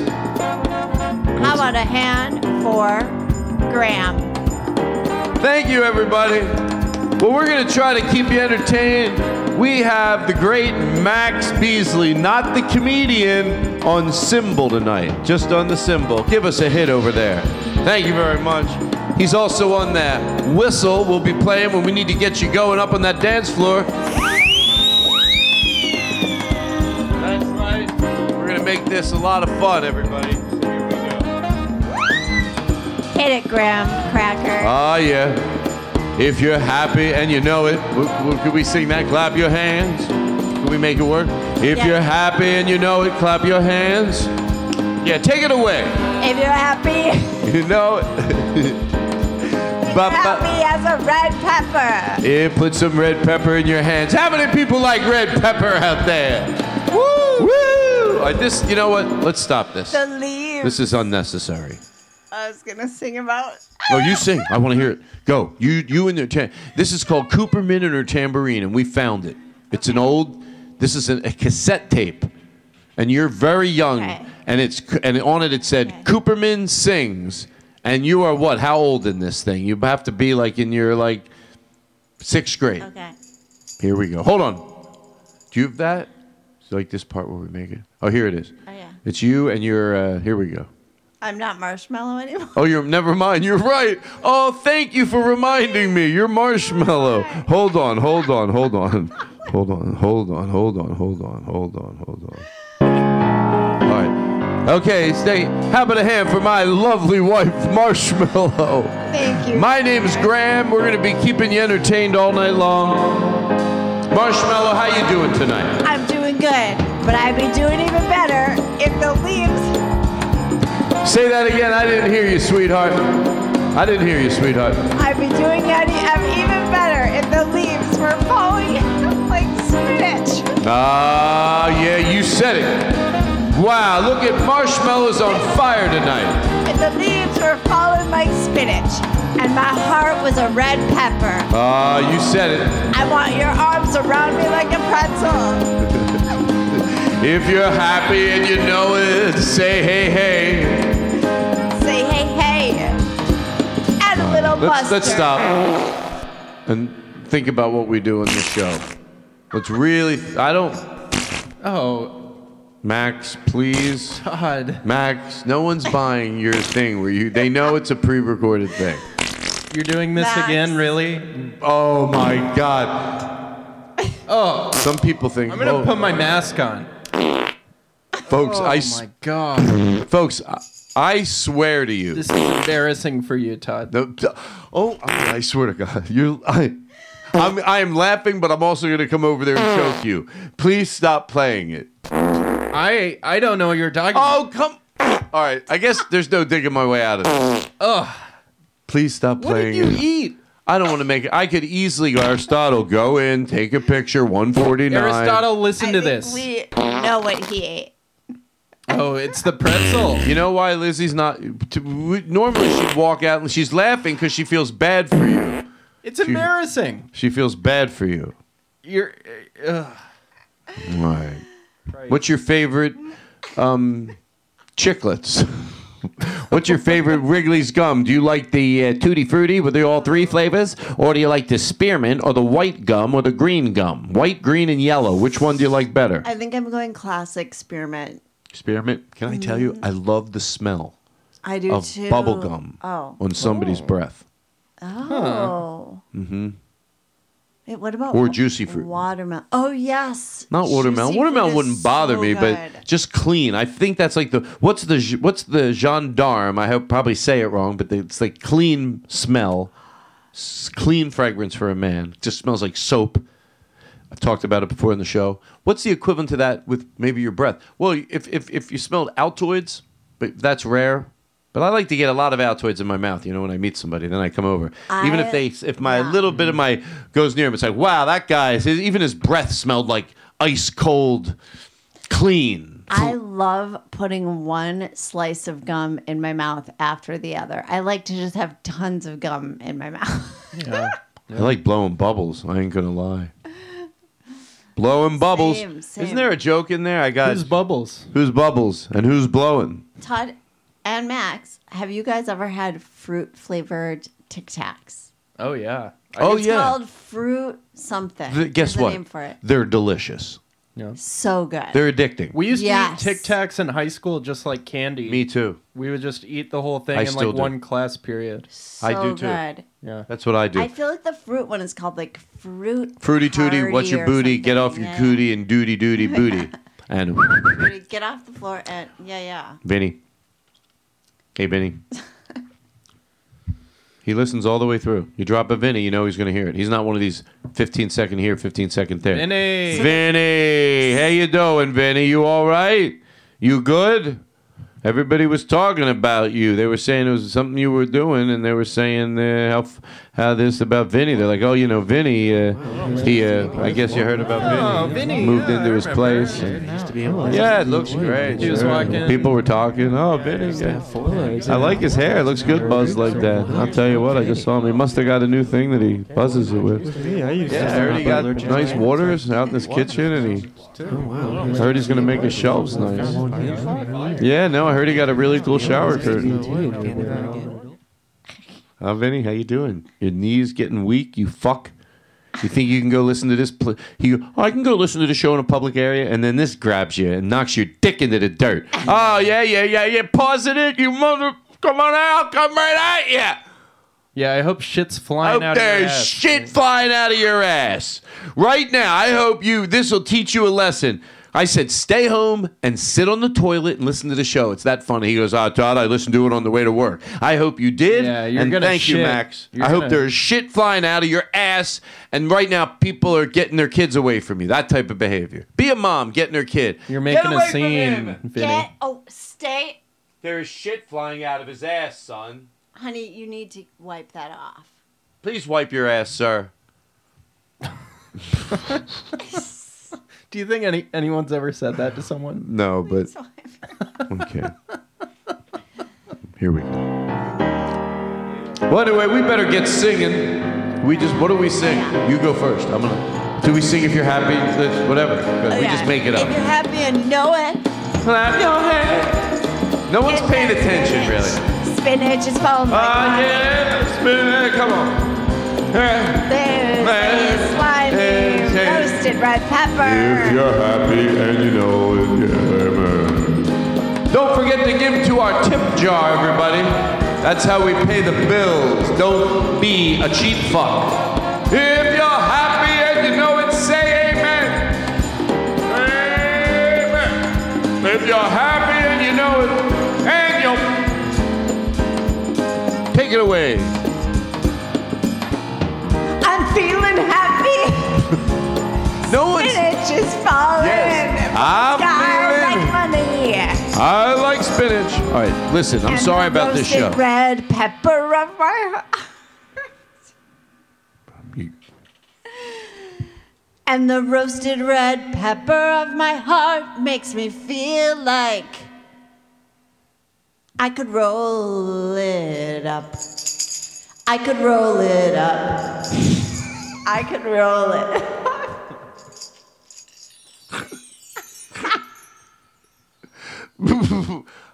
How about a hand for Graham? Thank you, everybody. Well, we're going to try to keep you entertained. We have the great Max Beasley, not the comedian, on cymbal tonight. Just on the cymbal. Give us a hit over there. Thank you very much. He's also on that whistle we'll be playing when we need to get you going up on that dance floor. That's right. We're going to make this a lot of fun, everybody. Hit it, Graham Cracker. Ah, yeah. If you're happy and you know it, w- w- could we sing that? Clap your hands. Can we make it work? If Yeah. you're happy and you know it, clap your hands. Yeah, take it away. [laughs] If you're happy, [laughs] You know it. [laughs] Ba- ba- happy as a red pepper. Yeah, put some red pepper in your hands. How many people like red pepper out there? Woo! Woo! I just, you know what? Let's stop this. The leaves. This is unnecessary. I was gonna sing about. Oh, you sing. I want to hear it. Go. You, you and your tam- This is called Cooper Minute or Tambourine, and we found it. It's an old. This is an, a cassette tape, and you're very young, and it's c- and on it it said Cooperman sings, and you are what? How old in this thing? You have to be like in your like sixth grade. Okay. Here we go. Hold on. Do you have that? It's like this part where we make it. Oh, here it is. Oh, yeah. It's you and your. Uh, here we go. I'm not marshmallow anymore. Oh, you're never mind. You're right. Oh, thank you for reminding me. You're marshmallow. Hold on, hold on, hold on, hold on, hold on, hold on, hold on, hold on, hold on. All right. Okay, stay. How about a hand for my lovely wife, Marshmallow? Thank you. My name's Graham. We're gonna be keeping you entertained all night long. Marshmallow, how you doing tonight? I'm doing good, but I'd be doing even better if the leaves. Say that again. I didn't hear you, sweetheart. I didn't hear you, sweetheart. I'd be doing it even better if the leaves were falling like spinach. Ah, yeah, you said it. Wow, look at Marshmallow's on fire tonight. And the leaves were falling like spinach, and my heart was a red pepper. Ah, you said it. I want your arms around me like a pretzel. If you're happy and you know it, say hey, hey. Say hey, hey, and a little Let's, mustard. let's stop and think about what we do in this show. Let's really. I don't. Oh, Max, please. God. Max, no one's buying your thing where you. They know it's a pre-recorded thing. You're doing this Max. again, really? Oh my God. Oh. Some people think. I'm gonna "Oh." put my mask on. folks. Oh I s- my God. folks. I, I swear to you. This is embarrassing for you, Todd. No, t- oh, I I swear to God, you. I, I'm, I am laughing, but I'm also going to come over there and choke you. Please stop playing it. I I don't know what you're talking. Oh come! All right, I guess there's no digging my way out of this. Ugh. Please stop What did playing. you it. eat? I don't want to make it. I could easily go Aristotle. Go in, take a picture. 149. Aristotle, listen to this. We know what he ate. Oh, it's the pretzel. You know why Lizzie's not? To, we- normally she'd walk out and she's laughing because she feels bad for you. [laughs] It's embarrassing. She feels bad for you. You're. Ugh. All right. What's your favorite um, chiclets? [laughs] What's your favorite Wrigley's gum? Do you like the uh, Tutti Frutti with the all three flavors, or do you like the spearmint, or the white gum, or the green gum? White, green, and yellow. Which one do you like better? I think I'm going classic spearmint. Spearmint. Can I tell you? I love the smell I do of too. bubble gum Oh. on somebody's breath. Oh. hmm Wait, what about Or juicy fruit. Watermelon. Oh yes. Not watermelon. Juicy Watermelon fruit wouldn't is bother so me, good. but just clean. I think that's like the what's the ge- what's the gendarme? I hope, probably say it wrong, but it's like clean smell, s- clean fragrance for a man. Just smells like soap. I've talked about it before in the show. What's the equivalent to that with maybe your breath? Well, if if if you smelled Altoids, but that's rare. But I like to get a lot of Altoids in my mouth, you know, when I meet somebody. Then I come over, even if I- they, if my little bit of my goes near him, it's like, wow, that guy, his, even his breath smelled like ice cold, clean. I love putting one slice of gum in my mouth after the other. I like to just have tons of gum in my [laughs] mouth. I like blowing bubbles. I ain't gonna lie. Blowing bubbles. Same, same. Isn't there a joke in there? I got who's bubbles. Who's bubbles and who's blowing? Todd and Max, have you guys ever had fruit flavored Tic Tacs? Oh yeah. Oh, it's yeah. called fruit something. Th- guess There's a what? name for it. They're delicious. So good. They're addicting. We used Yes. to eat Tic Tacs in high school just like candy. Me too. We would just eat the whole thing I in still like do. one class period. I do too. good. Yeah. That's what I do. I feel like the fruit one is called like fruit. Fruity tooty, what's Hardy your or booty? Get off your something, yeah. cootie and duty [laughs] duty booty. and Fruity, Get off the floor and yeah, yeah. Vinny. Hey Vinny. He listens all the way through. You drop a Vinny, you know he's going to hear it. He's not one of these 15 second here, 15 second there. Vinny! Vinny! How you doing, Vinny? You all right? You good? Everybody was talking about you. They were saying it was something you were doing, and they were saying uh, how, f- how this about Vinny. They're like, oh, you know, Vinny, uh, he, uh, I guess you heard Oh, about Vinny. Moved into his place. and- yeah, it looks great. He was sure. walking- People were talking. Oh, Vinny. yeah. I like his hair. It looks good buzzed like that. I'll tell you what, I just saw him. He must have got a new thing that he buzzes it with. Yeah, I used to Yeah, I stand heard he up got allergic nice to- waters out in his kitchen, and he. Oh, I heard he's gonna make his shelves nice. Yeah, no, I heard he got a really cool shower curtain. How Uh, Vinny, how you doing? Your knees getting weak? You fuck. You think you can go listen to this? Pl- he, go, "Oh, I can go listen to the show in a public area, and then this grabs you and knocks your dick into the dirt. Oh yeah, yeah, yeah, yeah. Pausing it, you mother. Come on out. Come right at ya. Yeah, I hope shit's flying hope out of your there's ass. shit flying out of your ass right now. I hope you. This will teach you a lesson. I said, stay home and sit on the toilet and listen to the show. It's that funny. He goes, oh, Todd, I listened to it on the way to work. I hope you did. Yeah, you're and gonna thank you, shit. Max. You're I gonna- hope there's shit flying out of your ass. And right now, people are getting their kids away from you. That type of behavior. Be a mom, getting her kid. You're making a away from scene, him. Vinny. Oh, stay, There is shit flying out of his ass, son. honey. You need to wipe that off. Please wipe your ass, sir. Do you think any anyone's ever said that to someone? No, but [laughs] okay. Here we go. Well, anyway, we better get singing. We just, what do we sing? You go first. I'm gonna. Do we sing if you're happy? Let's- Whatever. Good. We just make it If you're up. happy and know it, clap your hands. No one's paying attention, really. Spinach is falling. Ah, yeah, spin- Come on. Yeah. There's a slimy roasted red pepper. If you're happy and you know it, yeah, Don't forget to give to our tip jar, everybody. That's how we pay the bills. Don't be a cheap fuck. If you're happy and you know it, say amen. Amen. If you're happy and you know it, and you take it away. I'm feeling happy. [laughs] No one's. Spinach is falling. Yes. I'm I feeling- like money. I like spinach. All right, listen. I'm And sorry the about this roasted show. Red pepper of my And the roasted red pepper of my heart makes me feel like I could roll it up. I could roll it up. I could roll it.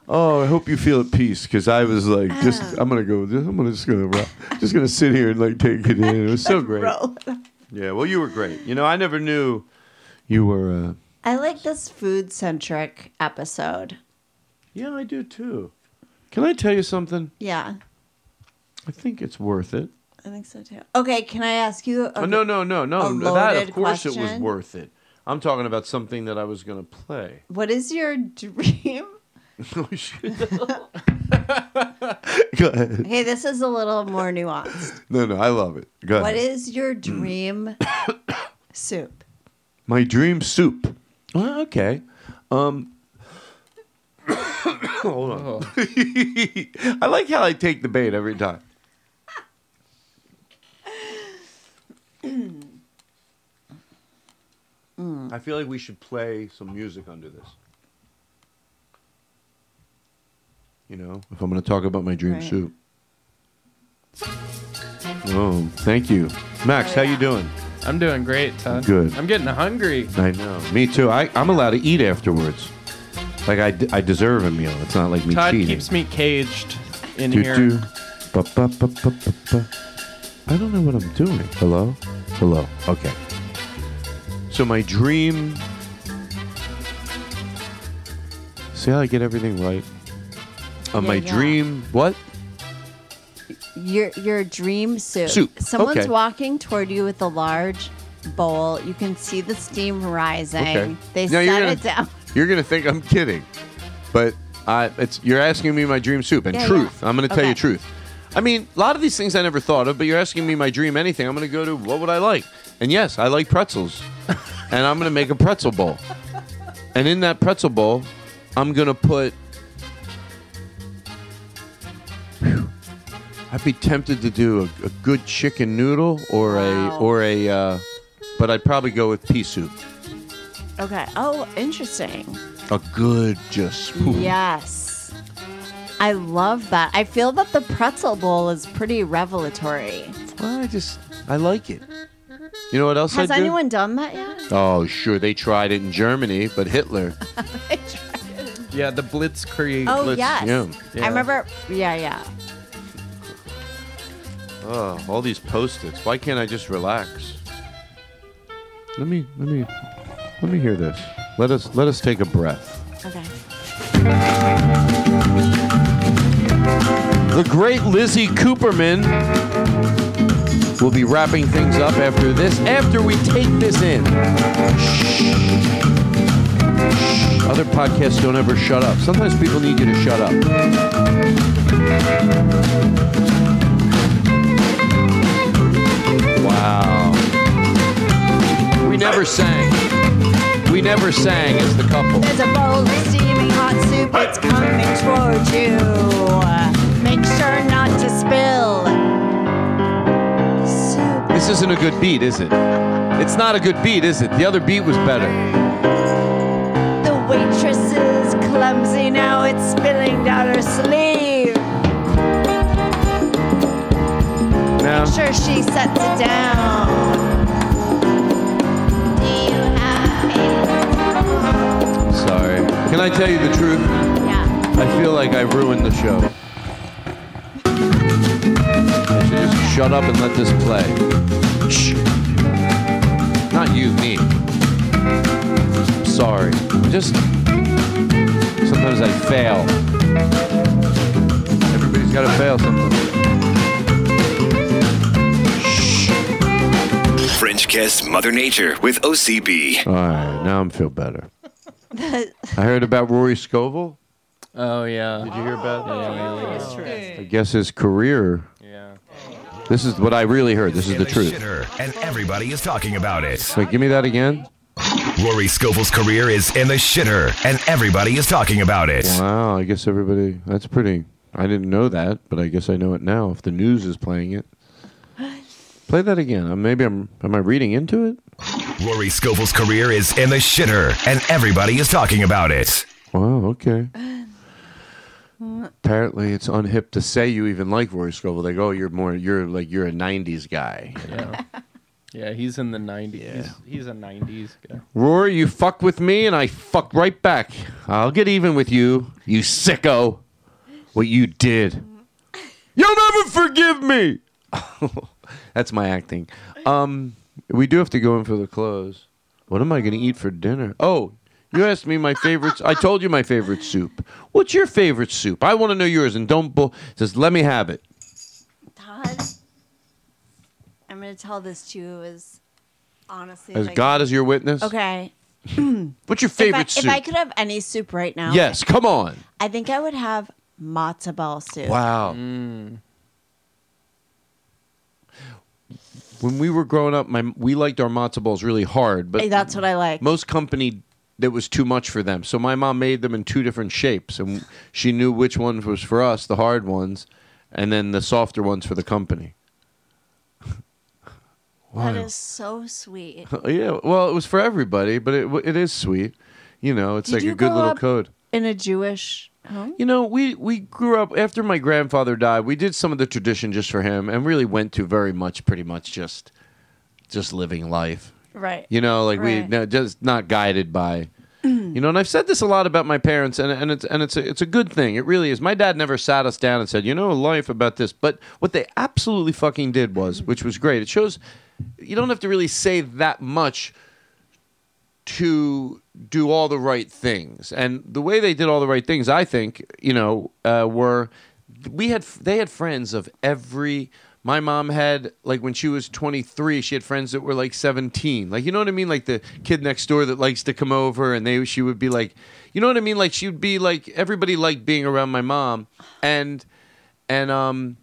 oh, I hope you feel at peace because I was like, just Ah. I'm gonna go. I'm gonna just gonna rock, just gonna sit here and like take it in. It [laughs] was so great. Yeah, well, you were great. You know, I never knew you were. Uh, I like this food centric episode. yeah, I do too. Can I tell you something? Yeah, I think it's worth it. I think so too. Okay, can I ask you? A, Oh, no, no, no, a no. That of loaded course it was question? worth it. I'm talking about something that I was gonna play. [laughs] What is your dream? Oh, [laughs] shit. Go ahead. Okay, this is a little more nuanced. No, no, I love it. Go ahead. Mm. What is your [coughs] dream soup? My dream soup. Oh, okay. Um, hold on. I like how I take the bait every time. I feel like we should play some music under this. You know, if I'm going to talk about my dream Right. soup. Oh, thank you, Max. How you doing? I'm doing great, Todd. Good. I'm getting hungry. I know. Me too. I, I'm allowed to eat afterwards. Like I, d- I deserve a meal. It's not like me Todd cheating. keeps me caged in Do, here. do. Ba, ba, ba, ba, ba, ba. I don't know what I'm doing. Hello? Hello. Okay. So my dream. See how I get everything right? Uh, Yeah, my yeah. dream. What? Your your dream soup. Soup, Someone's okay. walking toward you with a large bowl. You can see the steam rising. Okay. They Now set you're gonna- it [laughs] down. You're gonna think I'm kidding, but I, it's you're asking me my dream soup and Yeah, truth. yeah. I'm gonna tell Okay. you truth. I mean, a lot of these things I never thought of, but you're asking me my dream anything. I'm going to go to what would I like? And yes, I [laughs] like pretzels. and I'm going to make a pretzel bowl. And in that pretzel bowl, I'm going to put. Whew. I'd be tempted to do a, a good chicken noodle or a or a, uh, but I'd probably go with pea soup. Okay. Oh, interesting. A good just. Yes. I love that. I feel that the pretzel bowl is pretty revelatory. Well, I just I like it. You know what else Has I do? anyone done that yet? [laughs] Oh, sure. They tried it in Germany, but Hitler. Yeah, the Blitzkrieg. oh Let's- yes. yeah. Yeah. I remember. Yeah, yeah. Oh, all these post-its. Why can't I just relax? Let me, let me, let me hear this. Let us, let us take a breath. Okay. The great Lizzie Cooperman will be wrapping things up after this. After we take this in. Shh. Shh. Other podcasts don't ever shut up. Sometimes people need you to shut up. Wow. We never sang. We never sang as the couple. There's a bowl of steaming hot soup that's coming towards you. Make sure not to spill. Soup. This isn't a good beat, is it? It's not a good beat, is it? The other beat was better. The waitress is clumsy now. It's spilling down her sleeve. No. Make sure she sets it down. Do you have Sorry. Can I tell you the truth? Yeah. I feel like I ruined the show. I should just shut up and let this play. Shh. Not you, me. I'm sorry. Just sometimes I fail. Everybody's gotta fail sometimes. French Kiss Mother Nature with OCB. All right, now I'm feel better. it? I heard about Rory Scovel. Oh yeah. Did you hear about that? I Yeah. guess his career. Yeah. This is what I really heard. This is the truth. And everybody is talking about it. Wait, give me that again. Rory Scovel's career is in the shitter, and everybody is talking about it. Wow, I guess everybody. That's pretty. I didn't know that, but I guess I know it now. If the news is [laughs] playing it, play that again. Uh, Maybe I'm. Am I reading into it? Rory Scovel's career is in the shitter, and everybody is talking about it. Wow. Okay. Apparently, it's unhip to say you even like Rory Scovel. They go, oh, you're more. You're like you're a '90s guy. you know? Yeah, he's in the 90s. He's, he's a 90s guy. Rory, you fuck with me, and I fuck right back. I'll get even with you, you sicko. What you did. You'll never forgive me. [laughs] That's my acting. Um, we do have to go in for the close. What am I going to eat for dinner? Oh, you asked me my favorites. I told you my favorite soup. What's your favorite soup? I want to know yours. And don't bull. Just let me have it. Todd, I'm going to tell this to you as honestly As I God can. is your witness. Okay. What's your If I, favorite if soup? I could have any soup right now, Yes, come on. I think I would have matzo ball soup. Wow. Mm. When we were growing up, my we liked our matzo balls really hard, but Hey, that's what I like. most company that was too much for them. So my mom made them in two different shapes, and she knew which ones was for us, the hard ones, and then the softer ones for the company. [laughs] That Wow. is so [laughs] sweet. yeah, well, it was for everybody, but it it is sweet. You know, it's Did like you a good grow little up code. In a Jewish home? You know, we we grew up after my grandfather died. We did some of the tradition just for him, and really went to very much, pretty much just, just living life. Right. You know, like we Right. no, just not guided by. You know, and I've said this a lot about my parents, and and it's and it's a, it's a good thing. It really is. My dad never sat us down and said, you know, life about this. But what they absolutely fucking did was, which was great. It shows you don't have to really say that much to do all the right things. And the way they did all the right things, I think, you know, uh, were we had they had friends of every. My mom had like when she was 23, she had friends that were like 17. Like you know what I mean? Like the kid next door that likes to come over, and they she would be like, you know what I mean? Like she'd be like everybody liked being around my mom, and and um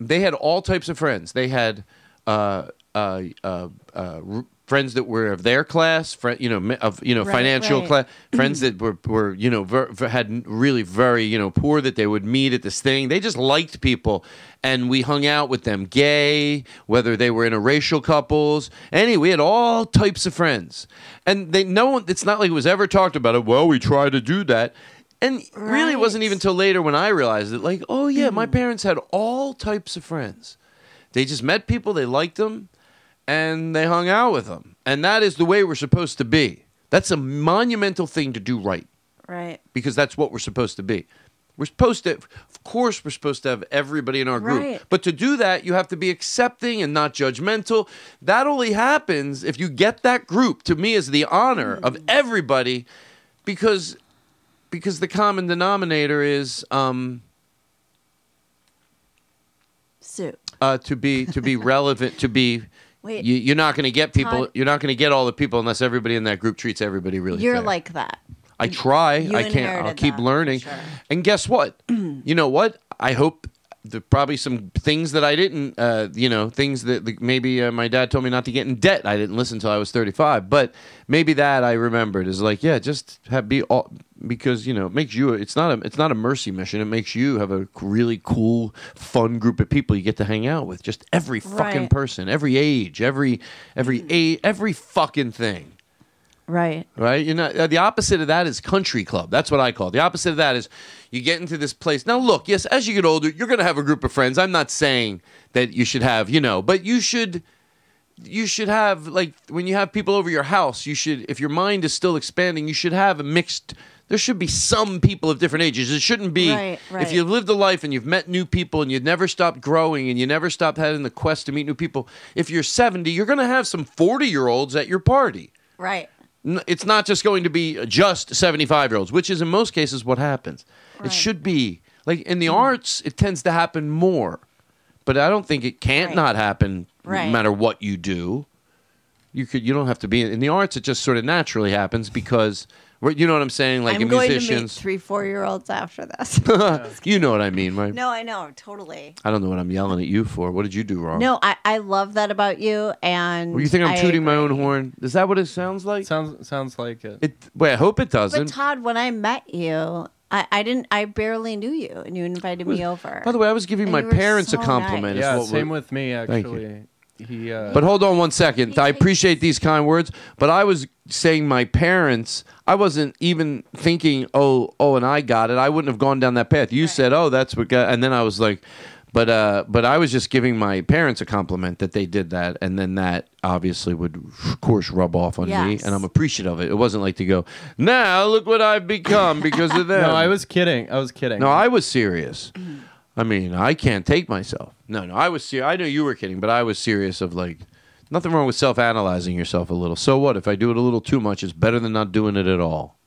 they had all types of friends. They had uh, uh, uh, uh, r- friends that were of their class, fri you know, mi- of you know, Right, financial right. class, friends that were, were you know ver- ver- had really very you know poor that they would meet at this thing. They just liked people, and we hung out with them, gay, whether they were interracial couples. Anyway, we had all types of friends, and they no one. It's not like it was ever talked about. It well, we try to do that. And really, it wasn't even till later when I realized that, like, oh yeah, my parents had all types of friends. They just met people, they liked them, and they hung out with them. And that is the way we're supposed to be. That's a monumental thing to do right Right. because that's what we're supposed to be. We're supposed to, of course, we're supposed to have everybody in our group. Right. But to do that, you have to be accepting and not judgmental. That only happens if you get that group. To me, is the honor of everybody, because because the common denominator is um, Sue. uh, to be to be relevant to be. Wait. you, you're not going to get people. Todd- you're not going to get all the people unless everybody in that group treats everybody really. You're fair. like that. I try. you I can't. I'll inherited keep that, learning. And [clears throat] guess what? you know what? I hope there probably some things that I didn't. Uh, you know, things that like, maybe uh, my dad told me not to get in debt. I didn't listen until I was thirty-five. But maybe that I remembered is like, yeah, just have, be all because you know it makes you. It's not a. It's not a mercy mission. It makes you have a really cool, fun group of people you get to hang out with. Just every fucking Right. Mm. person, every age, every every age, every fucking thing Right. right? You're not, uh, the opposite of that is country club. That's what I call. it. The opposite of that is you get into this place. Now, look, yes, as you get older, you're going to have a group of friends. I'm not saying that you should have, you know, but you should. You should have like when you have people over your house. You should, if your mind is still expanding, you should have a mixed. There should be some people of different ages. It shouldn't be Right, right. if you lived a life and you've met new people and you never stopped growing and you never stopped having the quest to meet new people. If you're 70, you're going to have some 40 year olds at your party. Right. N- it's not just going to be just 75 year olds, which is in most cases what happens. It should be like in Mm-hmm. the arts, it tends to happen more, but I don't think it can't Right. not happen Right. no matter what you do. You could you don't have to be in the arts; it just sort of naturally happens because we're- you know what I'm saying. Like I'm in going to meet musicians, three four year olds after [laughs] this. you know what I mean, right? no, I know totally. I don't know what I'm yelling at you for. What did you do wrong? No, I, I love that about you. And Well, you think I'm I- tooting my own horn? Is that what it sounds like? Sounds sounds like it. It. Wait, I hope it But doesn't. Todd, when I met you, I, I didn't. I barely knew you, and you invited me over. By the way, I was giving And my you were parents a so compliment. is Yeah, what same we're- with me Thank you. actually. He uh, But hold on one second. I appreciate these kind words, but I was saying my parents. I wasn't even thinking, oh, oh, and I got it. I wouldn't have gone down that path. You said, oh, that's what got, and then I was like, but, uh, but I was just giving my parents a compliment that they did that, and then that obviously would, of course, rub off on me, Yes. and I'm appreciative of it. It wasn't like to go, now look what I've become [laughs] because of them. No, I was kidding. I was kidding. No, I was serious. I mean, I can't take myself. No, no, I was serious. I knew you were kidding, but I was serious. Of like, nothing wrong with self-analyzing yourself a little. So what if I do it a little too much? It's better than not doing it at all.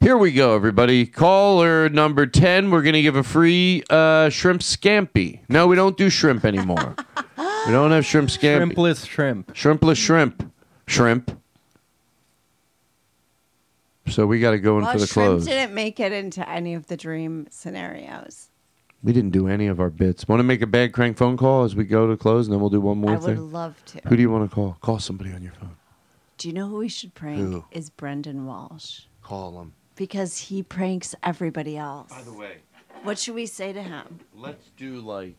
Here we go, everybody. Caller number ten. We're gonna give a free uh, shrimp scampi. No, we don't do [laughs] shrimp anymore. we don't have shrimp scampi. Shrimpless shrimp. Shrimpless shrimp. Shrimp. So we got to go in well, for the shrimp close. didn't make it into any of the dream scenarios. We didn't do any of our bits. Want to make a bad crank phone call as we go to close, and then we'll do one more I thing. would love to. Who do you want to call? Call somebody on your phone. Do you know who we should prank? Who? Is Brendan Walsh Call them. because he pranks everybody else. By the way, What should we say to him? let's do like.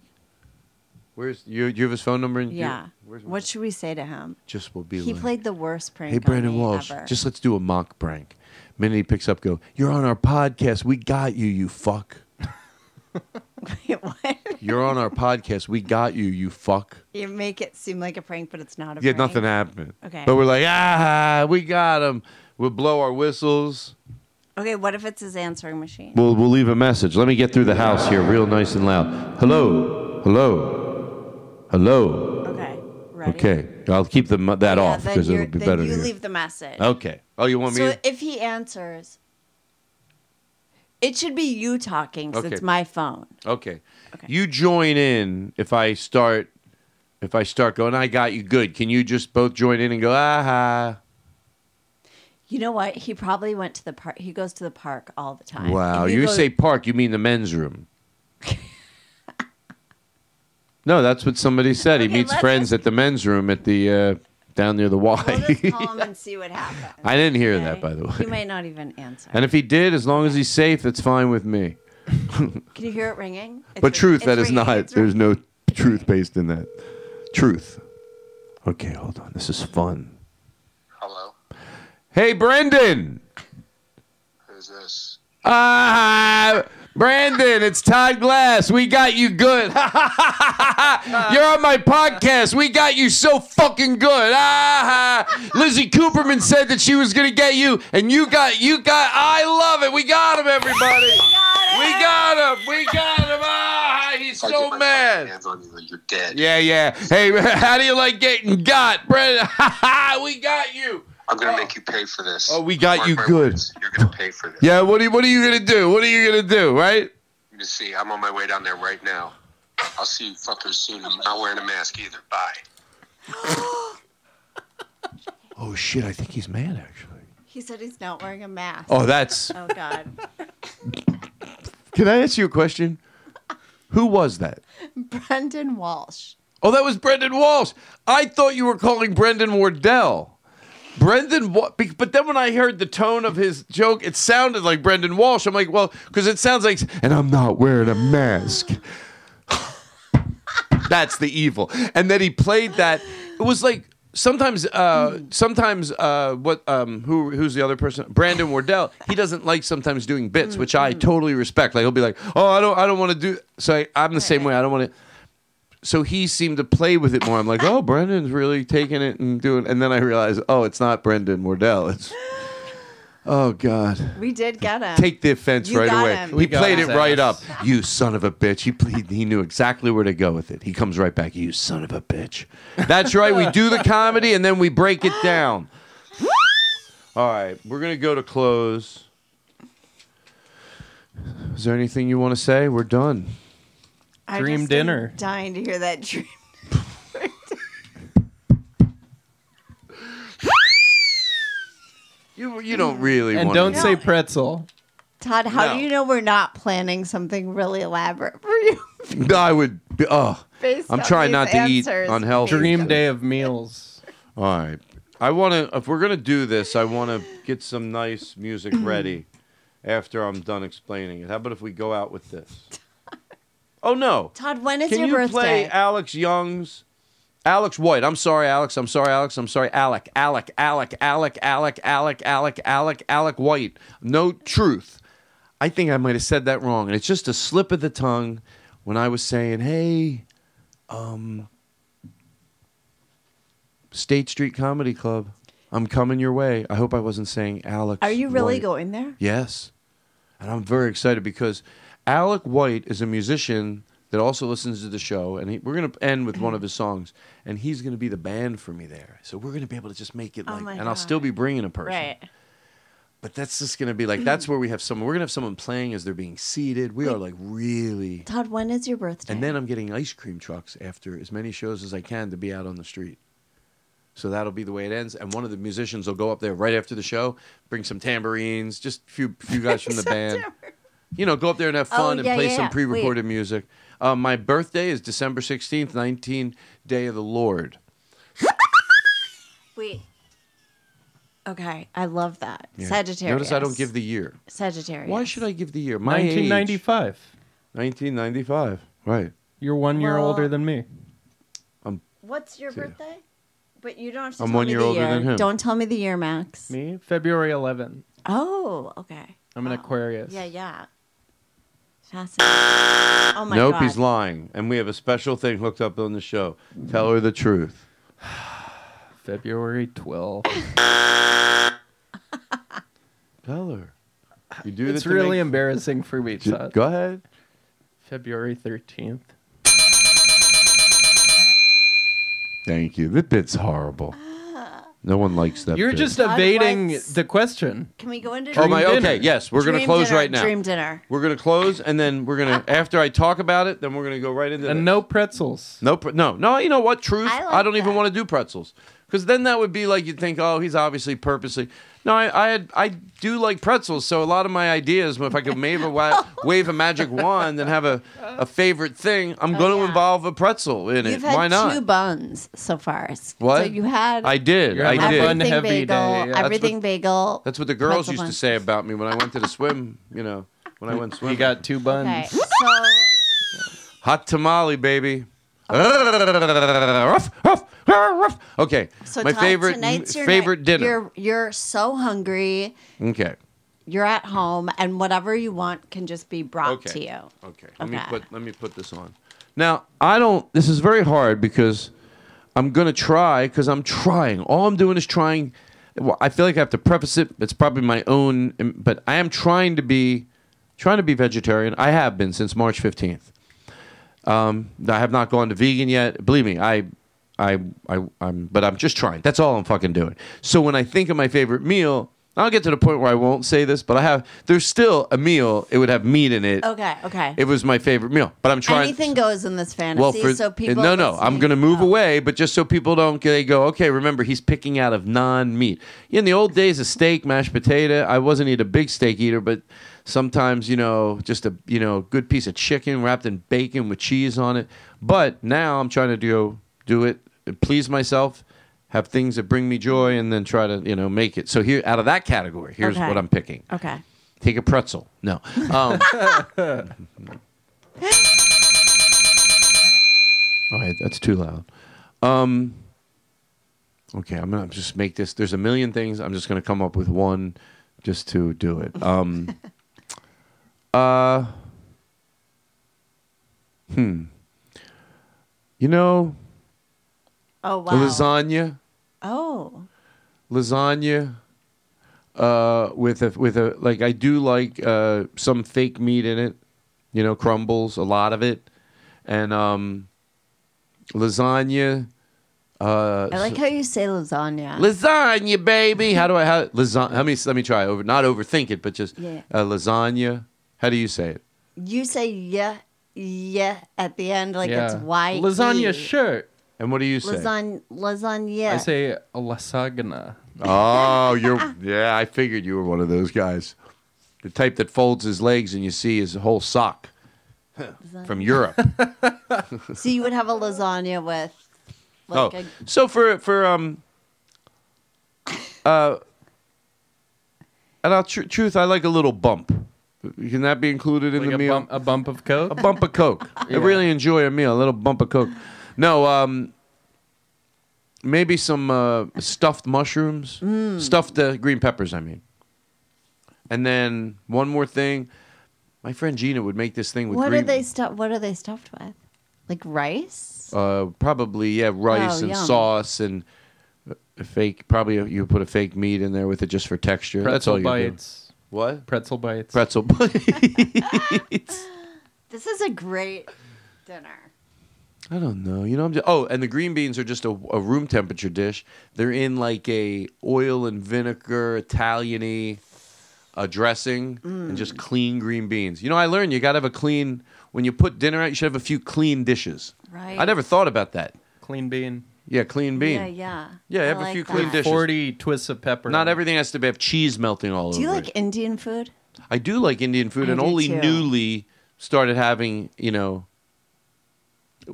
Where's you? Do you have his phone number? in- do you- Yeah. where's What should we say to him? Just will be. He like, played the worst prank. Hey, Brandon on me Walsh. ever. [laughs] Just let's do a mock prank. Minute he picks up, go. You're on our podcast. We got you. You fuck. You're on our [laughs] podcast. We got you. You fuck. you make it seem like a prank, but it's not a yeah, prank. nothing happened. Okay. But we're like, ah, we got him. We'll blow our whistles. Okay, what if it's his answering machine? We'll, we'll leave a message. Let me get through the house here real nice and loud. Hello. Hello. Hello. Okay. Ready? Okay. I'll keep the, mu- that off then because you're- it'll be then better. to You hear. leave the message. Okay. Oh, you want me So to? if he answers, it should be you talking because Okay. it's my phone. Okay. You join in if I start if I start going, I got you good. Can you just both join in and go, "Ah, aha. You know what? He probably went to the park. He goes to the park all the time. Wow. If You go- [laughs] say park, you mean the men's room. No, that's what somebody said. he meets friends at the men's room at the uh, down near the [laughs] Y. Call him and see what happens. I didn't hear that, [laughs] by the He way. might not even answer. And if he did, as long as he's safe, that's fine with me. Can you hear it ringing? It's but truth, that is ringing. not. It's There's no truth based in that. Truth. Okay, hold on. This is fun. Hello. Hey, Brendan. Who's this? Ah, Brandon, it's Todd Glass. We got you good. [laughs] You're on my podcast. We got you so fucking good. Ah, Lizzie Cooperman said that she was gonna get you, and you got you got. I love it. We got him, everybody. We got him. We got him. Ah, he's so mad. Yeah, yeah. Hey, [laughs] how do you like getting got, Brandon? [laughs] we got you. I'm gonna make you pay for this. Oh, we got you good. You're gonna pay for this. Yeah, what are, what are you gonna do? What are you gonna do, right? You see, I'm on my way down there right now. I'll see you fuckers soon. I'm not wearing a mask either. Bye. [gasps] Oh shit, I think he's mad actually. He said he's not wearing a mask. Oh, that's- Oh God, [laughs] Can I ask you a question? Who was that? Brendan Walsh. Oh, that was Brendan Walsh. I thought you were calling Brendan Wardell. Brendan, Wa- be- but then when I heard the tone of his joke, it sounded like Brendan Walsh. I'm like, well, because it sounds like, and I'm not wearing a mask. [laughs] That's the evil. And then he played that. It was like sometimes, uh, sometimes uh, what? Um, who? Who's the other person? Brandon Wardell. He doesn't like sometimes doing bits, which I totally respect. Like he'll be like, oh, I don't, I don't want to do. So I, I'm the same way. I don't want to. So he seemed to play with it more. I'm like, oh, Brendan's really taking it and doing. And then I realized, oh, it's not Brendan Wardell. It's oh god. We did get him. Take the offense You right got away. him. He We got played his it right up. ass. You son of a bitch. He ple- he knew exactly where to go with it. He comes right back. You son of a bitch. That's right. We do the comedy and then we break it down. All right, we're gonna go to close. Is there anything you want to say? We're done. I just Dream am dinner. Dying to hear that dream. [laughs] You you don't really and wanna don't know. say pretzel. Todd, how No. do you know we're not planning something really elaborate for you? I would. be- Oh, Based I'm on trying not these to answers, eat unhealthy. Dream day of meals. All right. I want to. If we're gonna do this, I want to get some nice [clears throat] music ready after I'm done explaining it. How about if we go out with this? Oh no. [laughs] Todd, when is Can your you play birthday? Alex Young's? Alex White. I'm sorry, Alex. I'm sorry, Alex. I'm sorry, Alec. Alec. Alec. Alec. Alec. Alec. Alec. Alec. Alec White. No truth. I think I might have said that wrong, and it's just a slip of the tongue when I was saying, "Hey, um, State Street Comedy Club, I'm coming your way." I hope I wasn't saying Alex. Are you really White. going there? Yes. And I'm very excited because Alec White is a musician that also listens to the show, and he, we're going to end with one of his songs, and he's going to be the band for me there. So we're going to be able to just make it Oh like, my and I'll still be bringing a person. But that's just going to be like, that's where we have someone, we're going to have someone playing as they're being seated. We are like really. Todd, when is your birthday? And then I'm getting ice cream trucks after as many shows as I can to be out on the street. So that'll be the way it ends. And one of the musicians will go up there right after the show, bring some tambourines, just a few, few guys from the band. You know, go up there and have Oh, fun yeah, and play yeah, some yeah. pre recorded music. Uh, my birthday is December 16th, 19 Day of the Lord. Wait. Okay, I love that. Yeah. Sagittarius. Notice I don't give the year. Sagittarius. Why should I give the year? My 1995. 1995. Right. You're one year Well- older than me. I'm What's your See ya. birthday? But you don't have to I'm tell one me year the older year. than him. Don't tell me the year, Max. Me, February 11th. Oh, okay. I'm an Aquarius. Yeah, yeah. Fascinating. Oh my nope, god. he's lying. And we have a special thing hooked up on the show. Tell her the truth. February 12th. Tell her. You do it's that to really make- embarrassing for me, Ju- Todd. Go ahead. February 13th. Thank you. That bit's horrible. Ah. No one likes that. You're bit. just Todd evading likes- the question. Can we go into Oh my. Dream Okay. dinner. Yes, we're gonna Dream close dinner, right now. Dream dinner. We're gonna close, and then we're gonna after I talk about it, then we're gonna go right into and no pretzels. No, pre- no, no. You know what? Truth. I, like don't even want to do pretzels Because then that would be like you'd think, oh, he's obviously purposely. No, I I, had, I do like pretzels, so a lot of my ideas, if I could wave [laughs] a Oh. wa- wave a magic wand and have a, a favorite thing, I'm going to involve a pretzel in Oh, You've it. had Why not? two buns so far. S- What? So you had. I did. You're I having did. a Everything bagel. That's what- Everything bagel. That's what the girls pretzel used to buns. say about me when I went to the swim. You know, when I went swimming. You got two buns. [laughs] Okay. So Hot tamale, baby. Ruff, ruff, ruff. okay, Oh. so my Todd, favorite tonight's your favorite night. dinner. You're you're so hungry. Okay. You're at home, and whatever you want can just be brought Okay. to you. Okay. Let me put let me put this on. Now I don't. This is very hard because I'm gonna try because I'm trying. All I'm doing is trying. Well, I feel like I have to preface it. It's probably my own, but I am trying to be trying to be vegetarian. I have been since March 15th. Um, I have not gone to vegan yet. Believe me, I, I, I, I'm, but I'm just trying. That's all I'm fucking doing. So when I think of my favorite meal, I'll get to the point where I won't say this, but I have. There's still a meal. It would have meat in it. Okay. Okay. It was my favorite meal, but I'm trying. Anything goes in this fantasy. so people. no, no, I'm going to move away, but just so people don't, they go, okay, remember, he's picking out of non-meat. In the old days, a steak, mashed potato. I wasn't eat a big steak eater, but sometimes, you know, just a you know good piece of chicken wrapped in bacon with cheese on it. But now I'm trying to do do it, please myself, have things that bring me joy, and then try to you know make it. So here, out of that category, here's Okay. what I'm picking. Okay. Take a pretzel. No. Um, All right, that's too loud. Um, okay, I'm gonna just make this. There's a million things. I'm just gonna come up with one, just to do it. Um, uh, hmm. You know, Oh wow. lasagna, Oh. lasagna, uh, with a with a like I do like uh some fake meat in it. You know, crumbles a lot of it, and um, lasagna. Uh, I like how you say lasagna. lasagna, baby. How do I how lasagna? Let me let me try over. Not overthink it, but just Yeah. uh, lasagna. How do you say it? you say yeah, yeah at the end, like it's Y. E. Lasagna shirt. And what do you say? Lasagna. Lasagna. I say a lasagna. [laughs] Oh, you're yeah. I figured you were one of those guys, the type that folds his legs and you see his whole sock from Europe. so you would have a lasagna with. oh, Like a- so for for um, uh, and I'll tr- truth. I like a little bump. Can that be included in the meal? a bump of coke. A bump of [laughs] coke. I really enjoy a meal. A little bump of coke. No, um, maybe some uh, stuffed mushrooms, Mm. stuffed uh, green peppers. I mean, and then one more thing. My friend Gina would make this thing with What are green, they stuffed? What are they stuffed with? Like rice? uh, probably yeah, rice Oh, and yum. sauce and a fake. Probably you put a fake meat in there with it just for texture. That's all you bites. What? Pretzel bites. do. Pretzel bites. [laughs] This is a great dinner. I don't know. You know, I'm just, oh, and the green beans are just a, a room temperature dish. They're in like a oil and vinegar Italian-y uh, dressing and Mm. just clean green beans. You know, I learned you got to have a clean when you put dinner out. You should have a few clean dishes. Right. I never thought about that. Clean bean. Yeah, clean bean. Yeah, yeah. Yeah, I have a like few clean that. dishes. Forty twists of pepper. Not everything has to have cheese melting all Oh, Do over. you it. like Indian food? I do like Indian food, I and do only too. newly started having. You know,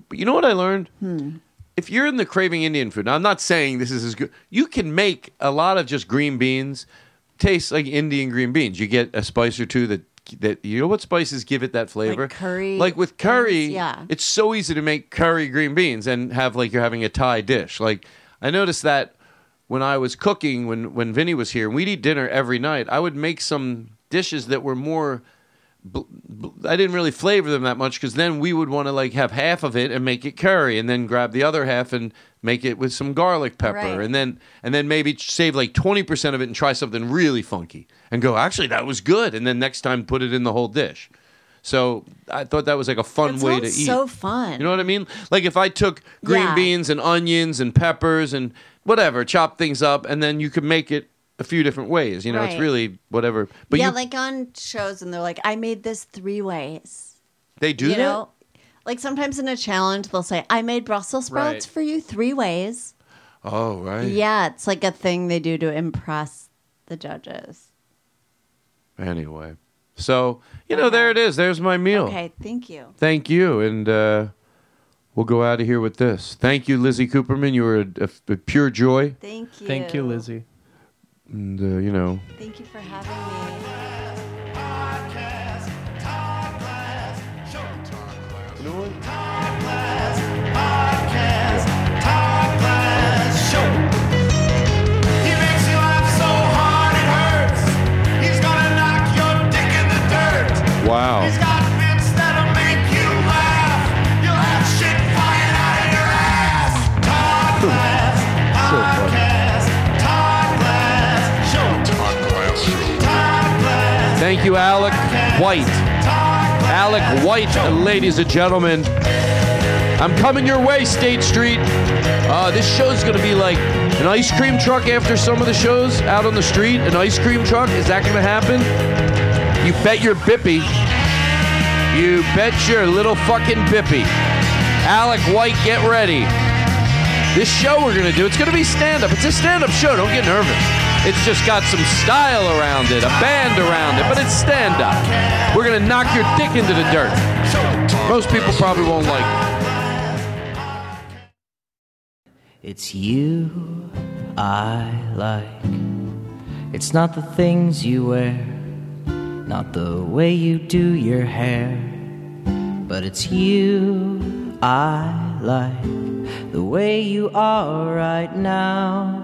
but you know what I learned? Hmm. If you're in the craving Indian food, now I'm not saying this is as good. You can make a lot of just green beans taste like Indian green beans. You get a spice or two that that you know what spices give it that flavor. Like curry. Like with curry, beans, yeah. it's so easy to make curry green beans and have like you're having a Thai dish. Like I noticed that when I was cooking, when when Vinny was here, and we'd eat dinner every night. I would make some dishes that were more. bl- bl- I didn't really flavor them that much because then we would want to like have half of it and make it curry, and then grab the other half and make it with some garlic pepper, Right. and then and then maybe save like twenty percent of it and try something really funky, and go actually that was good, and then next time put it in the whole dish. So I thought that was like a fun That way to sounds eat. so fun. You know what I mean? Like if I took green Yeah. beans and onions and peppers and whatever, chop things up, and then you could make it a few different ways. You know, it's Right. really whatever. But yeah, you, like on shows, and they're like, I made this three ways. they do you that. know? Like sometimes in a challenge, they'll say, I made Brussels sprouts Right. for you three ways. Oh, right. Yeah, it's like a thing they do to impress the judges. Anyway, so you know, there it is. There's my meal. Okay, thank you. Thank you, and uh, we'll go out of here with this. Thank you, Lizzie Cooperman. You were a, a- a pure joy, Thank you. Thank you, Lizzie. and uh, you know, Thank you for having me. wow. Thank you, Alec White. Alec White, ladies and gentlemen. I'm coming your way, State Street. Uh, this show's going to be like an ice cream truck after some of the shows out on the street. An ice cream truck? Is that going to happen? You bet your bippy. You bet your little fucking bippy. Alec White, get ready. This show we're going to do, it's going to be stand up. It's a stand up show. Don't get nervous. It's just got some style around it, a band around it, but it's stand up. We're going to knock your dick into the dirt. Most people probably won't like it. It's you I like. It's not the things you wear, not the way you do your hair, but it's you I like. The way you are right now,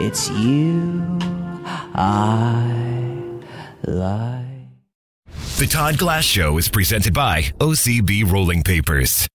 It's you I like. The Todd Glass Show is presented by OCB Rolling Papers.